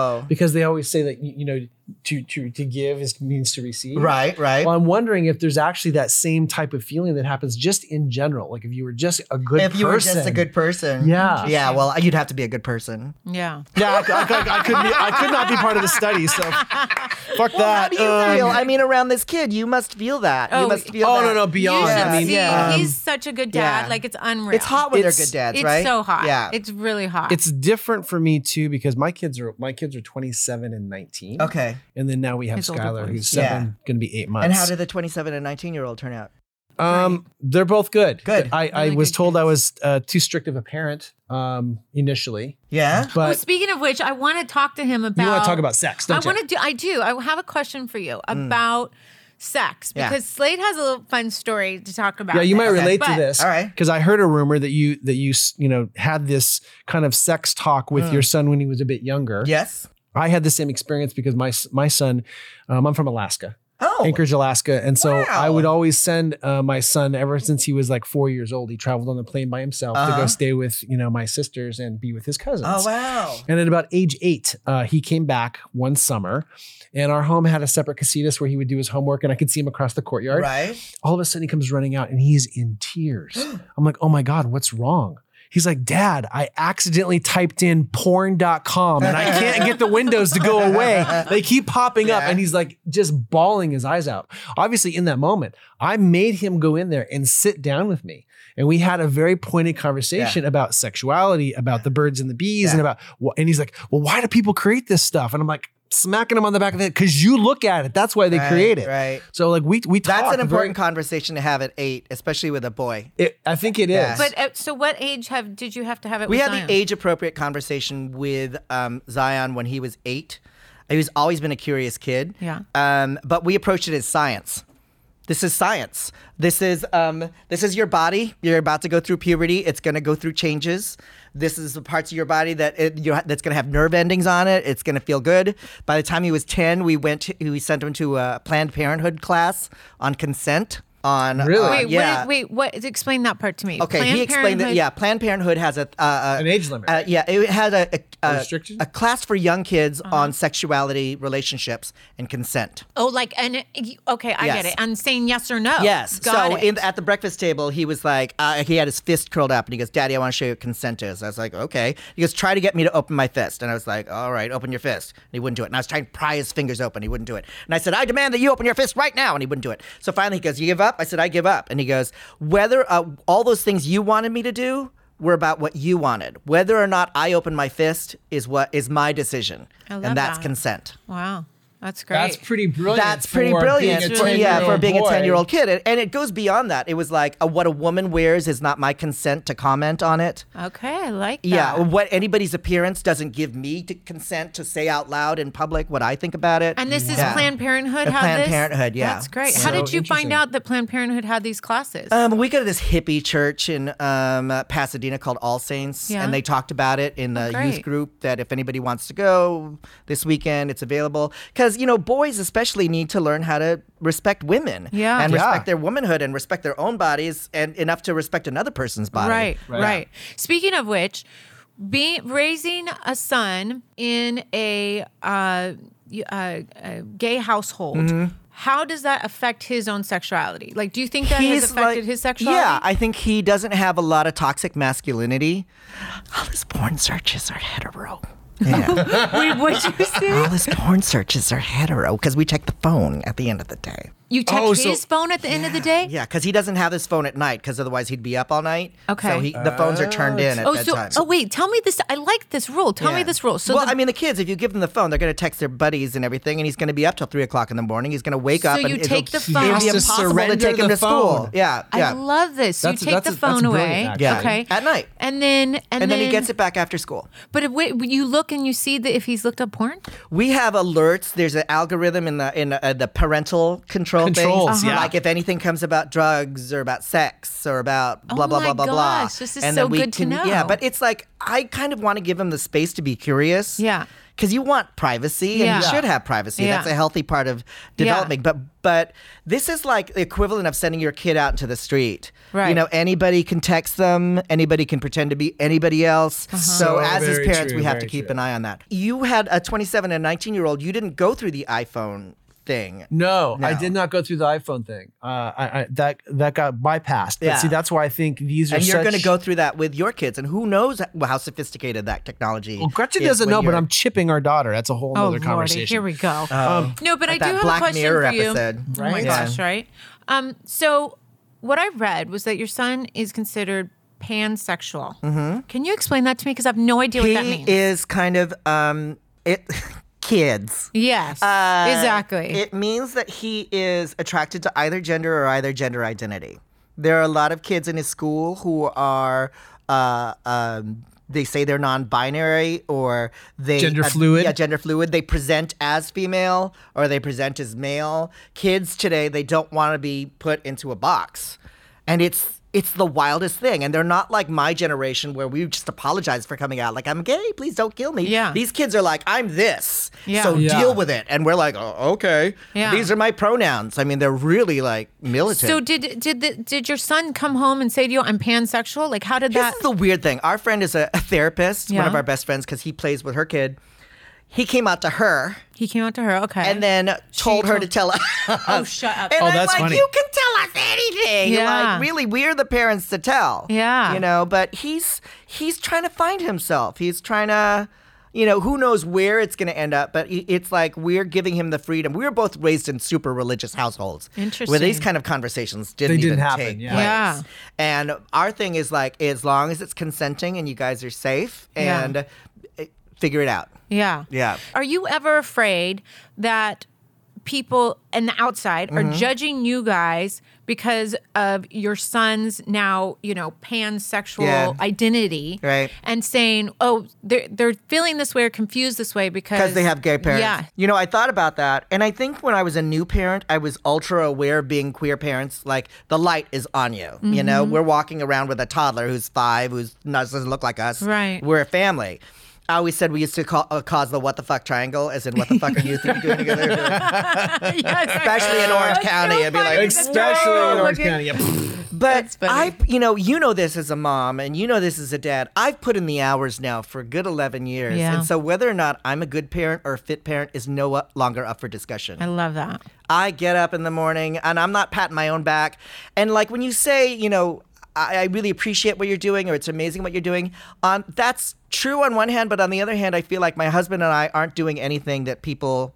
[SPEAKER 1] parent? Because they always say that you you know to to to give is means to receive.
[SPEAKER 3] Right, right.
[SPEAKER 1] Well, I'm wondering if there's actually that same type of feeling that happens just in general. Like if you were just a good
[SPEAKER 3] if you were just a
[SPEAKER 1] person.
[SPEAKER 3] good person.
[SPEAKER 1] Yeah.
[SPEAKER 3] Yeah, well, you'd have to be a good person.
[SPEAKER 2] Yeah.
[SPEAKER 1] Yeah, I, I- I- I could be, I could not be part of the study, so fuck
[SPEAKER 3] How
[SPEAKER 1] that.
[SPEAKER 3] do you
[SPEAKER 1] Um,
[SPEAKER 3] feel? I mean, around this kid, you must feel that.
[SPEAKER 2] Oh,
[SPEAKER 3] you must feel
[SPEAKER 1] oh
[SPEAKER 3] that.
[SPEAKER 1] no, no, beyond.
[SPEAKER 2] You should
[SPEAKER 1] I mean,
[SPEAKER 2] see,
[SPEAKER 3] yeah.
[SPEAKER 2] he's such a good dad.
[SPEAKER 3] um, yeah.
[SPEAKER 2] Like it's unreal.
[SPEAKER 3] It's hot when they're
[SPEAKER 1] It's-
[SPEAKER 3] good dads,
[SPEAKER 2] It's
[SPEAKER 3] right?
[SPEAKER 2] so hot.
[SPEAKER 3] Yeah.
[SPEAKER 2] It's really hot.
[SPEAKER 1] it's different for me too because my kids are my kids are 27 and 19.
[SPEAKER 3] okay.
[SPEAKER 1] and then now we have
[SPEAKER 2] His older
[SPEAKER 1] Skylar,
[SPEAKER 2] boys.
[SPEAKER 1] who's
[SPEAKER 3] Yeah.
[SPEAKER 1] seven, going to be eight months.
[SPEAKER 3] And how did the 27 and 19 year old turn out?
[SPEAKER 1] Um, they're both good.
[SPEAKER 3] Good.
[SPEAKER 1] I, I
[SPEAKER 2] Really
[SPEAKER 1] was
[SPEAKER 2] good
[SPEAKER 1] told I was uh, too strict of a parent um, initially,
[SPEAKER 3] Yeah.
[SPEAKER 2] oh,
[SPEAKER 1] but
[SPEAKER 2] speaking of which, I want to talk to him about.
[SPEAKER 1] you want to talk about sex,
[SPEAKER 2] I
[SPEAKER 1] don't you?
[SPEAKER 2] want to do. I do. I have a question for you about sex
[SPEAKER 3] Mm. Yeah.
[SPEAKER 2] because Slade has a little fun story to talk about.
[SPEAKER 1] Yeah, you might
[SPEAKER 2] this,
[SPEAKER 1] relate to
[SPEAKER 2] but-
[SPEAKER 1] this.
[SPEAKER 3] All right.
[SPEAKER 1] Because I heard a rumor that you
[SPEAKER 3] Mm.
[SPEAKER 1] that you s- you know had this kind of sex talk with your son when he was a bit younger.
[SPEAKER 3] Yes.
[SPEAKER 1] I had the same experience because my s- my son, um, I'm from Alaska,
[SPEAKER 3] Oh,
[SPEAKER 1] Anchorage, Alaska, and so
[SPEAKER 3] Wow.
[SPEAKER 1] I would always send uh, my son ever since he was like four years old. He traveled on the plane by himself to
[SPEAKER 3] Uh-huh.
[SPEAKER 1] go stay with you know my sisters and be with his cousins.
[SPEAKER 3] oh wow.
[SPEAKER 1] And at about age eight, uh, he came back one summer, and our home had a separate casitas where he would do his homework, and I could see him across the courtyard.
[SPEAKER 3] Right?
[SPEAKER 1] All of a sudden, he comes running out, and he's in tears. I'm like, "Oh my god, what's wrong?" He's like, "Dad, I accidentally typed in porn.com, and I can't get the windows to go away. They keep popping up."
[SPEAKER 3] Yeah.
[SPEAKER 1] And he's like, just bawling his eyes out. Obviously, in that moment, I made him go in there and sit down with me. And we had a very pointed conversation about sexuality, about the birds and the bees,
[SPEAKER 3] Yeah.
[SPEAKER 1] and about wh- and he's like, "Well, why do people create this stuff?" And I'm like, smacking him on the back of the head because you look at it. That's why they
[SPEAKER 3] Right,
[SPEAKER 1] create it.
[SPEAKER 3] Right.
[SPEAKER 1] So like we we
[SPEAKER 3] That's
[SPEAKER 1] talk
[SPEAKER 3] an
[SPEAKER 1] very-
[SPEAKER 3] important conversation to have at eight, especially with a boy.
[SPEAKER 1] it, I think it is.
[SPEAKER 3] Yeah.
[SPEAKER 2] But uh, so, what age have did you have to have it?
[SPEAKER 3] We
[SPEAKER 2] with
[SPEAKER 3] had
[SPEAKER 2] Zion?
[SPEAKER 3] the age appropriate conversation with um, Zion when he was eight. He's always been a curious kid.
[SPEAKER 2] Yeah.
[SPEAKER 3] Um, but we approached it as science. This is science. This is um, this is your body. You're about to go through puberty. It's going to go through changes. This is the parts of your body that it, you that's going to have nerve endings on it. It's going to feel good. By the time he was ten, we went. To, we sent him to a Planned Parenthood class on consent. On
[SPEAKER 1] Really?
[SPEAKER 3] uh,
[SPEAKER 2] Wait,
[SPEAKER 3] yeah.
[SPEAKER 2] what is, wait, what? Explain that part to me.
[SPEAKER 3] Okay,
[SPEAKER 2] Planned
[SPEAKER 3] he explained that.
[SPEAKER 2] Parenthood-
[SPEAKER 3] Yeah, Planned Parenthood has a, uh, a
[SPEAKER 1] An age limit.
[SPEAKER 3] Uh, yeah, it had a a,
[SPEAKER 1] A
[SPEAKER 3] a,
[SPEAKER 1] restriction?
[SPEAKER 3] a class for young kids
[SPEAKER 2] Uh-huh.
[SPEAKER 3] on sexuality, relationships, and consent.
[SPEAKER 2] Oh, like and okay, I
[SPEAKER 3] Yes.
[SPEAKER 2] get it. And saying yes or no.
[SPEAKER 3] Yes.
[SPEAKER 2] Got
[SPEAKER 3] so
[SPEAKER 2] it.
[SPEAKER 3] In, at the breakfast table, he was like, uh, he had his fist curled up, and he goes, "Daddy, I want to show you what consent is." I was like, "Okay." He goes, "Try to get me to open my fist," and I was like, "All right, open your fist." And he wouldn't do it. And I was trying to pry his fingers open. He wouldn't do it. And I said, "I demand that you open your fist right now," and he wouldn't do it. So finally, he goes, "You give up?" I said, "I give up." And he goes, "Whether uh, all those things you wanted me to do." were about what you wanted. Whether or not I open my fist is what is my decision,
[SPEAKER 2] I love
[SPEAKER 3] and that's
[SPEAKER 2] that.
[SPEAKER 3] consent.
[SPEAKER 2] wow, that's great.
[SPEAKER 1] That's pretty brilliant.
[SPEAKER 3] That's pretty
[SPEAKER 1] for
[SPEAKER 3] brilliant.
[SPEAKER 1] being a
[SPEAKER 3] for- yeah,
[SPEAKER 1] 10-year-old
[SPEAKER 3] for being
[SPEAKER 1] boy.
[SPEAKER 3] a 10 year old kid. And, and it goes beyond that. It was like, uh, what a woman wears is not my consent to comment on it.
[SPEAKER 2] Okay, I like that.
[SPEAKER 3] Yeah, what anybody's appearance doesn't give me to consent to say out loud in public what I think about it.
[SPEAKER 2] And this is
[SPEAKER 3] Yeah.
[SPEAKER 2] Planned Parenthood.
[SPEAKER 3] The
[SPEAKER 2] had
[SPEAKER 3] Planned
[SPEAKER 2] this?
[SPEAKER 3] Parenthood, yeah.
[SPEAKER 2] that's great.
[SPEAKER 1] So
[SPEAKER 2] How did you
[SPEAKER 1] interesting.
[SPEAKER 2] find out that Planned Parenthood had these classes?
[SPEAKER 3] Um, we go to this hippie church in um, uh, Pasadena called All Saints,
[SPEAKER 2] Yeah. Oh,
[SPEAKER 3] and they talked about it in the youth
[SPEAKER 2] great.
[SPEAKER 3] group that if anybody wants to go this weekend, it's available. Because, you know, boys especially need to learn how to respect women
[SPEAKER 2] Yeah.
[SPEAKER 3] and
[SPEAKER 2] Yeah.
[SPEAKER 3] respect their womanhood and respect their own bodies and enough to respect another person's body.
[SPEAKER 2] right, right, Speaking of which, being raising a son in a uh, y- uh, uh, gay household.
[SPEAKER 3] Mm-hmm.
[SPEAKER 2] How does that affect his own sexuality? Like, do you think that has affected
[SPEAKER 3] like-
[SPEAKER 2] his sexuality?
[SPEAKER 3] Yeah, I think he doesn't have a lot of toxic masculinity. All his porn searches are hetero. Yeah.
[SPEAKER 2] Wait, what'd you say?
[SPEAKER 3] All his porn searches are hetero because we check the phone at the end of the day.
[SPEAKER 2] You checked
[SPEAKER 1] Oh,
[SPEAKER 2] his
[SPEAKER 1] so-
[SPEAKER 2] phone at the end of the day?
[SPEAKER 3] Yeah, because he doesn't have his phone at night because otherwise he'd be up all night.
[SPEAKER 2] Okay.
[SPEAKER 3] So he, the phones are turned in at
[SPEAKER 2] Oh, so
[SPEAKER 3] bedtime.
[SPEAKER 2] oh wait, tell me this. I like this rule. Tell me
[SPEAKER 3] Yeah.
[SPEAKER 2] this rule. So
[SPEAKER 3] well,
[SPEAKER 2] the-
[SPEAKER 3] I mean, the kids, if you give them the phone, they're going to text their buddies and everything, and he's going to be up till three o'clock in the morning. He's going to wake
[SPEAKER 2] So
[SPEAKER 3] up.
[SPEAKER 2] you
[SPEAKER 3] and it'll-
[SPEAKER 2] take the
[SPEAKER 3] it'll
[SPEAKER 2] phone.
[SPEAKER 3] be
[SPEAKER 2] You have to
[SPEAKER 3] impossible to
[SPEAKER 1] surrender
[SPEAKER 3] take him
[SPEAKER 1] the
[SPEAKER 3] to school.
[SPEAKER 1] phone.
[SPEAKER 3] Yeah, yeah.
[SPEAKER 2] I love this.
[SPEAKER 1] That's-
[SPEAKER 2] you take
[SPEAKER 1] that's-
[SPEAKER 2] the
[SPEAKER 1] that's
[SPEAKER 2] phone away,
[SPEAKER 1] brilliant,
[SPEAKER 3] actually.
[SPEAKER 2] okay,
[SPEAKER 3] At night.
[SPEAKER 2] and then and,
[SPEAKER 3] and then he gets it back after school.
[SPEAKER 2] But it, wait, you look and you see that if he's looked up
[SPEAKER 1] Oh,
[SPEAKER 2] porn. Oh,
[SPEAKER 3] We have alerts. There's an algorithm in the in uh, the parental control
[SPEAKER 1] Controls,
[SPEAKER 3] things.
[SPEAKER 1] Uh-huh. yeah.
[SPEAKER 3] Like if anything comes about drugs or about sex or about blah blah
[SPEAKER 2] Oh my
[SPEAKER 3] blah blah blah.
[SPEAKER 2] gosh, this is so good to
[SPEAKER 3] Yeah,
[SPEAKER 2] know.
[SPEAKER 3] but it's like I kind of want to give him the space to be curious.
[SPEAKER 2] Yeah.
[SPEAKER 3] Because you want privacy, and
[SPEAKER 2] Yeah.
[SPEAKER 3] you should have privacy.
[SPEAKER 2] Yeah.
[SPEAKER 3] That's a healthy part of development. But but this is like the equivalent of sending your kid out into the street.
[SPEAKER 2] Right.
[SPEAKER 3] You know, anybody can text them. Anybody can pretend to be anybody else.
[SPEAKER 2] Uh-huh.
[SPEAKER 3] So,
[SPEAKER 1] So
[SPEAKER 3] as his
[SPEAKER 1] very
[SPEAKER 3] parents,
[SPEAKER 1] true,
[SPEAKER 3] we have to
[SPEAKER 1] very
[SPEAKER 3] keep
[SPEAKER 1] true.
[SPEAKER 3] an eye on that. You had a 27 and 19 year old. You didn't go through the iPhone thing.
[SPEAKER 1] No, I did not go through the iPhone thing. Uh, I, I that that got bypassed. But
[SPEAKER 3] Yeah.
[SPEAKER 1] see, that's why I think these are.
[SPEAKER 3] And you're
[SPEAKER 1] such-
[SPEAKER 3] going to go through that with your kids, and who knows how sophisticated that technology.
[SPEAKER 1] Well, Gretchen
[SPEAKER 3] is
[SPEAKER 1] doesn't
[SPEAKER 3] when
[SPEAKER 1] know, but
[SPEAKER 3] you're-
[SPEAKER 1] I'm chipping our daughter. That's a whole
[SPEAKER 2] Oh
[SPEAKER 1] other
[SPEAKER 2] Lordy,
[SPEAKER 1] conversation.
[SPEAKER 2] here we go.
[SPEAKER 1] Um,
[SPEAKER 2] no, but I
[SPEAKER 3] Oh, like
[SPEAKER 2] do
[SPEAKER 3] that
[SPEAKER 2] have
[SPEAKER 3] Black
[SPEAKER 2] a question
[SPEAKER 3] Mirror
[SPEAKER 2] for you.
[SPEAKER 3] episode,
[SPEAKER 2] Oh my
[SPEAKER 3] right?
[SPEAKER 2] gosh, right? Um, so what I read was that your son is considered pansexual. Can you explain that to me? Because I have no idea what that
[SPEAKER 3] Mm-hmm. He
[SPEAKER 2] means.
[SPEAKER 3] is kind of um it kids.
[SPEAKER 2] yes,
[SPEAKER 3] Uh,
[SPEAKER 2] exactly.
[SPEAKER 3] It means that he is attracted to either gender or either gender identity. There are a lot of kids in his school who are, uh, um, they say they're non-binary or they
[SPEAKER 1] Gender
[SPEAKER 3] uh,
[SPEAKER 1] fluid?
[SPEAKER 3] Yeah, gender fluid. They present as female or they present as male. Kids today they don't want to be put into a box, and it's it's the wildest thing. And they're not like my generation where we just apologize for coming out. Like, I'm gay, please don't kill me.
[SPEAKER 2] Yeah.
[SPEAKER 3] These kids are like, I'm this.
[SPEAKER 2] Yeah.
[SPEAKER 3] So
[SPEAKER 1] Yeah.
[SPEAKER 3] deal with it. And we're like, oh, okay.
[SPEAKER 2] Yeah.
[SPEAKER 3] These are my pronouns. I mean, they're really like militant.
[SPEAKER 2] So did did the, did your son come home and say to you, "I'm pansexual"? Like, how did
[SPEAKER 3] This
[SPEAKER 2] that?
[SPEAKER 3] is the weird thing. Our friend is a, a therapist, one of
[SPEAKER 2] Yeah.
[SPEAKER 3] our best friends, because he plays with her kid. He came out to her
[SPEAKER 2] He came out to her. Okay,
[SPEAKER 3] and then told her
[SPEAKER 2] told-
[SPEAKER 3] to tell us.
[SPEAKER 2] oh, shut up.
[SPEAKER 3] And
[SPEAKER 1] Oh,
[SPEAKER 3] I'm
[SPEAKER 1] that's
[SPEAKER 3] like,
[SPEAKER 1] funny.
[SPEAKER 3] you can tell us anything.
[SPEAKER 2] Yeah.
[SPEAKER 3] Like, really, we're the parents to tell.
[SPEAKER 2] Yeah.
[SPEAKER 3] You know, but he's he's trying to find himself. He's trying to, you know, who knows where it's going to end up, but i- it's like we're giving him the freedom. We were both raised in super religious households. Where these
[SPEAKER 2] Interesting.
[SPEAKER 3] kind of conversations didn't,
[SPEAKER 1] They didn't
[SPEAKER 3] even
[SPEAKER 1] happen,
[SPEAKER 3] take
[SPEAKER 1] yeah.
[SPEAKER 3] place.
[SPEAKER 2] Yeah.
[SPEAKER 3] And our thing is like, as long as it's consenting and you guys are safe
[SPEAKER 2] Yeah.
[SPEAKER 3] and uh, figure it out.
[SPEAKER 2] Yeah.
[SPEAKER 3] Yeah.
[SPEAKER 2] Are you ever afraid that people in the outside
[SPEAKER 3] Mm-hmm.
[SPEAKER 2] are judging you guys because of your son's now, you know, pansexual
[SPEAKER 3] Yeah.
[SPEAKER 2] identity?
[SPEAKER 3] Right.
[SPEAKER 2] And saying, oh, they're, they're feeling this way or confused this way because.
[SPEAKER 3] because they have gay parents.
[SPEAKER 2] Yeah.
[SPEAKER 3] You know, I thought about that, and I think when I was a new parent, I was ultra aware of being queer parents. Like the light is on you.
[SPEAKER 2] Mm-hmm.
[SPEAKER 3] You know, we're walking around with a toddler who's five, who's not, doesn't look like us.
[SPEAKER 2] Right.
[SPEAKER 3] We're a family. I always said we used to call, uh, cause the what the fuck triangle, as in what the fuck are you three doing together? Especially in Orange County, it'd be like,
[SPEAKER 1] Especially in Orange County. Yeah.
[SPEAKER 3] But
[SPEAKER 2] funny.
[SPEAKER 3] I, you know, you know this as a mom, and you know this as a dad. I've put in the hours now for a good eleven years,
[SPEAKER 2] Yeah.
[SPEAKER 3] and so whether or not I'm a good parent or a fit parent is no u- longer up for discussion.
[SPEAKER 2] I love that.
[SPEAKER 3] I get up in the morning and I'm not patting my own back. And like when you say, you know, I, I really appreciate what you're doing or it's amazing what you're doing, um, that's true on one hand. But on the other hand, I feel like my husband and I aren't doing anything that people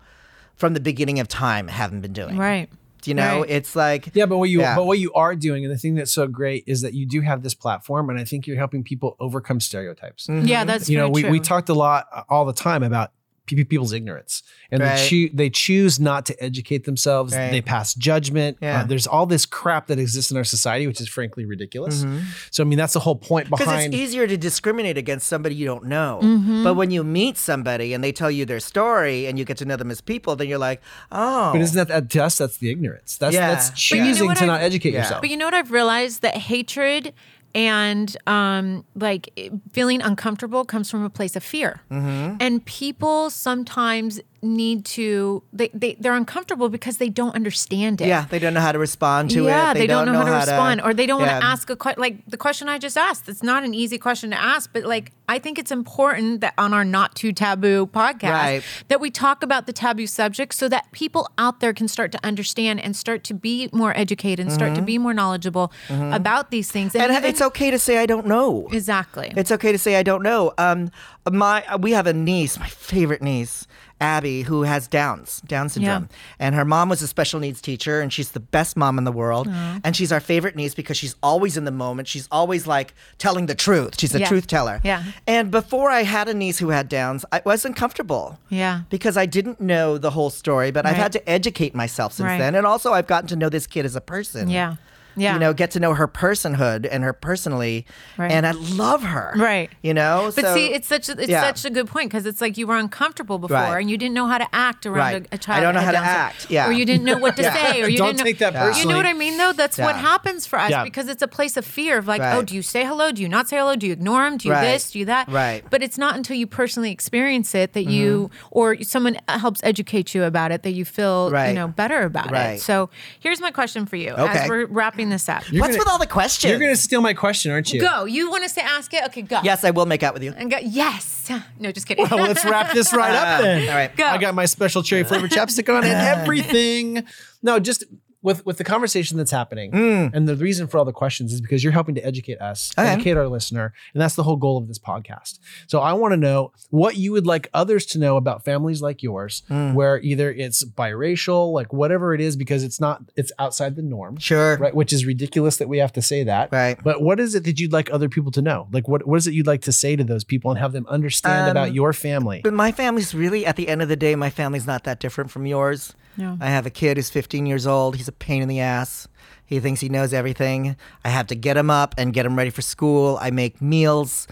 [SPEAKER 3] from the beginning of time haven't been doing.
[SPEAKER 2] Right.
[SPEAKER 3] You know,
[SPEAKER 2] Right.
[SPEAKER 3] it's like
[SPEAKER 1] Yeah, but what you
[SPEAKER 3] Yeah.
[SPEAKER 1] but what you are doing, and the thing that's so great is that you do have this platform, and I think you're helping people overcome stereotypes.
[SPEAKER 3] Mm-hmm.
[SPEAKER 2] Yeah, that's
[SPEAKER 1] You know,
[SPEAKER 2] very
[SPEAKER 1] we,
[SPEAKER 2] true.
[SPEAKER 1] we talked a lot uh, all the time about pe- people's ignorance, and
[SPEAKER 3] Right.
[SPEAKER 1] they, choo- they choose not to educate themselves.
[SPEAKER 3] Right.
[SPEAKER 1] They pass judgment.
[SPEAKER 3] Yeah.
[SPEAKER 1] Uh, there's all this crap that exists in our society, which is frankly ridiculous.
[SPEAKER 2] Mm-hmm.
[SPEAKER 1] So I mean, that's the whole point
[SPEAKER 3] Because it's
[SPEAKER 1] behind.
[SPEAKER 3] easier to discriminate against somebody you don't know.
[SPEAKER 2] Mm-hmm.
[SPEAKER 3] But when you meet somebody and they tell you their story and you get to know them as people, then you're like, oh.
[SPEAKER 1] But isn't that, that to us? That's the ignorance. That's
[SPEAKER 3] Yeah.
[SPEAKER 1] that's
[SPEAKER 3] But
[SPEAKER 2] you know
[SPEAKER 1] choosing
[SPEAKER 2] what
[SPEAKER 1] to
[SPEAKER 2] I-
[SPEAKER 1] not educate
[SPEAKER 3] Yeah.
[SPEAKER 1] yourself.
[SPEAKER 2] But you know what I've realized that hatred and um, like it- feeling uncomfortable comes from a place of fear, and people sometimes need to they, they they're uncomfortable because they don't understand it.
[SPEAKER 3] yeah, they don't know how to respond to
[SPEAKER 2] yeah,
[SPEAKER 3] it.
[SPEAKER 2] they, don't, know, how to respond, or they don't want to
[SPEAKER 3] Yeah.
[SPEAKER 2] ask a question. Like the question I just asked, it's not an easy question to ask, but like I think it's important that on our Not Too Taboo podcast
[SPEAKER 3] Right.
[SPEAKER 2] that we talk about the taboo subjects so that people out there can start to understand and start to be more educated and start to be more knowledgeable about these things.
[SPEAKER 3] Mm-hmm. And
[SPEAKER 2] even-
[SPEAKER 3] it's okay to say I don't know.
[SPEAKER 2] exactly
[SPEAKER 3] It's okay to say I don't know. Um, my we have a niece, my favorite niece, Abby, who has Downs, Down syndrome, and her mom was a special needs teacher, and she's the best mom in the world, and she's our favorite niece because she's always in the moment. She's always like telling the truth. She's a
[SPEAKER 2] Yeah.
[SPEAKER 3] truth teller.
[SPEAKER 2] Yeah.
[SPEAKER 3] And before I had a niece who had Downs, I wasn't comfortable.
[SPEAKER 2] Yeah.
[SPEAKER 3] Because I didn't know the whole story, but I've
[SPEAKER 2] Right.
[SPEAKER 3] had to educate myself since
[SPEAKER 2] Right.
[SPEAKER 3] then, and also I've gotten to know this kid as a person.
[SPEAKER 2] yeah, yeah.
[SPEAKER 3] You know, get to know her personhood and her personally.
[SPEAKER 2] Right.
[SPEAKER 3] And I love her.
[SPEAKER 2] Right.
[SPEAKER 3] You know?
[SPEAKER 2] But
[SPEAKER 3] So-
[SPEAKER 2] see, it's such a, it's
[SPEAKER 3] yeah.
[SPEAKER 2] such a good point because it's like you were uncomfortable before
[SPEAKER 3] Right.
[SPEAKER 2] and you didn't know how to act around
[SPEAKER 3] Right.
[SPEAKER 2] a,
[SPEAKER 3] I
[SPEAKER 2] a child.
[SPEAKER 3] don't know
[SPEAKER 2] that
[SPEAKER 3] how
[SPEAKER 2] had
[SPEAKER 3] to
[SPEAKER 2] Down
[SPEAKER 3] act.
[SPEAKER 2] syndrome.
[SPEAKER 3] Yeah.
[SPEAKER 2] or you didn't know what to say, or you
[SPEAKER 1] Don't
[SPEAKER 2] didn't know,
[SPEAKER 1] take that
[SPEAKER 2] You know
[SPEAKER 1] personally.
[SPEAKER 2] what I mean, though. That's what
[SPEAKER 3] Yeah.
[SPEAKER 2] happens for us
[SPEAKER 1] Yeah.
[SPEAKER 2] because it's a place of fear of like,
[SPEAKER 3] Right.
[SPEAKER 2] oh, do you say hello? Do you not say hello? Do you ignore him? Do you
[SPEAKER 3] Right.
[SPEAKER 2] this? Do you that?
[SPEAKER 3] Right. Mm-hmm.
[SPEAKER 2] But it's not until you personally experience it that you or someone helps educate you about it that you feel you
[SPEAKER 3] Right.
[SPEAKER 2] know better about it.
[SPEAKER 3] Right.
[SPEAKER 2] So here's my question for you
[SPEAKER 3] Okay.
[SPEAKER 2] as we're wrapping this up.
[SPEAKER 1] You're
[SPEAKER 3] What's
[SPEAKER 1] gonna-
[SPEAKER 3] with all the questions?
[SPEAKER 1] You're going to steal my question, aren't you?
[SPEAKER 2] Go. You want to say ask it? Okay, go.
[SPEAKER 3] yes, I will make out with you.
[SPEAKER 2] And go, yes. No, just kidding.
[SPEAKER 1] Well, let's wrap this right up then.
[SPEAKER 3] all right.
[SPEAKER 2] Go.
[SPEAKER 1] I got my special cherry flavored chapstick on and everything. No, just with with the conversation that's happening and the reason for all the questions is because you're helping to educate us,
[SPEAKER 3] Mm. Okay.
[SPEAKER 1] educate our listener, and that's the whole goal of this podcast. So I want to know what you would like others to know about families like yours,
[SPEAKER 3] Mm.
[SPEAKER 1] where either it's biracial, like whatever it is, because it's not it's outside the norm.
[SPEAKER 3] Sure.
[SPEAKER 1] Right, which is ridiculous that we have to say that.
[SPEAKER 3] Right.
[SPEAKER 1] But what is it that you'd like other people to know? Like, what, what is it you'd like to say to those people and have them understand about your family?
[SPEAKER 3] But my family's really, at the end of the day, my family's not that different from yours.
[SPEAKER 2] No.
[SPEAKER 3] I have a kid who's 15 years old. He's a pain in the ass. He thinks he knows everything. I have to get him up and get him ready for school. I make meals.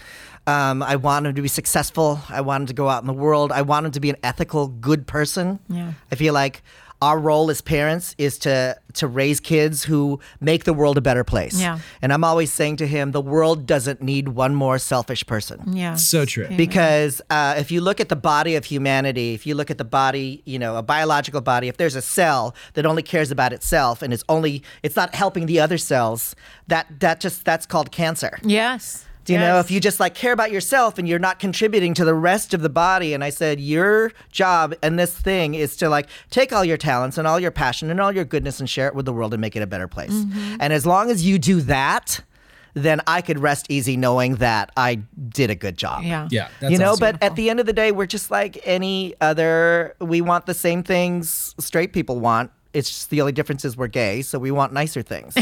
[SPEAKER 3] Um, I want him to be successful. I want him to go out in the world. I want him to be an ethical, good person.
[SPEAKER 2] Yeah.
[SPEAKER 3] I feel like our role as parents is to to raise kids who make the world a better place.
[SPEAKER 2] Yeah.
[SPEAKER 3] And I'm always saying to him, the world doesn't need one more selfish person.
[SPEAKER 2] Yeah.
[SPEAKER 1] So true.
[SPEAKER 2] Mm-hmm.
[SPEAKER 3] Because uh, if you look at the body of humanity, if you look at the body, you know, a biological body, if there's a cell that only cares about itself and it's only it's not helping the other cells, that that just that's called cancer.
[SPEAKER 2] Yes.
[SPEAKER 3] Do you know
[SPEAKER 2] Yes.
[SPEAKER 3] if you just like care about yourself and you're not contributing to the rest of the body? And I said, your job and this thing is to like take all your talents and all your passion and all your goodness and share it with the world and make it a better place.
[SPEAKER 2] Mm-hmm.
[SPEAKER 3] And as long as you do that, then I could rest easy knowing that I did a good job
[SPEAKER 2] Yeah.
[SPEAKER 1] yeah.
[SPEAKER 3] you know,
[SPEAKER 1] awesome.
[SPEAKER 3] but at the end of the day, we're just like any other. We want the same things straight people want. It's just the only difference is we're gay, so we want nicer things.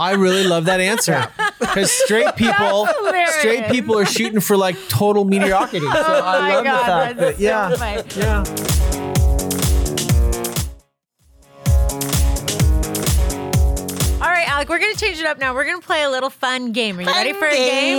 [SPEAKER 1] I really love that answer because straight people,
[SPEAKER 2] hilarious. Oh
[SPEAKER 1] straight people are shooting for like total mediocrity. So I
[SPEAKER 2] my
[SPEAKER 1] love the
[SPEAKER 2] God,
[SPEAKER 1] fact
[SPEAKER 2] that's
[SPEAKER 1] that yeah,
[SPEAKER 2] so funny.
[SPEAKER 1] yeah.
[SPEAKER 2] All right, Alec, we're going to change it up now. We're going to play a little fun game. Are you ready for a game?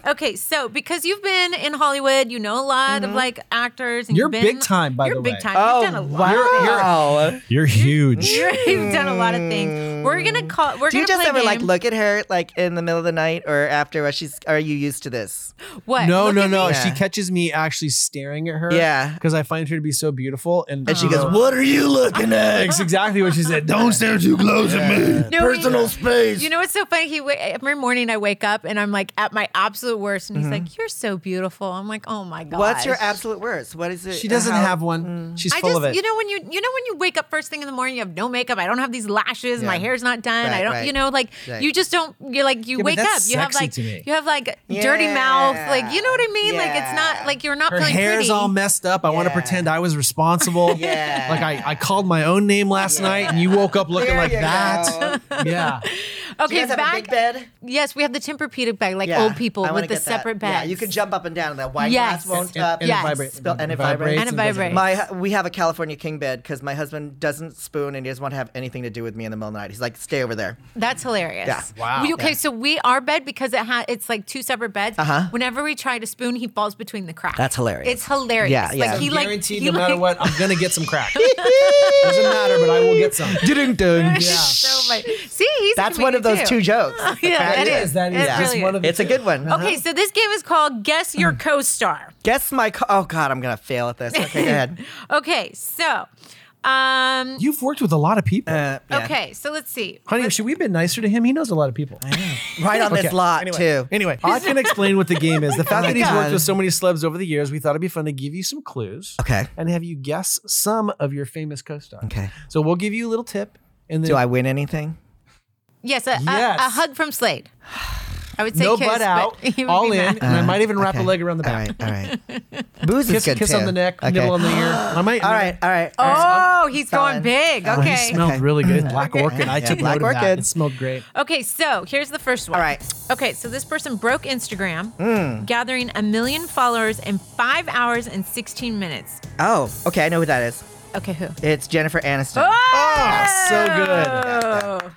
[SPEAKER 2] Okay. Okay. So, because you've been in Hollywood, you know a lot of
[SPEAKER 3] Mm-hmm.
[SPEAKER 2] like actors. And
[SPEAKER 1] You're
[SPEAKER 2] you've been,
[SPEAKER 1] big time, by
[SPEAKER 2] you're
[SPEAKER 1] the way.
[SPEAKER 2] big time.
[SPEAKER 3] Oh,
[SPEAKER 2] you've done a lot. of things.
[SPEAKER 1] You're huge.
[SPEAKER 2] You're, you've done a lot of things. We're gonna call. We're
[SPEAKER 3] Mm. Do
[SPEAKER 2] gonna
[SPEAKER 3] you just
[SPEAKER 2] play
[SPEAKER 3] ever
[SPEAKER 2] a game.
[SPEAKER 3] like look at her like in the middle of the night or after? Or she's are you used to this?
[SPEAKER 2] What?
[SPEAKER 1] No,
[SPEAKER 2] Look
[SPEAKER 1] no,
[SPEAKER 2] at
[SPEAKER 1] no.
[SPEAKER 2] me?
[SPEAKER 1] She catches me actually staring at her.
[SPEAKER 3] Yeah.
[SPEAKER 1] Because I find her to be so beautiful. And,
[SPEAKER 3] And she goes,
[SPEAKER 1] What are you looking at? That's exactly what she said. Don't stare too close at me.
[SPEAKER 2] No, he-
[SPEAKER 3] space.
[SPEAKER 2] You know what's so funny? He wa- every morning I wake up and I'm like at my absolute worst, and he's
[SPEAKER 3] Mm-hmm.
[SPEAKER 2] like, "You're so beautiful." I'm like, "Oh my god."
[SPEAKER 3] What's your absolute worst? What is it?
[SPEAKER 1] She doesn't
[SPEAKER 3] how-
[SPEAKER 1] have one. She's
[SPEAKER 2] I
[SPEAKER 1] full
[SPEAKER 2] just,
[SPEAKER 1] of it.
[SPEAKER 2] you know, when you, you know, when you wake up first thing in the morning, you have no makeup. I don't have these lashes. My
[SPEAKER 3] Yeah.
[SPEAKER 2] hair's not done. I
[SPEAKER 3] Right,
[SPEAKER 2] don't,
[SPEAKER 3] right.
[SPEAKER 2] you know, like
[SPEAKER 3] Right.
[SPEAKER 2] you just don't. You're like you
[SPEAKER 1] Yeah, but
[SPEAKER 2] wake up.
[SPEAKER 1] that's
[SPEAKER 2] You have
[SPEAKER 1] sexy
[SPEAKER 2] like
[SPEAKER 1] to me.
[SPEAKER 2] you have like dirty mouth.
[SPEAKER 3] Yeah.
[SPEAKER 2] Like you know what I mean? Like it's
[SPEAKER 3] Yeah.
[SPEAKER 2] not like you're not
[SPEAKER 1] her
[SPEAKER 2] feeling
[SPEAKER 1] hair's
[SPEAKER 2] pretty.
[SPEAKER 1] all messed up. I want to
[SPEAKER 3] Yeah.
[SPEAKER 1] pretend I was responsible.
[SPEAKER 3] Yeah.
[SPEAKER 1] Like I, I called my own name last night and you woke up looking
[SPEAKER 3] There
[SPEAKER 1] like
[SPEAKER 3] you
[SPEAKER 1] that.
[SPEAKER 3] go.
[SPEAKER 1] Yeah.
[SPEAKER 2] okay,
[SPEAKER 3] Do you guys have
[SPEAKER 2] back.
[SPEAKER 3] a big bed?
[SPEAKER 2] Yes, we have the Tempur-Pedic bag, like
[SPEAKER 3] Yeah,
[SPEAKER 2] old people
[SPEAKER 3] I wanna
[SPEAKER 2] with the
[SPEAKER 3] get that.
[SPEAKER 2] separate
[SPEAKER 3] Yeah,
[SPEAKER 2] beds.
[SPEAKER 3] you can jump up and down, and that wine
[SPEAKER 2] Yes.
[SPEAKER 3] glass won't.
[SPEAKER 1] And-
[SPEAKER 3] uh,
[SPEAKER 1] and it
[SPEAKER 2] Yes.
[SPEAKER 1] vibrates.
[SPEAKER 3] Spill- and it vibrates.
[SPEAKER 2] And it
[SPEAKER 1] doesn't-
[SPEAKER 2] vibrates.
[SPEAKER 3] My we have a California king bed because my husband doesn't spoon and he doesn't want to have anything to do with me in the middle of the night. He's like, stay over there.
[SPEAKER 2] That's hilarious.
[SPEAKER 3] Yeah.
[SPEAKER 1] Wow.
[SPEAKER 2] We- okay, so we our bed because it ha- it's like two separate beds.
[SPEAKER 3] Uh-huh.
[SPEAKER 2] Whenever we try to spoon, he falls between the cracks.
[SPEAKER 3] That's hilarious.
[SPEAKER 2] It's hilarious.
[SPEAKER 3] Yeah, yeah.
[SPEAKER 2] Like he like
[SPEAKER 1] Guaranteed,
[SPEAKER 2] he
[SPEAKER 1] no matter
[SPEAKER 2] like-
[SPEAKER 1] what, I'm going to get some crack. doesn't matter, but I will get some. Yeah.
[SPEAKER 2] so much. See, he's a
[SPEAKER 3] That's one of those
[SPEAKER 2] comedian
[SPEAKER 3] two
[SPEAKER 2] too.
[SPEAKER 3] jokes.
[SPEAKER 2] Yeah,
[SPEAKER 1] That
[SPEAKER 2] it
[SPEAKER 1] is,
[SPEAKER 2] is.
[SPEAKER 1] that is
[SPEAKER 2] It
[SPEAKER 1] just
[SPEAKER 2] really
[SPEAKER 1] one
[SPEAKER 2] is.
[SPEAKER 1] of the
[SPEAKER 3] It's a good one. Uh-huh. Mm-hmm.
[SPEAKER 2] Okay, so this game is called Guess Your Co-Star.
[SPEAKER 3] Guess my. Co- oh God, I'm gonna fail at this. Okay, go ahead.
[SPEAKER 2] Okay, so um
[SPEAKER 1] You've worked with a lot of people.
[SPEAKER 3] Uh, yeah.
[SPEAKER 2] okay, so let's see.
[SPEAKER 1] Honey, should we have been nicer to him? He knows a lot of people.
[SPEAKER 3] Right on this lot
[SPEAKER 1] anyway,
[SPEAKER 3] too. Oh
[SPEAKER 1] Anyway, I can explain what the game is. The fact that he's
[SPEAKER 3] God.
[SPEAKER 1] worked with so many celebs over the years, we thought it'd be fun to give you some clues.
[SPEAKER 3] Okay.
[SPEAKER 1] And have you guess some of your famous co-stars.
[SPEAKER 3] Okay.
[SPEAKER 1] So we'll give you a little tip. And then
[SPEAKER 3] Do I win anything?
[SPEAKER 2] Yes, a, a-
[SPEAKER 1] Yes.
[SPEAKER 2] a, hug from Slade. I would say
[SPEAKER 1] no
[SPEAKER 2] kiss,
[SPEAKER 1] butt out,
[SPEAKER 2] but he would
[SPEAKER 1] all
[SPEAKER 2] be
[SPEAKER 1] in,
[SPEAKER 2] mad.
[SPEAKER 1] and
[SPEAKER 3] Uh,
[SPEAKER 1] I might even wrap
[SPEAKER 3] Okay.
[SPEAKER 1] a leg around the
[SPEAKER 3] All
[SPEAKER 1] back.
[SPEAKER 3] right, all right. Booze
[SPEAKER 1] Kiss,
[SPEAKER 3] is good
[SPEAKER 1] kiss
[SPEAKER 3] too.
[SPEAKER 1] on the neck, nibble on the ear. I might.
[SPEAKER 3] All right, all right.
[SPEAKER 2] Oh, he's going
[SPEAKER 3] Colin.
[SPEAKER 2] big.
[SPEAKER 3] Colin.
[SPEAKER 1] It
[SPEAKER 2] Okay.
[SPEAKER 1] smelled
[SPEAKER 3] Okay.
[SPEAKER 1] really good. Black orchid. I
[SPEAKER 3] Yeah,
[SPEAKER 1] took
[SPEAKER 3] black
[SPEAKER 1] note of that.
[SPEAKER 3] orchid.
[SPEAKER 1] It smelled great.
[SPEAKER 2] Okay, so here's the first one.
[SPEAKER 3] All right.
[SPEAKER 2] Okay, so this person broke Instagram,
[SPEAKER 3] Hmm.
[SPEAKER 2] gathering a million followers in five hours and 16 minutes.
[SPEAKER 3] Oh, okay. I know who that is.
[SPEAKER 2] Okay, who?
[SPEAKER 3] It's Jennifer Aniston.
[SPEAKER 1] Oh, so good.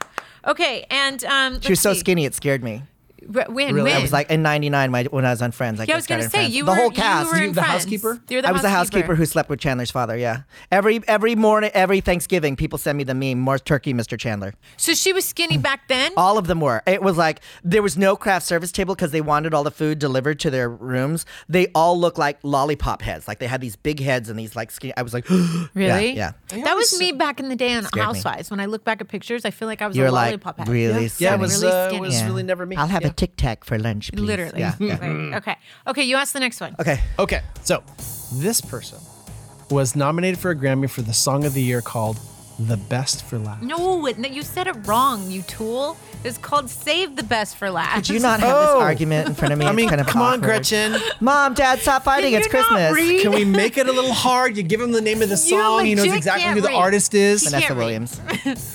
[SPEAKER 2] Okay, and um,
[SPEAKER 3] She was
[SPEAKER 2] let's
[SPEAKER 3] so
[SPEAKER 2] see.
[SPEAKER 3] skinny, it scared me.
[SPEAKER 2] Wh- When?
[SPEAKER 1] Really?
[SPEAKER 2] when?
[SPEAKER 1] I
[SPEAKER 3] I was like in '99 my- when I was on Friends. I
[SPEAKER 2] yeah, I was
[SPEAKER 3] going
[SPEAKER 2] gonna
[SPEAKER 3] to
[SPEAKER 2] say you
[SPEAKER 3] the
[SPEAKER 2] were
[SPEAKER 3] whole cast.
[SPEAKER 2] You were in
[SPEAKER 1] the
[SPEAKER 2] Friends.
[SPEAKER 1] housekeeper?
[SPEAKER 2] You're the
[SPEAKER 3] I was the housekeeper who slept with Chandler's father. Yeah, every every morning, every Thanksgiving, people send me the meme: "More turkey, Mr. Chandler."
[SPEAKER 2] So she was
[SPEAKER 3] Hmm.
[SPEAKER 2] skinny back then.
[SPEAKER 3] All of them were. It was like there was no craft service table because they wanted all the food delivered to their rooms. They all looked like lollipop heads. Like they had these big heads and these like skinny. I was like,
[SPEAKER 2] Really?
[SPEAKER 3] Yeah. yeah.
[SPEAKER 2] That was me back in the day on
[SPEAKER 3] me.
[SPEAKER 2] Housewives. When I look back at pictures, I feel like I was
[SPEAKER 3] You're
[SPEAKER 2] a
[SPEAKER 3] like
[SPEAKER 2] lollipop head.
[SPEAKER 3] really
[SPEAKER 1] Yeah, it
[SPEAKER 3] skinny.
[SPEAKER 1] was,
[SPEAKER 2] Really
[SPEAKER 1] uh, it
[SPEAKER 2] skinny.
[SPEAKER 1] was
[SPEAKER 2] Yeah.
[SPEAKER 1] really never me.
[SPEAKER 3] I'll have a tic tac for lunch, please.
[SPEAKER 2] Literally.
[SPEAKER 3] Yeah, yeah.
[SPEAKER 2] Right, Okay. Okay, you asked the next one.
[SPEAKER 3] Okay.
[SPEAKER 1] Okay, so this person was nominated for a Grammy for the song of the year called "The Best for Last."
[SPEAKER 2] No, it- no, you said it wrong, you tool. It's called Save the Best for Last.
[SPEAKER 3] Do you not have
[SPEAKER 1] Oh.
[SPEAKER 3] this argument in front of me?
[SPEAKER 1] I
[SPEAKER 3] It's
[SPEAKER 1] mean,
[SPEAKER 3] kind of
[SPEAKER 1] come on,
[SPEAKER 3] awkward.
[SPEAKER 1] Gretchen.
[SPEAKER 3] Mom, Dad, stop fighting.
[SPEAKER 2] Can
[SPEAKER 3] it's
[SPEAKER 2] you not
[SPEAKER 3] Christmas.
[SPEAKER 2] read?
[SPEAKER 1] Can we make it a little hard? You give him the name of the
[SPEAKER 2] You
[SPEAKER 1] song. He knows
[SPEAKER 2] legit
[SPEAKER 1] exactly
[SPEAKER 2] can't
[SPEAKER 1] who the
[SPEAKER 2] read.
[SPEAKER 1] artist is.
[SPEAKER 2] He-
[SPEAKER 3] Vanessa
[SPEAKER 2] Can't read.
[SPEAKER 3] Williams.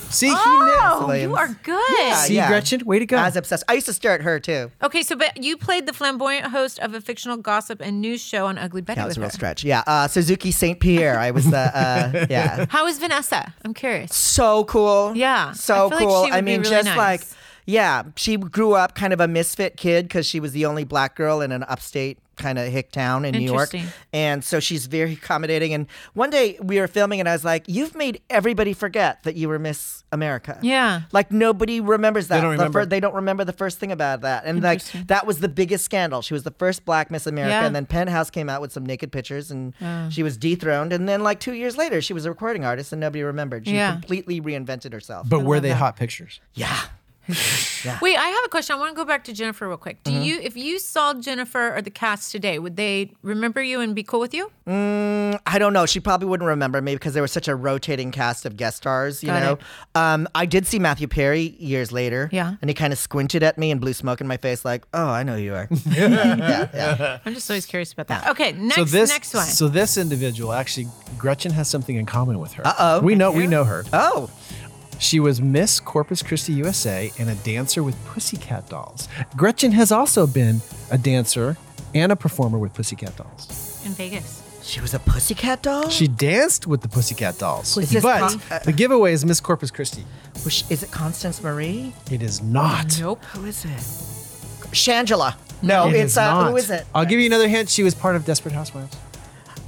[SPEAKER 1] See, he
[SPEAKER 2] Oh,
[SPEAKER 1] knew.
[SPEAKER 2] you are good.
[SPEAKER 1] See,
[SPEAKER 3] yeah.
[SPEAKER 1] Gretchen, way to go.
[SPEAKER 3] I was obsessed. I used to stare at her too.
[SPEAKER 2] Okay, so but you played the flamboyant host of a fictional gossip and news show on Ugly Betty
[SPEAKER 3] That
[SPEAKER 2] with
[SPEAKER 3] was a real
[SPEAKER 2] her.
[SPEAKER 3] stretch. Yeah. Uh, Suzuki St. Pierre. I was the, uh, yeah.
[SPEAKER 2] How is Vanessa? I'm curious.
[SPEAKER 3] So cool.
[SPEAKER 2] Yeah.
[SPEAKER 3] So
[SPEAKER 2] I feel like
[SPEAKER 3] cool.
[SPEAKER 2] she would
[SPEAKER 3] I
[SPEAKER 2] be
[SPEAKER 3] mean,
[SPEAKER 2] really
[SPEAKER 3] just
[SPEAKER 2] nice.
[SPEAKER 3] like, yeah, she grew up kind of a misfit kid because she was the only black girl in an upstate kind of hick town in New York.
[SPEAKER 2] Interesting.
[SPEAKER 3] And so she's very accommodating. And one day we were filming, and I was like, "You've made everybody forget that you were Miss America."
[SPEAKER 2] Yeah.
[SPEAKER 3] Like nobody remembers that.
[SPEAKER 1] don't
[SPEAKER 3] The
[SPEAKER 1] remember.
[SPEAKER 3] fir- they don't remember the first thing about that. And like
[SPEAKER 2] Interesting.
[SPEAKER 3] that was the biggest scandal. She was the first black Miss America.
[SPEAKER 2] Yeah.
[SPEAKER 3] And then Penthouse came out with some naked pictures and she was dethroned. And then like two years later, she was a recording artist and nobody remembered. She
[SPEAKER 2] Yeah.
[SPEAKER 3] completely reinvented herself.
[SPEAKER 1] But were they hot pictures?
[SPEAKER 3] yeah.
[SPEAKER 2] Wait, I have a question. I want to go back to Jennifer real quick. Do you, if you saw Jennifer or the cast today, would they remember you and be cool with you?
[SPEAKER 3] I don't know. She probably wouldn't remember me because there was such a rotating cast of guest stars, you
[SPEAKER 2] Got
[SPEAKER 3] know. Um, I did see Matthew Perry years later.
[SPEAKER 2] Yeah.
[SPEAKER 3] And he kind of squinted at me and blew smoke in my face, like, oh, I know who you are. yeah, yeah.
[SPEAKER 2] I'm just always curious about that. Okay, next,
[SPEAKER 1] so this
[SPEAKER 2] next one.
[SPEAKER 1] so this individual actually Gretchen has something in common with her.
[SPEAKER 3] Uh-oh.
[SPEAKER 1] We know we know her.
[SPEAKER 3] Oh,
[SPEAKER 1] She was Miss Corpus Christi USA and a dancer with Pussycat Dolls. Gretchen has also been a dancer and a performer with Pussycat Dolls.
[SPEAKER 2] in Vegas.
[SPEAKER 3] she was a pussycat doll?
[SPEAKER 1] She danced with the Pussycat Dolls.
[SPEAKER 3] Is this
[SPEAKER 1] but
[SPEAKER 3] con-
[SPEAKER 1] the giveaway is Miss Corpus Christi.
[SPEAKER 3] Was she- is it Constance Marie?
[SPEAKER 1] It is not.
[SPEAKER 2] Nope.
[SPEAKER 3] Who is it? Shangela. No,
[SPEAKER 1] It
[SPEAKER 3] it's
[SPEAKER 1] is
[SPEAKER 3] uh,
[SPEAKER 1] not.
[SPEAKER 3] who is it?
[SPEAKER 1] I'll give you another hint. She was part of Desperate Housewives.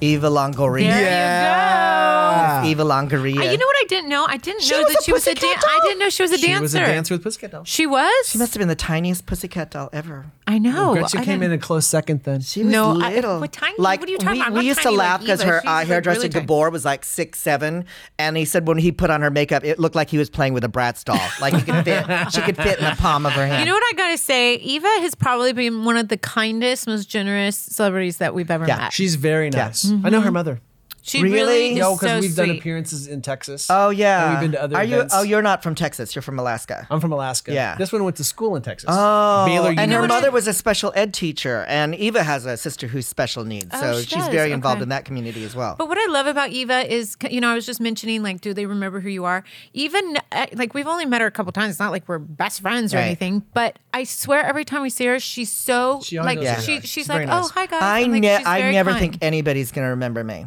[SPEAKER 3] Eva Longoria.
[SPEAKER 2] There you
[SPEAKER 1] Yeah.
[SPEAKER 3] Eva Longoria.
[SPEAKER 2] go. Uh, You know what I didn't know? I didn't
[SPEAKER 3] She
[SPEAKER 2] know
[SPEAKER 3] was
[SPEAKER 2] that
[SPEAKER 3] a
[SPEAKER 2] she was a
[SPEAKER 3] pussycat
[SPEAKER 2] dancer. I
[SPEAKER 3] doll.
[SPEAKER 2] didn't know she was a
[SPEAKER 1] She
[SPEAKER 2] dancer.
[SPEAKER 1] was a dancer with Pussycat Dolls.
[SPEAKER 2] She was.
[SPEAKER 3] she must have been the tiniest pussycat doll ever.
[SPEAKER 2] I know.
[SPEAKER 1] Gretchen
[SPEAKER 2] Oh, I
[SPEAKER 1] came in
[SPEAKER 2] didn't-
[SPEAKER 1] a close second then.
[SPEAKER 3] She was
[SPEAKER 2] No, I-
[SPEAKER 3] little.
[SPEAKER 2] what tiny-
[SPEAKER 3] Like,
[SPEAKER 2] what are you talking
[SPEAKER 3] we,
[SPEAKER 2] about? I'm
[SPEAKER 3] We
[SPEAKER 2] not
[SPEAKER 3] used
[SPEAKER 2] tiny
[SPEAKER 3] to
[SPEAKER 2] like
[SPEAKER 3] laugh because
[SPEAKER 2] Eva.
[SPEAKER 3] her
[SPEAKER 2] She's,
[SPEAKER 3] uh,
[SPEAKER 2] like,
[SPEAKER 3] hairdresser
[SPEAKER 2] really tiny.
[SPEAKER 3] Gabor was like six seven, and he said when he put on her makeup, it looked like he was playing with a Bratz doll. Like he could fit, she could fit in the palm of her hand.
[SPEAKER 2] You know what I gotta say? Eva has probably been one of the kindest, most generous celebrities that we've ever
[SPEAKER 3] Yeah,
[SPEAKER 2] met.
[SPEAKER 1] She's very nice. I know her mother.
[SPEAKER 2] She really,
[SPEAKER 3] Really?
[SPEAKER 2] is
[SPEAKER 1] No,
[SPEAKER 2] so
[SPEAKER 1] because we've
[SPEAKER 2] sweet.
[SPEAKER 1] done appearances in Texas.
[SPEAKER 3] oh yeah,
[SPEAKER 1] And we've been to other
[SPEAKER 3] Are
[SPEAKER 1] events.
[SPEAKER 3] you? Oh, you're not from Texas. You're from Alaska.
[SPEAKER 1] I'm from Alaska.
[SPEAKER 3] Yeah.
[SPEAKER 1] This one went to school in Texas. Oh, Baylor
[SPEAKER 3] and
[SPEAKER 1] University.
[SPEAKER 3] her
[SPEAKER 2] what I-
[SPEAKER 3] mother was a special ed teacher, and Eva has a sister who's special needs, so
[SPEAKER 2] Oh, she
[SPEAKER 3] she's
[SPEAKER 2] does.
[SPEAKER 3] very involved
[SPEAKER 2] Okay.
[SPEAKER 3] in that community as well.
[SPEAKER 2] But what I love about Eva is, you know, I was just mentioning, like, do they remember who you are? Even, uh, like, we've only met her a couple times. It's not like we're best friends or
[SPEAKER 3] Right.
[SPEAKER 2] anything, but I swear every time we see her, she's so,
[SPEAKER 1] She always
[SPEAKER 2] like,
[SPEAKER 1] knows who
[SPEAKER 2] she,
[SPEAKER 1] you are.
[SPEAKER 2] she's,
[SPEAKER 1] She's
[SPEAKER 2] like,
[SPEAKER 1] very nice.
[SPEAKER 2] oh, hi, guys.
[SPEAKER 3] I
[SPEAKER 2] I'm like,
[SPEAKER 3] ne-
[SPEAKER 2] she's
[SPEAKER 3] I
[SPEAKER 2] very
[SPEAKER 3] never
[SPEAKER 2] kind.
[SPEAKER 3] think anybody's gonna remember me.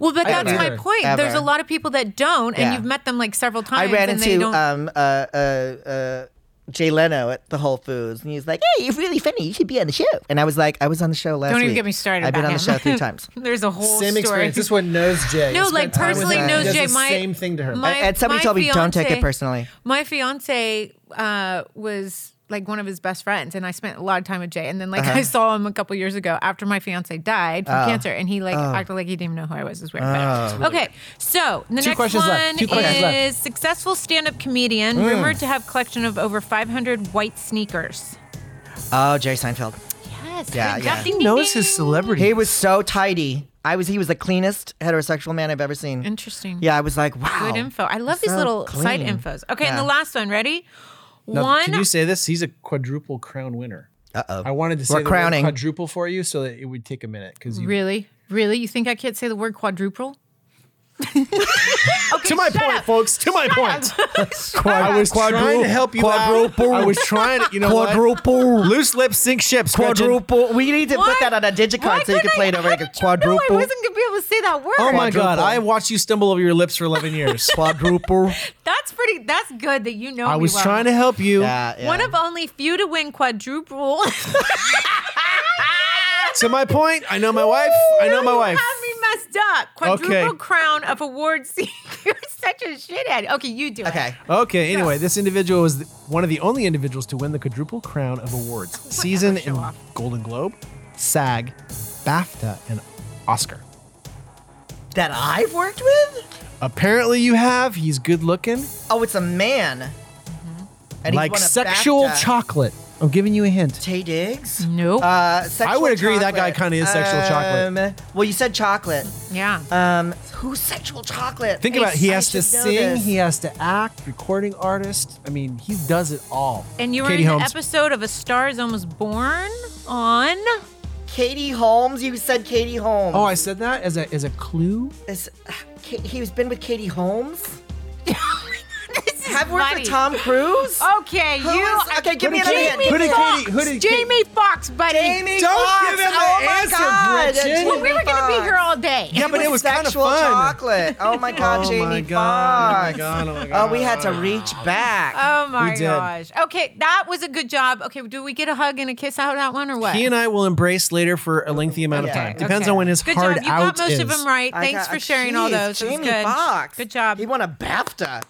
[SPEAKER 2] Well, but
[SPEAKER 1] Ever.
[SPEAKER 2] that's my point.
[SPEAKER 3] Ever.
[SPEAKER 2] There's a lot of people that don't, and
[SPEAKER 3] Yeah.
[SPEAKER 2] you've met them, like, several
[SPEAKER 3] I
[SPEAKER 2] times.
[SPEAKER 3] ran
[SPEAKER 2] and they
[SPEAKER 3] into
[SPEAKER 2] don't,
[SPEAKER 3] um uh uh uh Jay Leno at the Whole Foods, and he's like, "Hey, you're really funny. You should be on the show." And I was like, "I was on the show last
[SPEAKER 2] don't even
[SPEAKER 3] week.
[SPEAKER 2] get me started.
[SPEAKER 3] I've been
[SPEAKER 2] about
[SPEAKER 3] on the
[SPEAKER 2] him.
[SPEAKER 3] show three times."
[SPEAKER 2] There's a whole
[SPEAKER 1] Same
[SPEAKER 2] story.
[SPEAKER 1] experience. This one knows Jay.
[SPEAKER 2] No,
[SPEAKER 1] Spent
[SPEAKER 2] like,
[SPEAKER 1] time with
[SPEAKER 2] personally
[SPEAKER 1] her.
[SPEAKER 2] knows
[SPEAKER 1] Does
[SPEAKER 2] Jay.
[SPEAKER 1] The
[SPEAKER 2] My-
[SPEAKER 1] same thing to her.
[SPEAKER 2] my-
[SPEAKER 3] And somebody
[SPEAKER 2] my
[SPEAKER 3] told me, "Don't take it
[SPEAKER 2] fiance-
[SPEAKER 3] personally."
[SPEAKER 2] my fiance uh, was like one of his best friends, and I spent a lot of time with Jay. And then like
[SPEAKER 3] Uh-huh.
[SPEAKER 2] I saw him a couple years ago after my fiance died from
[SPEAKER 3] Oh.
[SPEAKER 2] cancer, and he like acted like he didn't even know who I was. It was weird. But- Okay, so the next
[SPEAKER 1] questions
[SPEAKER 2] one
[SPEAKER 1] left. Two questions
[SPEAKER 2] is
[SPEAKER 1] left.
[SPEAKER 2] successful stand-up
[SPEAKER 3] Mm.
[SPEAKER 2] comedian rumored to have collection of over 500 white sneakers.
[SPEAKER 3] Oh, Jerry Seinfeld.
[SPEAKER 2] Yes.
[SPEAKER 3] Yeah,
[SPEAKER 2] good
[SPEAKER 3] yeah.
[SPEAKER 2] job.
[SPEAKER 3] He
[SPEAKER 2] Ding, ding, ding.
[SPEAKER 1] celebrity.
[SPEAKER 3] He was so tidy. I was. He was the cleanest heterosexual man I've ever seen.
[SPEAKER 2] Interesting.
[SPEAKER 3] Yeah, I was like, wow.
[SPEAKER 2] Good info. I love these
[SPEAKER 3] So
[SPEAKER 2] little side
[SPEAKER 3] clean.
[SPEAKER 2] infos. Okay, and
[SPEAKER 3] Yeah.
[SPEAKER 2] the last one. Ready?
[SPEAKER 1] Now,
[SPEAKER 2] one.
[SPEAKER 1] Can you say this? He's a quadruple crown winner.
[SPEAKER 3] Uh oh.
[SPEAKER 1] I wanted to say
[SPEAKER 3] We're
[SPEAKER 1] the word
[SPEAKER 3] crowning.
[SPEAKER 1] quadruple for you so that it would take a minute because you.
[SPEAKER 2] really, really, you think I can't say the word quadruple?
[SPEAKER 1] to my point, folks. To my point. I was trying to help you
[SPEAKER 3] Quadruple.
[SPEAKER 1] out. I was trying to, you know what?
[SPEAKER 3] Quadruple.
[SPEAKER 1] Loose lips sink ships. Gretchen.
[SPEAKER 3] Quadruple. We need to
[SPEAKER 2] What?
[SPEAKER 3] put that on a
[SPEAKER 2] Why
[SPEAKER 3] digicard so you can
[SPEAKER 2] couldn't
[SPEAKER 3] play
[SPEAKER 2] I-
[SPEAKER 3] it over.
[SPEAKER 2] how
[SPEAKER 3] again.
[SPEAKER 2] did you know I
[SPEAKER 3] Quadruple.
[SPEAKER 2] wasn't gonna be able to say that word.
[SPEAKER 1] Oh my God!
[SPEAKER 3] Quadruple.
[SPEAKER 1] I watched you stumble over your lips for 11 years.
[SPEAKER 3] Quadruple.
[SPEAKER 2] That's pretty. That's good that you know.
[SPEAKER 1] I
[SPEAKER 2] me
[SPEAKER 1] was
[SPEAKER 2] well.
[SPEAKER 1] trying to help you.
[SPEAKER 3] Yeah, yeah.
[SPEAKER 2] One of only few to win quadruple.
[SPEAKER 1] To my point, I know my wife. I know my wife.
[SPEAKER 2] You had me messed up. Quadruple
[SPEAKER 1] Okay.
[SPEAKER 2] crown of award seeker. You're such a shithead. Okay, you do it.
[SPEAKER 3] okay.
[SPEAKER 1] Okay, anyway, this individual was th- one of the only individuals to win the quadruple crown of awards season in
[SPEAKER 2] show off.
[SPEAKER 1] Golden Globe, SAG, BAFTA, and Oscar.
[SPEAKER 3] That I've worked with.
[SPEAKER 1] Apparently, you have. He's good looking,
[SPEAKER 3] Oh, it's a man. And he's
[SPEAKER 1] like
[SPEAKER 3] won a
[SPEAKER 1] sexual
[SPEAKER 3] BAFTA.
[SPEAKER 1] chocolate. I'm giving you a hint.
[SPEAKER 3] Tay Diggs.
[SPEAKER 2] Nope.
[SPEAKER 3] Uh,
[SPEAKER 1] I
[SPEAKER 3] sexual
[SPEAKER 1] would agree that guy
[SPEAKER 3] chocolate.
[SPEAKER 1] kinda is sexual chocolate.
[SPEAKER 3] Um, Well, you said chocolate.
[SPEAKER 2] yeah.
[SPEAKER 3] Um, who's sexual chocolate?
[SPEAKER 1] Think
[SPEAKER 3] I-
[SPEAKER 1] about it. He
[SPEAKER 3] I
[SPEAKER 1] has to
[SPEAKER 3] should know
[SPEAKER 1] sing,
[SPEAKER 3] this.
[SPEAKER 1] he has to act, recording artist. I mean, he does it all.
[SPEAKER 2] and you were
[SPEAKER 1] Katie
[SPEAKER 2] in
[SPEAKER 1] Holmes.
[SPEAKER 2] an episode of A Star Is Almost Born on.
[SPEAKER 3] Katie Holmes. You said Katie Holmes.
[SPEAKER 1] Oh, I said that as a as a clue.
[SPEAKER 3] Is- Ka- he's been with Katie Holmes.
[SPEAKER 2] This is
[SPEAKER 3] I've worked
[SPEAKER 2] funny.
[SPEAKER 3] with Tom Cruise.
[SPEAKER 2] Oh, Okay,
[SPEAKER 3] Who
[SPEAKER 2] you.
[SPEAKER 3] is-
[SPEAKER 2] are-
[SPEAKER 3] okay, give me another
[SPEAKER 2] Jamie
[SPEAKER 3] hint.
[SPEAKER 1] Who did
[SPEAKER 2] Fox.
[SPEAKER 1] Katie- who did Katie-
[SPEAKER 2] Jamie Fox, buddy.
[SPEAKER 3] Jamie
[SPEAKER 1] Don't
[SPEAKER 3] Fox.
[SPEAKER 1] give him
[SPEAKER 3] oh
[SPEAKER 1] the
[SPEAKER 3] my
[SPEAKER 1] answer,
[SPEAKER 3] God,
[SPEAKER 1] Brooke.
[SPEAKER 3] Jamie
[SPEAKER 2] Well, we were going to be
[SPEAKER 3] Fox.
[SPEAKER 2] here all day.
[SPEAKER 1] Yeah, but it was kinda
[SPEAKER 3] sexual
[SPEAKER 1] fun.
[SPEAKER 3] chocolate. Oh my God,
[SPEAKER 1] Oh
[SPEAKER 3] Jamie
[SPEAKER 1] my
[SPEAKER 3] Fox.
[SPEAKER 1] God, oh my God, oh my
[SPEAKER 3] Oh, we had to reach back.
[SPEAKER 2] Oh my
[SPEAKER 1] did.
[SPEAKER 2] gosh. Okay, that was a good job. Okay, do we get a hug and a kiss out of that one or what?
[SPEAKER 1] He and I will embrace later for a lengthy amount of
[SPEAKER 3] Okay,
[SPEAKER 1] time. Depends
[SPEAKER 2] Okay.
[SPEAKER 1] on when his
[SPEAKER 2] good
[SPEAKER 1] hard
[SPEAKER 2] job. You
[SPEAKER 1] out
[SPEAKER 2] got most
[SPEAKER 1] is.
[SPEAKER 2] of them right.
[SPEAKER 3] I
[SPEAKER 2] Thanks
[SPEAKER 3] got-
[SPEAKER 2] for sharing all
[SPEAKER 3] Jeez,
[SPEAKER 2] those. It was
[SPEAKER 3] Jamie
[SPEAKER 2] good.
[SPEAKER 3] Fox.
[SPEAKER 2] Good job.
[SPEAKER 3] He won a BAFTA.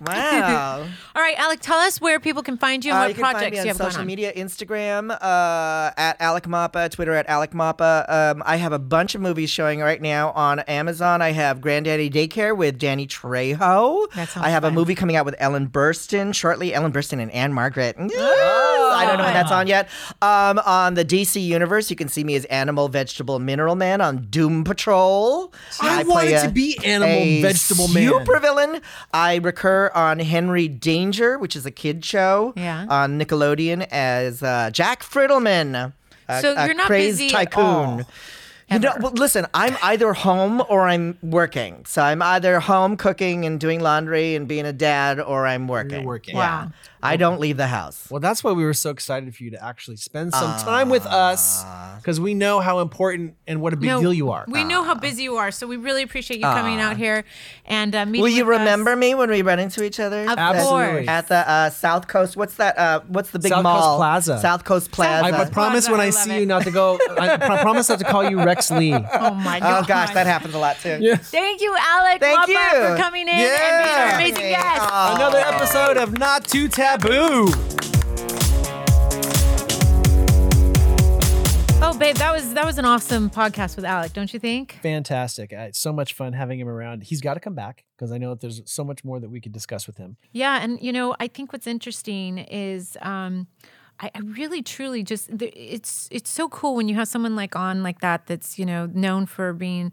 [SPEAKER 3] Wow.
[SPEAKER 2] all right, Alec, tell us where people can find you and
[SPEAKER 3] Uh,
[SPEAKER 2] what
[SPEAKER 3] you can
[SPEAKER 2] projects
[SPEAKER 3] find me on
[SPEAKER 2] you have
[SPEAKER 3] social
[SPEAKER 2] going on.
[SPEAKER 3] media, Instagram uh, at Alec Mappa, Twitter at Alec Mappa. Um, I have a bunch of movies showing right now on Amazon. I have Granddaddy Daycare with Danny Trejo.
[SPEAKER 2] That sounds
[SPEAKER 3] I have a
[SPEAKER 2] fun.
[SPEAKER 3] movie coming out with Ellen Burstyn shortly. Ellen Burstyn and Anne Margaret.
[SPEAKER 2] Oh,
[SPEAKER 3] I don't know when that's on yet. Um, on the DC Universe, you can see me as Animal, Vegetable, Mineral Man on Doom Patrol.
[SPEAKER 1] I
[SPEAKER 3] play
[SPEAKER 1] wanted
[SPEAKER 3] a-
[SPEAKER 1] to be Animal,
[SPEAKER 3] a
[SPEAKER 1] Vegetable Man.
[SPEAKER 3] supervillain. I recur on Henry Danger, which is a kid show
[SPEAKER 2] Yeah.
[SPEAKER 3] on Nickelodeon as uh, Jack Friedleman. a-
[SPEAKER 2] So
[SPEAKER 3] a
[SPEAKER 2] you're not
[SPEAKER 3] crazed
[SPEAKER 2] busy at
[SPEAKER 3] tycoon.
[SPEAKER 2] all,
[SPEAKER 3] You know,
[SPEAKER 2] ever.
[SPEAKER 3] well, listen, I'm either home or I'm working. So I'm either home cooking and doing laundry and being a dad, or I'm working.
[SPEAKER 1] working.
[SPEAKER 3] Yeah.
[SPEAKER 2] Wow.
[SPEAKER 3] I don't leave the house.
[SPEAKER 1] Well, that's why we were so excited for you to actually spend some time with us because we know how important and what a big
[SPEAKER 2] No,
[SPEAKER 1] deal you are.
[SPEAKER 2] We know
[SPEAKER 3] Uh,
[SPEAKER 2] how busy you are, so we really appreciate you coming out here and uh, meeting.
[SPEAKER 3] Will you
[SPEAKER 2] with us.
[SPEAKER 3] remember me when we run into each other?
[SPEAKER 2] Of
[SPEAKER 1] Absolutely.
[SPEAKER 2] course.
[SPEAKER 3] At the uh, South Coast, what's that? Uh, what's the big
[SPEAKER 1] South Coast
[SPEAKER 3] mall?
[SPEAKER 1] Plaza.
[SPEAKER 3] South Coast Plaza.
[SPEAKER 1] I
[SPEAKER 2] Plaza.
[SPEAKER 1] but promise when I,
[SPEAKER 2] I love
[SPEAKER 1] see
[SPEAKER 2] it.
[SPEAKER 1] you not to go. I pro- promise not to call you Rex Lee.
[SPEAKER 2] Oh my
[SPEAKER 3] Oh
[SPEAKER 2] gosh.
[SPEAKER 3] gosh, that happens a lot too.
[SPEAKER 2] Thank you, Alec.
[SPEAKER 3] Thank
[SPEAKER 2] Wapa,
[SPEAKER 3] you.
[SPEAKER 2] for
[SPEAKER 3] uh,
[SPEAKER 2] coming in
[SPEAKER 1] Yeah.
[SPEAKER 2] and being our amazing
[SPEAKER 3] Thank
[SPEAKER 2] guest.
[SPEAKER 3] you. Aw.
[SPEAKER 1] Another episode of Not Too Taboo.
[SPEAKER 2] Oh, babe, that was that was an awesome podcast with Alec, don't you think?
[SPEAKER 1] Fantastic. Uh, it's so much fun having him around. He's got to come back because I know that there's so much more that we could discuss with him.
[SPEAKER 2] Yeah, and you know, I think what's interesting is um, I, I really truly just the- it's it's so cool when you have someone like on like that that's you know known for being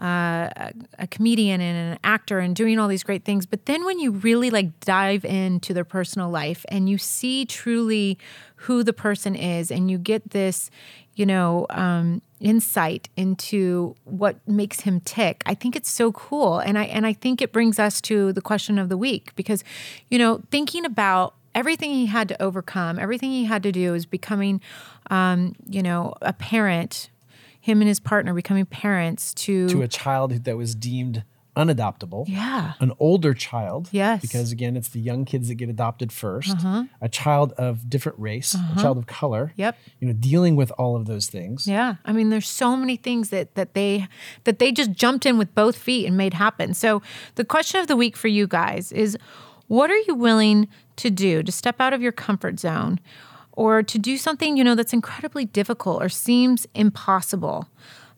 [SPEAKER 2] uh, a, a comedian and an actor and doing all these great things, but then when you really like dive into their personal life and you see truly who the person is, and you get this, you know. Um, insight into what makes him tick. I think it's so cool and I and I think it brings us to the question of the week because you know thinking about everything he had to overcome, everything he had to do is becoming um, you know a parent, him and his partner becoming parents to,
[SPEAKER 1] To a child who- that was deemed unadoptable.
[SPEAKER 2] Mm-hmm. yeah.
[SPEAKER 1] an older child.
[SPEAKER 2] Yes. Uh-huh.
[SPEAKER 1] Because again, it's the young kids that get adopted 1st A child of different race, a child of color.
[SPEAKER 2] Yep.
[SPEAKER 1] You know, dealing with all of those things.
[SPEAKER 2] Yeah, I mean, there's so many things that that they that they just jumped in with both feet and made happen. So the question of the week for you guys is, what are you willing to do to step out of your comfort zone, or to do something you know that's incredibly difficult or seems impossible,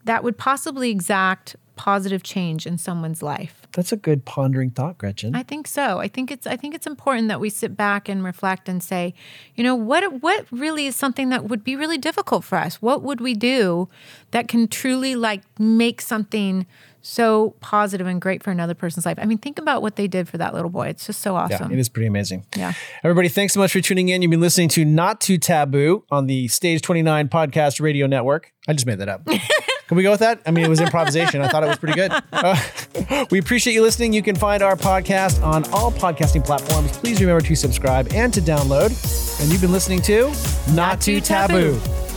[SPEAKER 2] that would possibly exact positive change in someone's life.
[SPEAKER 1] That's a good pondering thought, Gretchen.
[SPEAKER 2] I think so. I think it's I think it's important that we sit back and reflect and say, you know, what what really is something that would be really difficult for us? What would we do that can truly like make something so positive and great for another person's life? I mean, think about what they did for that little boy. It's just so
[SPEAKER 1] yeah,
[SPEAKER 2] awesome.
[SPEAKER 1] it is pretty amazing.
[SPEAKER 2] Yeah.
[SPEAKER 1] Everybody, thanks so much for tuning in. You've been listening to Not Too Taboo on the Stage 29 Podcast Radio Network. I just made that up. Can we go with that? I mean, it was improvisation. I thought it was pretty good. Uh, we appreciate you listening. You can find our podcast on all podcasting platforms. Please remember to subscribe and to download. And you've been listening to Not, Too,
[SPEAKER 2] Too Taboo.
[SPEAKER 1] Taboo.